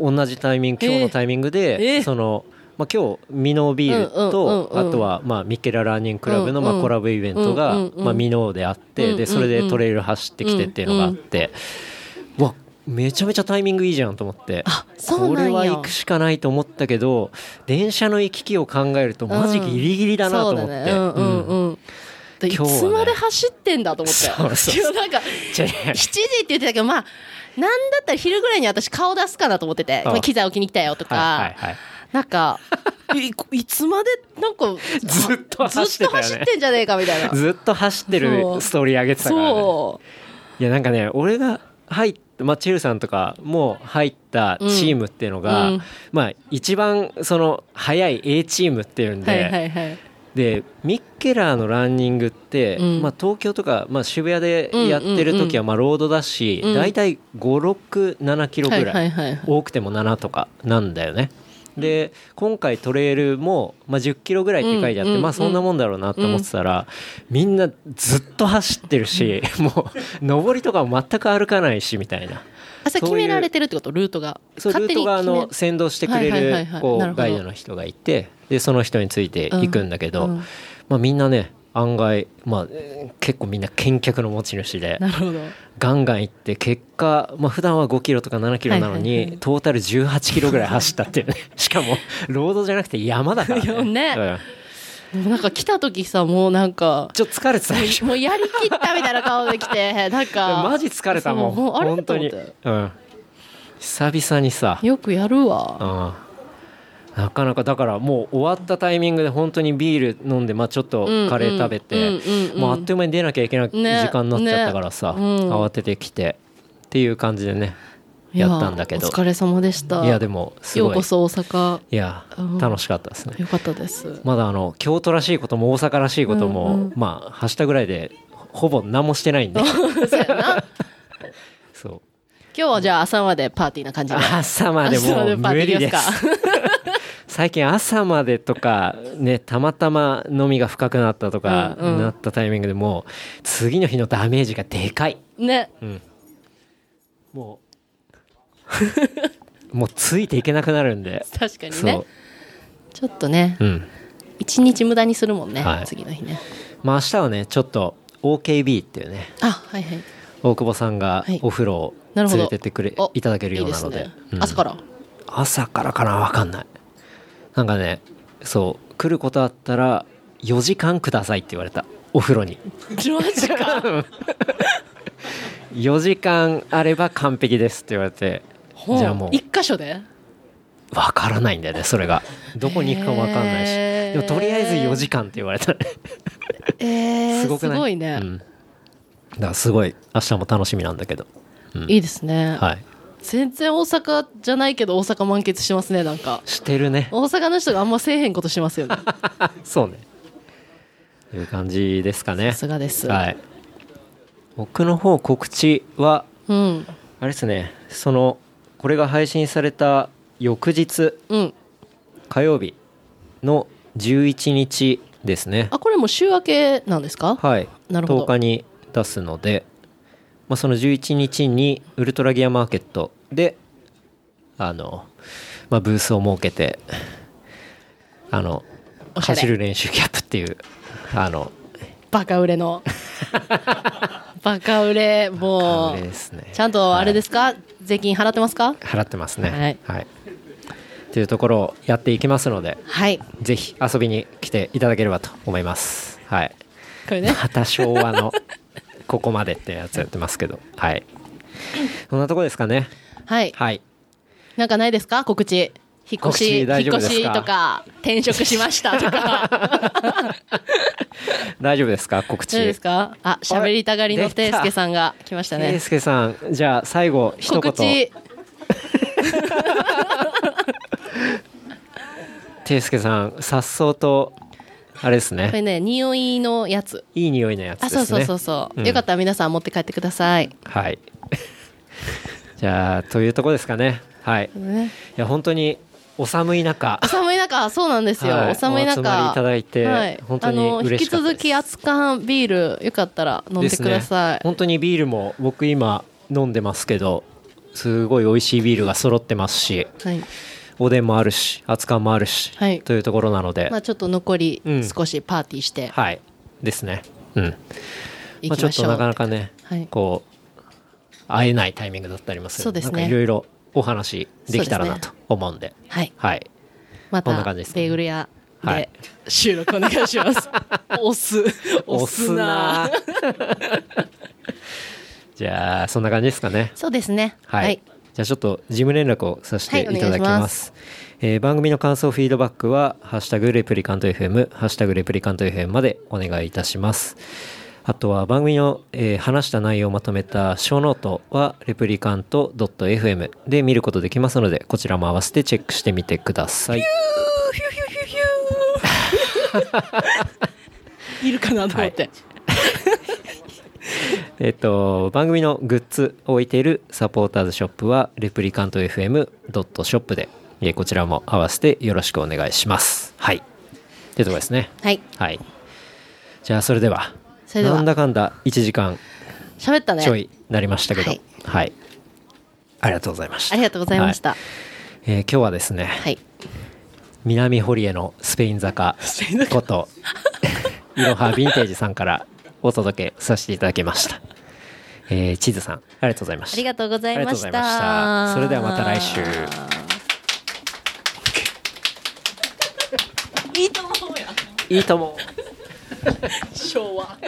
[SPEAKER 3] うん
[SPEAKER 2] 同じタイミング今日のタイミングで、
[SPEAKER 3] えー
[SPEAKER 2] そのまあ、今日ミノービールと、
[SPEAKER 3] うんうんうんうん
[SPEAKER 2] あとは、まあ、ミッケラランニングクラブの、ま
[SPEAKER 3] うん
[SPEAKER 2] あ、
[SPEAKER 3] うん
[SPEAKER 2] コラボイベントが、
[SPEAKER 3] うんうんうん
[SPEAKER 2] まあ、ミノーであって、
[SPEAKER 3] うんうんうん
[SPEAKER 2] でそれでトレイル走ってきてっていうのがあって、うわめちゃめちゃタイミングいいじゃんと思って
[SPEAKER 3] あそうなんや
[SPEAKER 2] これは行くしかないと思ったけど電車の行き来を考えるとマジギリギリだなと思って、
[SPEAKER 3] そうだねうんうん
[SPEAKER 2] うん
[SPEAKER 3] うんでい
[SPEAKER 2] 今日はね
[SPEAKER 3] つまで走ってんだと思って
[SPEAKER 2] そうそうそう
[SPEAKER 3] なんか
[SPEAKER 2] 違う
[SPEAKER 3] 7時って言ってたけどまあなんだったら昼ぐらいに私顔出すかなと思ってて
[SPEAKER 2] あ
[SPEAKER 3] まあ機材置きに来たよ とか、
[SPEAKER 2] はいはいはい
[SPEAKER 3] なんかいいつまでなんか
[SPEAKER 2] ずっと走ってたよね
[SPEAKER 3] ずっと走ってんじゃねえかみたいな
[SPEAKER 2] ずっと走ってるストーリー上げてたから、ね、
[SPEAKER 3] そ
[SPEAKER 2] いやなんかね俺が入っまあ、チルさんとかも入ったチームっていうのが、
[SPEAKER 3] うんうん
[SPEAKER 2] まあ、一番その早い A チームっていうん
[SPEAKER 3] う
[SPEAKER 2] で,、
[SPEAKER 3] はいはいはい
[SPEAKER 2] でミッケラーのランニングって、
[SPEAKER 3] うん
[SPEAKER 2] まあ、東京とか、まあ、渋谷でやってる
[SPEAKER 3] うんうん
[SPEAKER 2] 時
[SPEAKER 3] う
[SPEAKER 2] はまあロードだし、
[SPEAKER 3] うん
[SPEAKER 2] だいたい567キロぐ
[SPEAKER 3] は
[SPEAKER 2] らい、
[SPEAKER 3] いはいはい
[SPEAKER 2] 多くても7とかなんだよね。で今回トレイルも、まあ、1 0キロぐらいって書いてあって、
[SPEAKER 3] うんうん
[SPEAKER 2] まあそんなもんだろうなと思ってたら、みんなずっと走ってるし、 もう上りとかも全く歩かないしみたいな
[SPEAKER 3] あそれ
[SPEAKER 2] そ
[SPEAKER 3] 決
[SPEAKER 2] うい
[SPEAKER 3] め
[SPEAKER 2] う
[SPEAKER 3] られてるってことルートが
[SPEAKER 2] そうルート側の
[SPEAKER 3] 決
[SPEAKER 2] 先導してくれ
[SPEAKER 3] はいはいはい
[SPEAKER 2] る
[SPEAKER 3] はい
[SPEAKER 2] こ
[SPEAKER 3] なる
[SPEAKER 2] う
[SPEAKER 3] ほど
[SPEAKER 2] ガイドの人がいてでその人についていくんだけど、
[SPEAKER 3] うんうん
[SPEAKER 2] まあ、みんなね案外、まあ、えー結構みんな見客の持ち主で
[SPEAKER 3] めなるほど
[SPEAKER 2] ガンガン行って結果、まあ普段は5キロとか7キロなのに、
[SPEAKER 3] はいはいはい
[SPEAKER 2] トータル18キロぐらい走ったってい うねしかもロードじゃなくて山だから
[SPEAKER 3] よ
[SPEAKER 2] ね
[SPEAKER 3] ね
[SPEAKER 2] うん
[SPEAKER 3] でもなんか来た時さもうなんか
[SPEAKER 2] ちょっと疲れてたでしょ
[SPEAKER 3] もうやりきったみたいな顔で来てなんか
[SPEAKER 2] マジ疲れたもん
[SPEAKER 3] そうもうあれ
[SPEAKER 2] 本当に、
[SPEAKER 3] と思っ
[SPEAKER 2] うん、久々にさ、
[SPEAKER 3] よくやるわ
[SPEAKER 2] うんなかなかだからもう終わったタイミングで本当にビール飲んで、まあ、ちょっとカレー食べて、
[SPEAKER 3] うんうんうんうん
[SPEAKER 2] もうあっという間に出なきゃいけない時
[SPEAKER 3] ね
[SPEAKER 2] 間になっちゃったからさ、
[SPEAKER 3] ねうん
[SPEAKER 2] 慌ててきてっていう感じでねやったんだけど
[SPEAKER 3] いやお疲れ様でした
[SPEAKER 2] いやでもす
[SPEAKER 3] よ
[SPEAKER 2] ご
[SPEAKER 3] う
[SPEAKER 2] い
[SPEAKER 3] こそ大阪
[SPEAKER 2] いや
[SPEAKER 3] うん
[SPEAKER 2] 楽しかったですね
[SPEAKER 3] よかっ たです
[SPEAKER 2] まだあの京都らしいことも大阪らしいことも、
[SPEAKER 3] うんうん
[SPEAKER 2] まあはしたぐらいでほぼ何もしてないんで
[SPEAKER 3] そうやな
[SPEAKER 2] そう
[SPEAKER 3] 今日はじゃあ朝までパーティーな感じで
[SPEAKER 2] 朝までもう無理です
[SPEAKER 3] 朝までパーティーで
[SPEAKER 2] 最近朝までとかねたまたま飲みが深くなったとか
[SPEAKER 3] うんうん
[SPEAKER 2] なったタイミングでもう次の日のダメージがでかい
[SPEAKER 3] ね
[SPEAKER 2] も うもうついていけなくなるんで
[SPEAKER 3] 確かにね
[SPEAKER 2] そ
[SPEAKER 3] ちょっとね
[SPEAKER 2] ううん
[SPEAKER 3] 一日無駄にするもんね、
[SPEAKER 2] はい
[SPEAKER 3] 次の日ね
[SPEAKER 2] まあ明日はねちょっと OKB っていうね
[SPEAKER 3] あはいはい
[SPEAKER 2] 大久保さんが
[SPEAKER 3] はい
[SPEAKER 2] お風呂を
[SPEAKER 3] な
[SPEAKER 2] 連
[SPEAKER 3] るほど
[SPEAKER 2] れてってくれ
[SPEAKER 3] お
[SPEAKER 2] いただけるようなの
[SPEAKER 3] いい
[SPEAKER 2] です
[SPEAKER 3] ね
[SPEAKER 2] うん
[SPEAKER 3] 朝から
[SPEAKER 2] 朝からかなわかんないなんかねそう来ることあったら4時間くださいって言われたお風呂に
[SPEAKER 3] マジか
[SPEAKER 2] 4時間あれば完璧ですって言われて
[SPEAKER 3] ほ
[SPEAKER 2] じゃあも
[SPEAKER 3] 一
[SPEAKER 2] う
[SPEAKER 3] 箇所で
[SPEAKER 2] わからないんだよねそれがどこに行くかもわかんないし
[SPEAKER 3] へー
[SPEAKER 2] でもとりあえず4時間って言われたね
[SPEAKER 3] えー、
[SPEAKER 2] す
[SPEAKER 3] す
[SPEAKER 2] ご
[SPEAKER 3] ご
[SPEAKER 2] くない
[SPEAKER 3] いね、
[SPEAKER 2] うん、だからすごい明日も楽しみなんだけど
[SPEAKER 3] いいですね、
[SPEAKER 2] はい
[SPEAKER 3] 全然大阪じゃないけど大阪満喫しますねなんか
[SPEAKER 2] してるね
[SPEAKER 3] 大阪の人があんませえへんことします よね
[SPEAKER 2] そうねという感じですかね
[SPEAKER 3] さすがです、
[SPEAKER 2] はい僕の方告知は
[SPEAKER 3] うん
[SPEAKER 2] あれですねそのこれが配信された翌日
[SPEAKER 3] うん
[SPEAKER 2] 火曜日の11日ですね
[SPEAKER 3] あこれもう週明けなんですか
[SPEAKER 2] はい
[SPEAKER 3] なるほど
[SPEAKER 2] 10日に出すので、まあ、その11日にウルトラギアマーケットであの、まあ、ブースを設けてあの
[SPEAKER 3] おしゃれ
[SPEAKER 2] 走る練習キャップっていうあの
[SPEAKER 3] バカ売れ のバカ売れも
[SPEAKER 2] あれ
[SPEAKER 3] う
[SPEAKER 2] ですね
[SPEAKER 3] ちゃんとあれですか、税金払ってますか
[SPEAKER 2] 払ってますね
[SPEAKER 3] はい
[SPEAKER 2] はい、というところをやっていきますので
[SPEAKER 3] はいこ
[SPEAKER 2] ぜひ遊びに来ていただければと思いますはい
[SPEAKER 3] れね
[SPEAKER 2] また昭和のここまでってやつやってますけどはいそんなとこですかね
[SPEAKER 3] はい
[SPEAKER 2] はい
[SPEAKER 3] なんかないですか告知引っ
[SPEAKER 2] 告
[SPEAKER 3] 越し
[SPEAKER 2] 知
[SPEAKER 3] 引っ
[SPEAKER 2] 大丈夫
[SPEAKER 3] 越
[SPEAKER 2] ですか
[SPEAKER 3] しとか転職しましたと か
[SPEAKER 2] 大丈夫ですか告知
[SPEAKER 3] どうですかあ喋りたがりのていすけさんが来ました
[SPEAKER 2] 圭
[SPEAKER 3] ね
[SPEAKER 2] 介さんじゃあ最後一
[SPEAKER 3] 告
[SPEAKER 2] 言
[SPEAKER 3] 知
[SPEAKER 2] 圭介さんさっそうとあれです
[SPEAKER 3] これ
[SPEAKER 2] ね
[SPEAKER 3] ね匂いのやつ
[SPEAKER 2] いい匂いのやつで
[SPEAKER 3] あ
[SPEAKER 2] すね
[SPEAKER 3] そうそうそうそう、
[SPEAKER 2] うん
[SPEAKER 3] よかったら皆さん持って帰ってください、
[SPEAKER 2] はいじゃあというとこですかねはいい
[SPEAKER 3] ね、
[SPEAKER 2] や本当にお寒い中
[SPEAKER 3] お寒い中そうなんですよ、
[SPEAKER 2] はい
[SPEAKER 3] お寒い中
[SPEAKER 2] お集まりいただいて本当に嬉しかったです
[SPEAKER 3] あの引き続き熱燗ビールよかったら飲んでください、
[SPEAKER 2] 本当にビールも僕今飲んでますけどすごい美味しいビールが揃ってますし
[SPEAKER 3] はい、
[SPEAKER 2] 大おでんもあるし熱燗もあるし、
[SPEAKER 3] はい
[SPEAKER 2] というところなので、
[SPEAKER 3] まあちょっと残り
[SPEAKER 2] うん
[SPEAKER 3] 少しパーティーして
[SPEAKER 2] はいですねうん
[SPEAKER 3] い
[SPEAKER 2] まあ、ち
[SPEAKER 3] き
[SPEAKER 2] ょ
[SPEAKER 3] ま
[SPEAKER 2] っ
[SPEAKER 3] しょ
[SPEAKER 2] と
[SPEAKER 3] う、
[SPEAKER 2] なかなかね、
[SPEAKER 3] はい
[SPEAKER 2] こう会えないタイミングだったりもする
[SPEAKER 3] そうですね
[SPEAKER 2] なんかいろいろお話できたらなと思うんで
[SPEAKER 3] はい
[SPEAKER 2] はい
[SPEAKER 3] ま
[SPEAKER 2] こんな
[SPEAKER 3] た
[SPEAKER 2] 感
[SPEAKER 3] ベ
[SPEAKER 2] じですね
[SPEAKER 3] ーグル屋
[SPEAKER 2] は
[SPEAKER 3] で
[SPEAKER 2] い
[SPEAKER 3] 収録お願い します、押す押すな
[SPEAKER 2] 押すな じゃあそんな感じですかね
[SPEAKER 3] そうですね
[SPEAKER 2] はい、じゃあちょっと事務連絡をさせてい
[SPEAKER 3] はいお願い
[SPEAKER 2] ただき
[SPEAKER 3] し
[SPEAKER 2] ま,、
[SPEAKER 3] ます
[SPEAKER 2] えー番組の感想フィードバックは「ハッシュタグレプリカント FM」「ハッシュタグレプリカント FM」までお願いいたしますあとは番組の、えー話した内容をまとめた小ノートはレプリカント .fm で見ることできますのでこちらも合わせてチェックしてみてください
[SPEAKER 3] いるかなと思って、
[SPEAKER 2] えっと、番組のグッズを置いているサポーターズショップはレプリカント FM.shop でえーこちらも合わせてよろしくお願いします。はい。というところですね。
[SPEAKER 3] はい
[SPEAKER 2] はい。じゃあそれでは、
[SPEAKER 3] それでは
[SPEAKER 2] なんだかんだ1時間
[SPEAKER 3] 喋ったね
[SPEAKER 2] ちょいなりましたけど、
[SPEAKER 3] は
[SPEAKER 2] はいい、ありがとうございました。
[SPEAKER 3] ありがとうございました
[SPEAKER 2] は
[SPEAKER 3] はい
[SPEAKER 2] えー今日はですね、
[SPEAKER 3] い、
[SPEAKER 2] 南堀江のスペイン坂こと、 いろはヴィンテージさんからお届けさせていただきました。えー、チーズさん、ありがとうございました。
[SPEAKER 3] ありがとうございま
[SPEAKER 2] あり
[SPEAKER 3] し
[SPEAKER 2] がとうございま
[SPEAKER 3] た
[SPEAKER 2] したそれではまた来週。
[SPEAKER 3] いいと思うや
[SPEAKER 2] いいとも。
[SPEAKER 3] 昭和